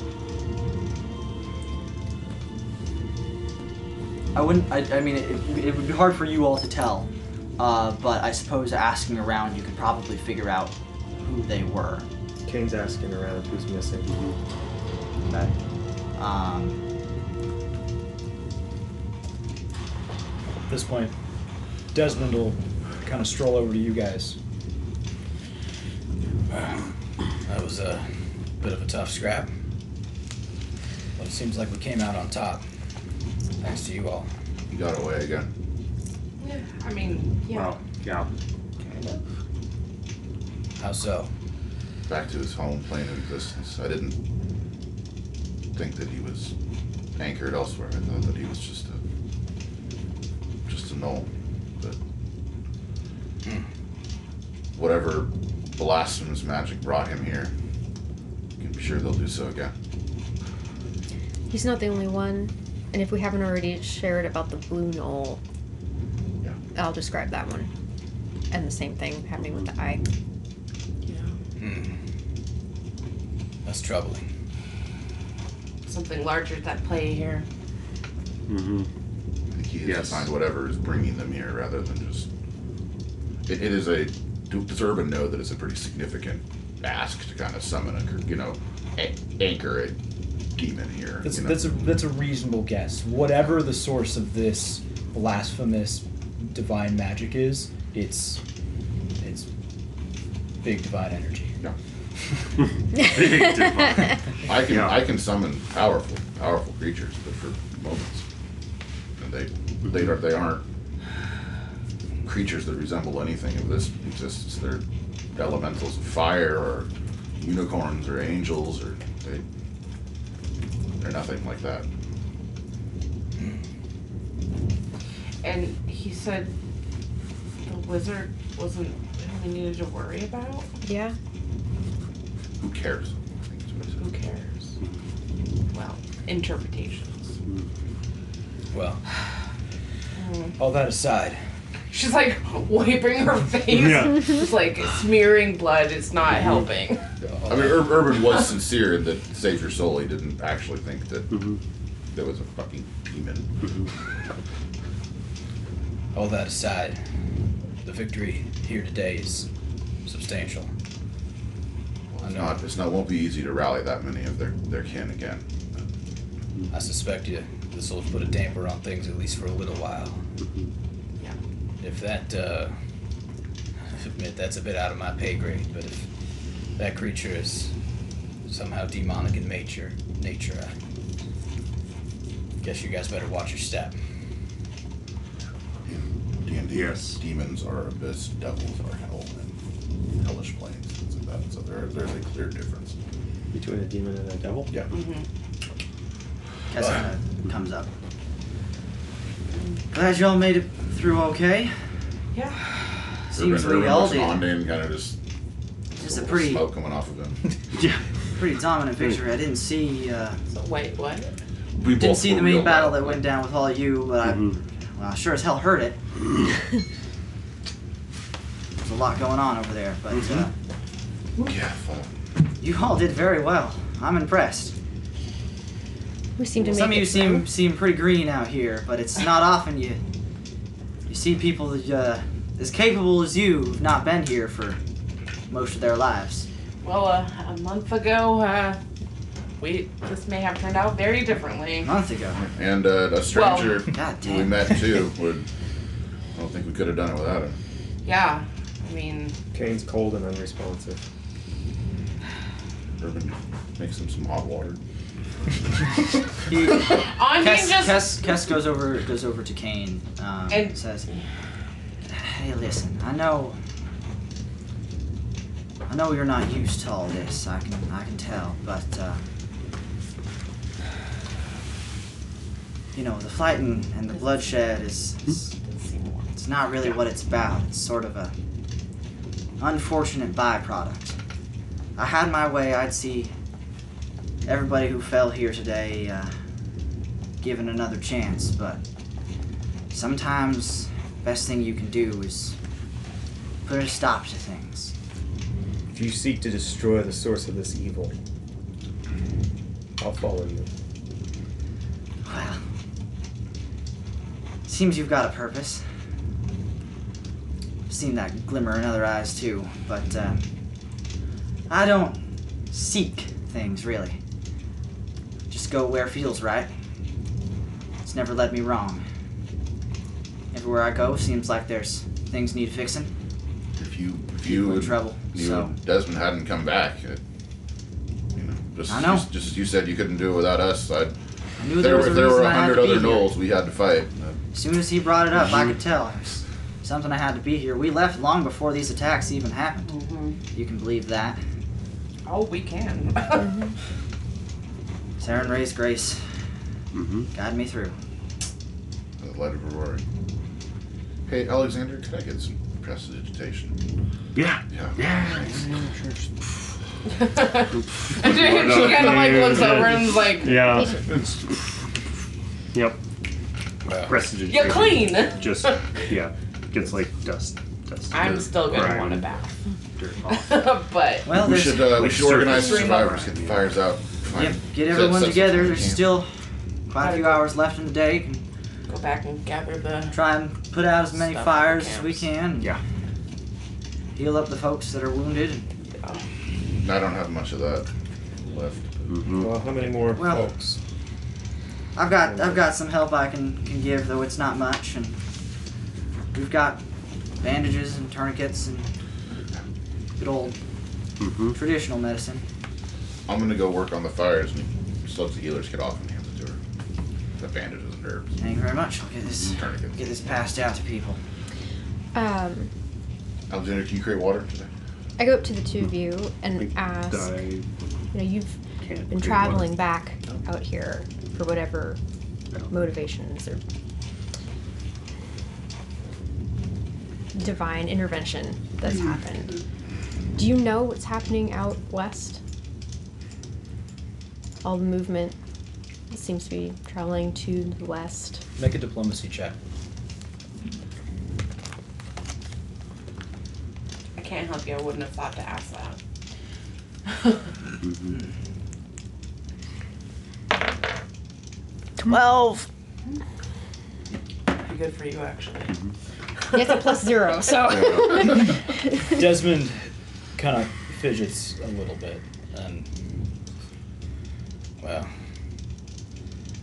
D: I wouldn't. I, I mean, it, it would be hard for you all to tell, uh, but I suppose asking around, you could probably figure out who they were.
M: Kane's asking around who's missing.
D: Okay. Um,
H: At this point, Desmond will kind of stroll over to you guys.
L: That was a bit of a tough scrap. But it seems like we came out on top. Thanks to you all.
C: You got away again.
B: Yeah, I mean, yeah.
F: Well, yeah.
L: How so?
C: Back to his home plane of existence. I didn't think that he was anchored elsewhere. I thought that he was just a just a knoll. But whatever blasphemous magic brought him here, you can be sure they'll do so again.
G: He's not the only one. And if we haven't already shared about the blue knoll,
C: Yeah.
G: I'll describe that one. And the same thing happening with the eye.
L: Hmm. That's troubling.
B: Something larger at play here.
F: Mm-hmm.
C: I think he is
F: Yes.
C: assigned whatever is bringing them here rather than just. It, it is a. Does Urban know that it's a pretty significant ask to kind of summon a, cr- you know, a- anchor a demon here?
A: That's,
C: you know?
A: that's, a, that's a reasonable guess. Whatever the source of this blasphemous divine magic is, it's it's big divine energy.
C: No.
F: Big divine.
C: I can
F: Yeah.
C: I can summon powerful powerful creatures, but for moments, and they they are they aren't creatures that resemble anything of this existence. They're elementals of fire, or unicorns, or angels, or they they're nothing like that.
B: And he said the wizard wasn't who we needed to worry about.
G: Yeah.
C: Who cares? I think that's
B: Who
C: what he said.
B: cares? Well, interpretations.
L: Well, all that aside,
B: She's like wiping her face.
F: Yeah.
B: It's like smearing blood. It's not helping.
C: Mm-hmm. I mean, er- Ur- Urban was sincere in that Save Your Soul. He didn't actually think that there was a fucking demon.
L: all that aside, the victory here today is substantial. I
C: It's
L: know.
C: not. It's not. Won't be easy to rally that many of their their kin again.
L: I suspect you this will put a damper on things at least for a little while.
B: Yeah.
L: If that, uh, I admit that's a bit out of my pay grade, but if that creature is somehow demonic in nature, nature, I guess you guys better watch your step.
C: D&D
F: Yes.
C: demons are abyss, devils are hell, and hellish planes, things like that. So there, there's a clear difference.
M: Between a demon and a devil?
C: Yeah.
D: Kessera comes up. Glad y'all made it through okay.
B: Yeah.
D: Seems we all did.
C: kind of just
J: It's a pretty-
C: smoke coming off of him.
J: Pretty dominant victory. I didn't see. Uh,
B: Wait, what?
C: Hmm. We
J: didn't
C: both
J: see
C: were
J: the main
C: real Mm-hmm.
J: battle
C: loud.
J: that went down with all you, but I, well, I sure as hell heard it. There's a lot going on over there, but
C: Yeah, fuck.
J: uh, you all did very well. I'm impressed.
G: We seem to make
J: Some of
G: it
J: you
G: through.
J: seem seem pretty green out here, but it's not often you you see people that, uh, as capable as you who've not been here for most of their lives.
B: Well, uh, a month ago, uh, we this may have turned out very differently.
J: A month ago.
C: And uh, a stranger
J: God
C: who we
J: damn.
C: met too would. I don't think we could have done it without him.
B: Yeah, I mean,
E: Kane's cold and unresponsive.
C: Urban makes him some hot water.
J: He,
B: on
J: Kes,
B: him just
J: Kes, Kes goes over goes over to Kane um,
B: And-
J: and says, "Hey, listen, I know, I know you're not used to all this. I can I can tell, but uh, you know the fighting and the bloodshed is, is it's not really what it's about. It's sort of a unfortunate byproduct. I had my way, I'd see everybody who fell here today." Uh, given another chance, but sometimes best thing you can do is put a stop to things.
E: If you seek to destroy the source of this evil, I'll follow you.
J: Well, seems you've got a purpose. Seen that glimmer in other eyes too, but uh, I don't seek things really. Just go where it feels right. It's never led me wrong. Everywhere I go, seems like there's things need fixing.
C: If you, if you,
J: in
C: and-
J: trouble,
C: you
J: so-
C: and Desmond hadn't come back, it, you know, just,
J: I know.
C: just, just you said you couldn't do it without us. I,
J: I knew
C: if
J: there,
C: there,
J: was
C: were-
J: a
C: if there were
J: reason
C: a
J: I had
C: hundred
J: to be
C: other
J: here.
C: Knolls we had to fight. Uh,
J: As soon as he brought it up,
C: Mm-hmm.
J: I could tell. It was something I had to be here. We left long before these attacks even happened. You can believe that.
B: oh, we can.
J: Saren Ray's grace
F: Mm-hmm.
J: guide me through.
C: The light of Aurora. Hey, Alexander, could I get some prestidigitation?
F: Yeah.
C: Yeah.
F: Yeah.
C: Thanks.
B: and she, she kind of like looks over and is like,
F: Yeah. yep.
L: Well,
F: Prestidigitation.
B: "You're clean."
F: Just yeah, gets like dust, dust,
B: I'm still gonna
F: Right.
B: want a bath,
F: dirt. off.
B: but
J: Well,
C: We
J: there's.
C: should, uh, we
F: Like
C: should organize
F: surface
C: survivors,
F: fire.
C: get the fires out. find-
J: yep, get
C: set-
J: everyone
C: set some
J: together.
C: fire
J: There's
C: camp.
J: still quite a few hours left in the day. You can
B: go back and gather the.
J: Try and put out as many
B: Stuff in the
J: fires as we
B: camps.
J: can.
F: Yeah.
J: Heal up the folks that are wounded. and-
C: I don't have much of that left.
E: Well, how many more
J: Well-
E: folks?
J: I've got I've got some help I can, can give, though it's not much, and we've got bandages and tourniquets and good old
F: Mm-hmm.
J: traditional medicine.
C: I'm gonna go work on the fires and slug the healers get off and hand it to her. The bandages and herbs.
J: Thank you very much. I'll get this
C: Tourniquet.
J: get this passed out to people.
G: Um,
C: Alexander, can you create water today?
G: I go up to the two of you and
F: Like,
G: ask.
F: die.
G: You know, you've
F: Can't
G: been
F: drink
G: traveling
F: water.
G: back out here for whatever motivations or divine intervention that's
F: Mm-hmm.
G: happened. Do you know what's happening out west? All the movement seems to be traveling to the west.
L: Make a diplomacy check.
B: I can't help you. I wouldn't have thought to ask that.
C: Mm-hmm.
G: Twelve.
B: Be good for you, actually.
G: It's a plus zero, so
A: Desmond kind of fidgets a little bit.
L: And well,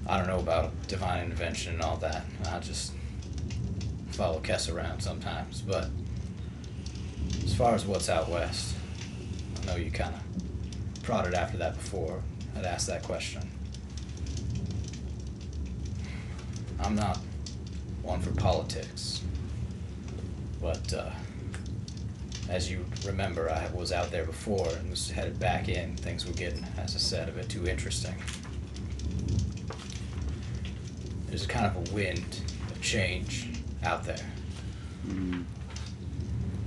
L: I don't know about divine intervention and all that. I just follow Kess around sometimes, but as far as what's out west, I know you kind of prodded after that before. I'd asked that question. I'm not one for politics, but uh, as you remember, I was out there before and was headed back in. Things were getting, as I said, a bit too interesting. There's a kind of a wind of change out there.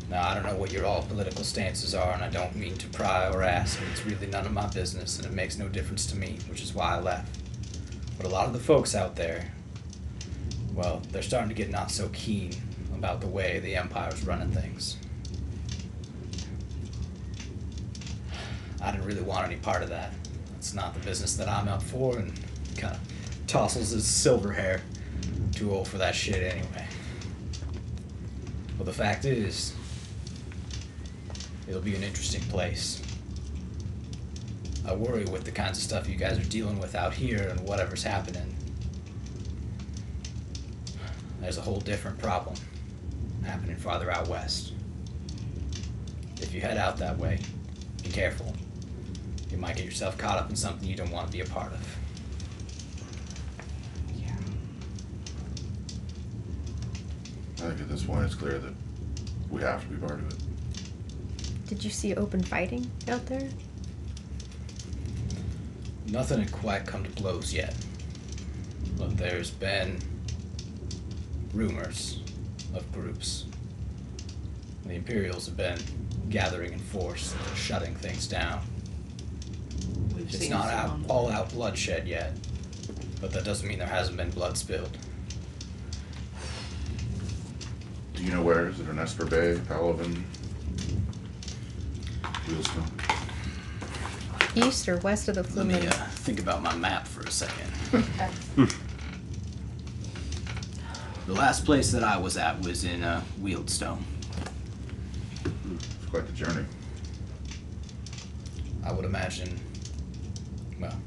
L: Now, I don't know what your all political stances are, and I don't mean to pry or ask, but it's really none of my business, and it makes no difference to me, which is why I left. But a lot of the folks out there, well, they're starting to get not so keen about the way the Empire's running things. I didn't really want any part of that. It's not the business that I'm up for, and kind of tossles his silver hair. Too old for that shit anyway. Well, the fact is, it'll be an interesting place. I worry with the kinds of stuff you guys are dealing with out here and whatever's happening. There's a whole different problem happening farther out west. If you head out that way, be careful. You might get yourself caught up in something you don't want to be a part of.
C: I think at this point it's clear that we have to be part of it.
G: Did you see open fighting out there?
L: Nothing had quite come to blows yet. But there's been rumors of groups. The Imperials have been gathering in force, shutting things down.
B: We've
L: It's
B: seen
L: not
B: some
L: out,
B: on the-
L: all out bloodshed yet, but that doesn't mean there hasn't been blood spilled.
C: Do you know where? Is it in Esper Bay, Palavin, Wheelstone?
G: East or west of the
L: Let me
G: Flumen?
L: uh, think about my map for a second. the last place that I was at was in uh, Wieldstone.
C: It's quite the journey.
L: I would imagine, well,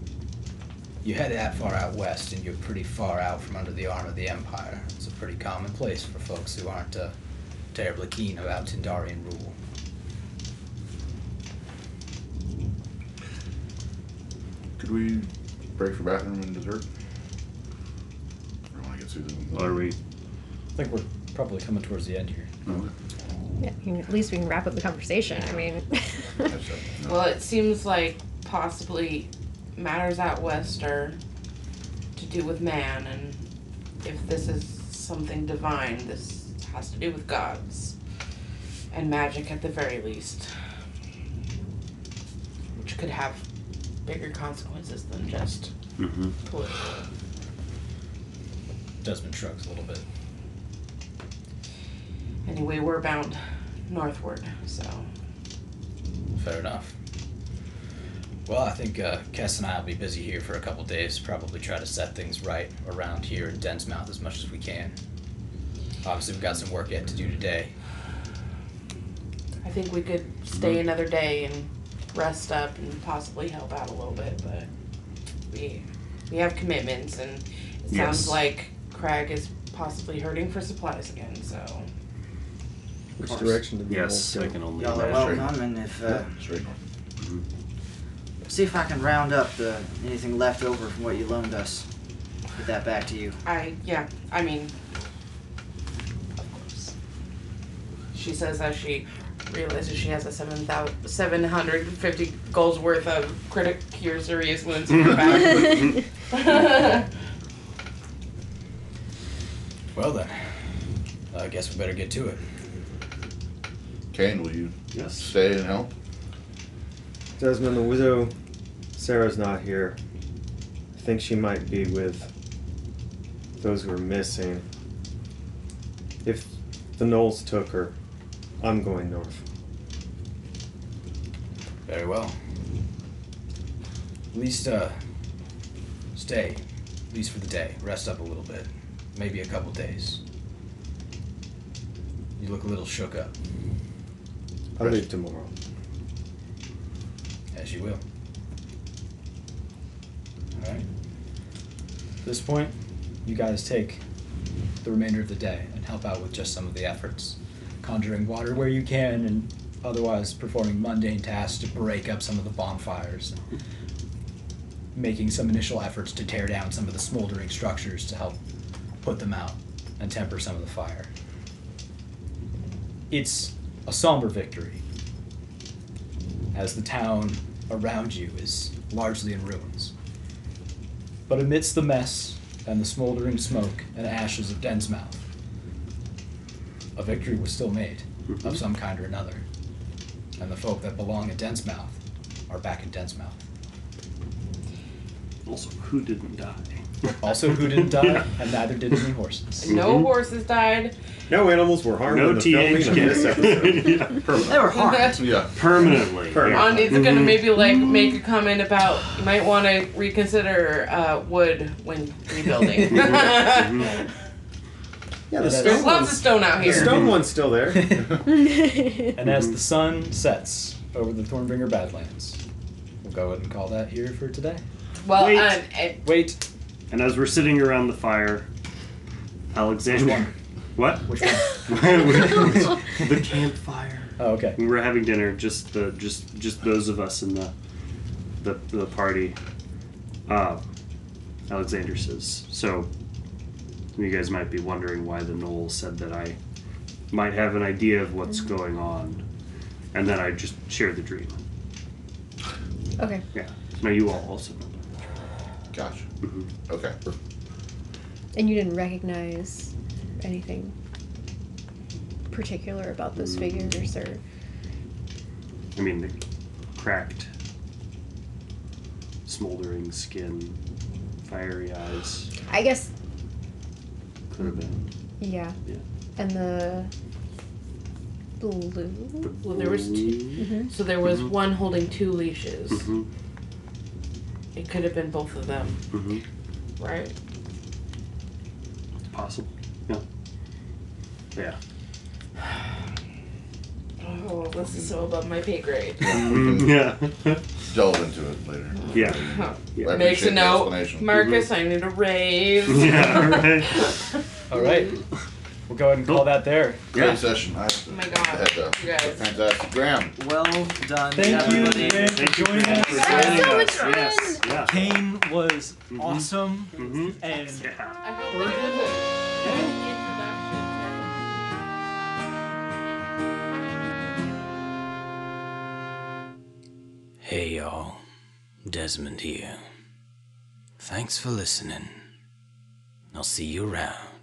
L: you head that far out west and you're pretty far out from under the arm of the Empire. It's a pretty common place for folks who aren't uh, terribly keen about Tindarian rule.
C: Could we break for bathroom and dessert? Or want to get through the.
F: Are we?
A: I think we're probably coming towards the end here.
C: No.
G: Yeah, I mean, at least we can wrap up the conversation. I mean,
C: That's it. No.
B: Well, it seems like possibly matters out west are to do with man, and if this is something divine, this has to do with gods and magic at the very least, which could have bigger consequences than just
F: Mm-hmm.
B: political.
L: Desmond shrugs a little bit.
B: Anyway, we're bound northward, so
L: Fair enough. Well, I think uh, Kess and I will be busy here for a couple days. Probably try to set things right around here in Densmouth as much as we can. Obviously, we've got some work yet to do today.
B: I think we could
M: Mm-hmm.
B: stay another day and rest up and possibly help out a little bit, but we we have commitments and it sounds
F: Yes.
B: like Craig is possibly hurting for supplies again, so
M: Which direction did we
F: Yes,
M: roll
F: I
M: to?
F: can only
D: Y'all are
F: imagine.
D: welcome, and if uh,
C: Straight north. Mm-hmm.
D: see if I can round up the anything left over from what you loaned us. Get that back to you.
B: I yeah, I mean of course. She says that she realizes she has a seven thousand seven hundred and fifty goals worth of critic cure serious wounds in her back.
L: Well, then, I guess we better get to it.
C: Kane, will you
M: Yes.
C: stay and help?
M: Desmond, the widow Sarah's not here. I think she might be with those who are missing. If the Knowles took her, I'm going north.
L: Very well. At least, uh, stay. At least for the day. Rest up a little bit. Maybe a couple days. You look a little shook up,
M: I leave tomorrow.
L: as you will. Alright. At this point, you guys take the remainder of the day and help out with just some of the efforts. Conjuring water where you can and otherwise performing mundane tasks to break up some of the bonfires. making some initial efforts to tear down some of the smoldering structures to help put them out and temper some of the fire. It's a somber victory, as the town around you is largely in ruins. But amidst the mess and the smoldering smoke and ashes of Densmouth, a victory was still made. of some kind or another. And the folk that belong in Densmouth are back in Densmouth.
F: Also, who didn't die?
A: Also, who didn't die, and neither did any horses.
B: No horses died.
M: No animals were harmed
F: No
M: in the filming
F: TH
M: of this episode.
F: Yeah,
D: They
F: permanently.
D: were hard.
C: Yeah.
F: Permanently. Mm-hmm.
M: Permanently.
B: On Um, it's
E: Mm-hmm.
B: gonna maybe like make a comment about you might want to reconsider uh, wood when rebuilding.
A: Mm-hmm.
B: There's
M: Yeah, the stone,
B: lots of
M: one's,
B: stone out
M: the
B: here.
M: stone one's still there.
A: And as the sun sets over the Thornbringer Badlands, we'll go ahead and call that here for today.
B: Well,
F: Wait.
B: um, it,
A: Wait,
F: And as we're sitting around the fire, Alexander. What?
A: which one?
F: the campfire.
A: Oh, okay.
F: We were having dinner, just the just just those of us in the the, the party. Uh, Alexander says so. You guys might be wondering why the knoll said that I might have an idea of what's
B: Mm.
F: going on, and then I just shared the dream.
G: Okay.
F: Yeah. No, you all also. know.
C: Gotcha. Okay.
G: And you didn't recognize anything particular about those figures or
F: I mean, the cracked, smoldering skin, fiery eyes.
G: I guess
F: Could have been.
G: yeah.
F: Yeah.
G: And the blue
B: well, there was two, so there was one holding two leashes.
F: Mhm.
B: It could have been both of them,
F: Mhm.
B: right?
F: It's possible. Yeah. Yeah.
B: Oh, this is so above my pay grade.
F: Mm, yeah.
C: Delve into it later. I
F: yeah.
B: Makes
C: appreciate
B: a
C: the
B: note,
C: explanation. Mm-hmm.
B: Marcus. I need a raise.
F: Yeah. Right.
A: All right. We'll go ahead and call that there.
C: Great
F: Yeah.
C: session. I
B: Oh my God,
C: had to-
B: you guys.
C: Fantastic. Graham.
D: Well done,
I: Thank you
D: everybody.
I: again
F: Thank
I: for
F: you
I: joining us.
F: for
G: That was
F: joining
G: so
F: us.
G: much
F: Yes. Yeah.
I: Kane was awesome
F: Mhm.
I: and
F: Yeah.
B: I hope they did it. Introduction.
L: Hey y'all, Desmond here. Thanks for listening. I'll see you around.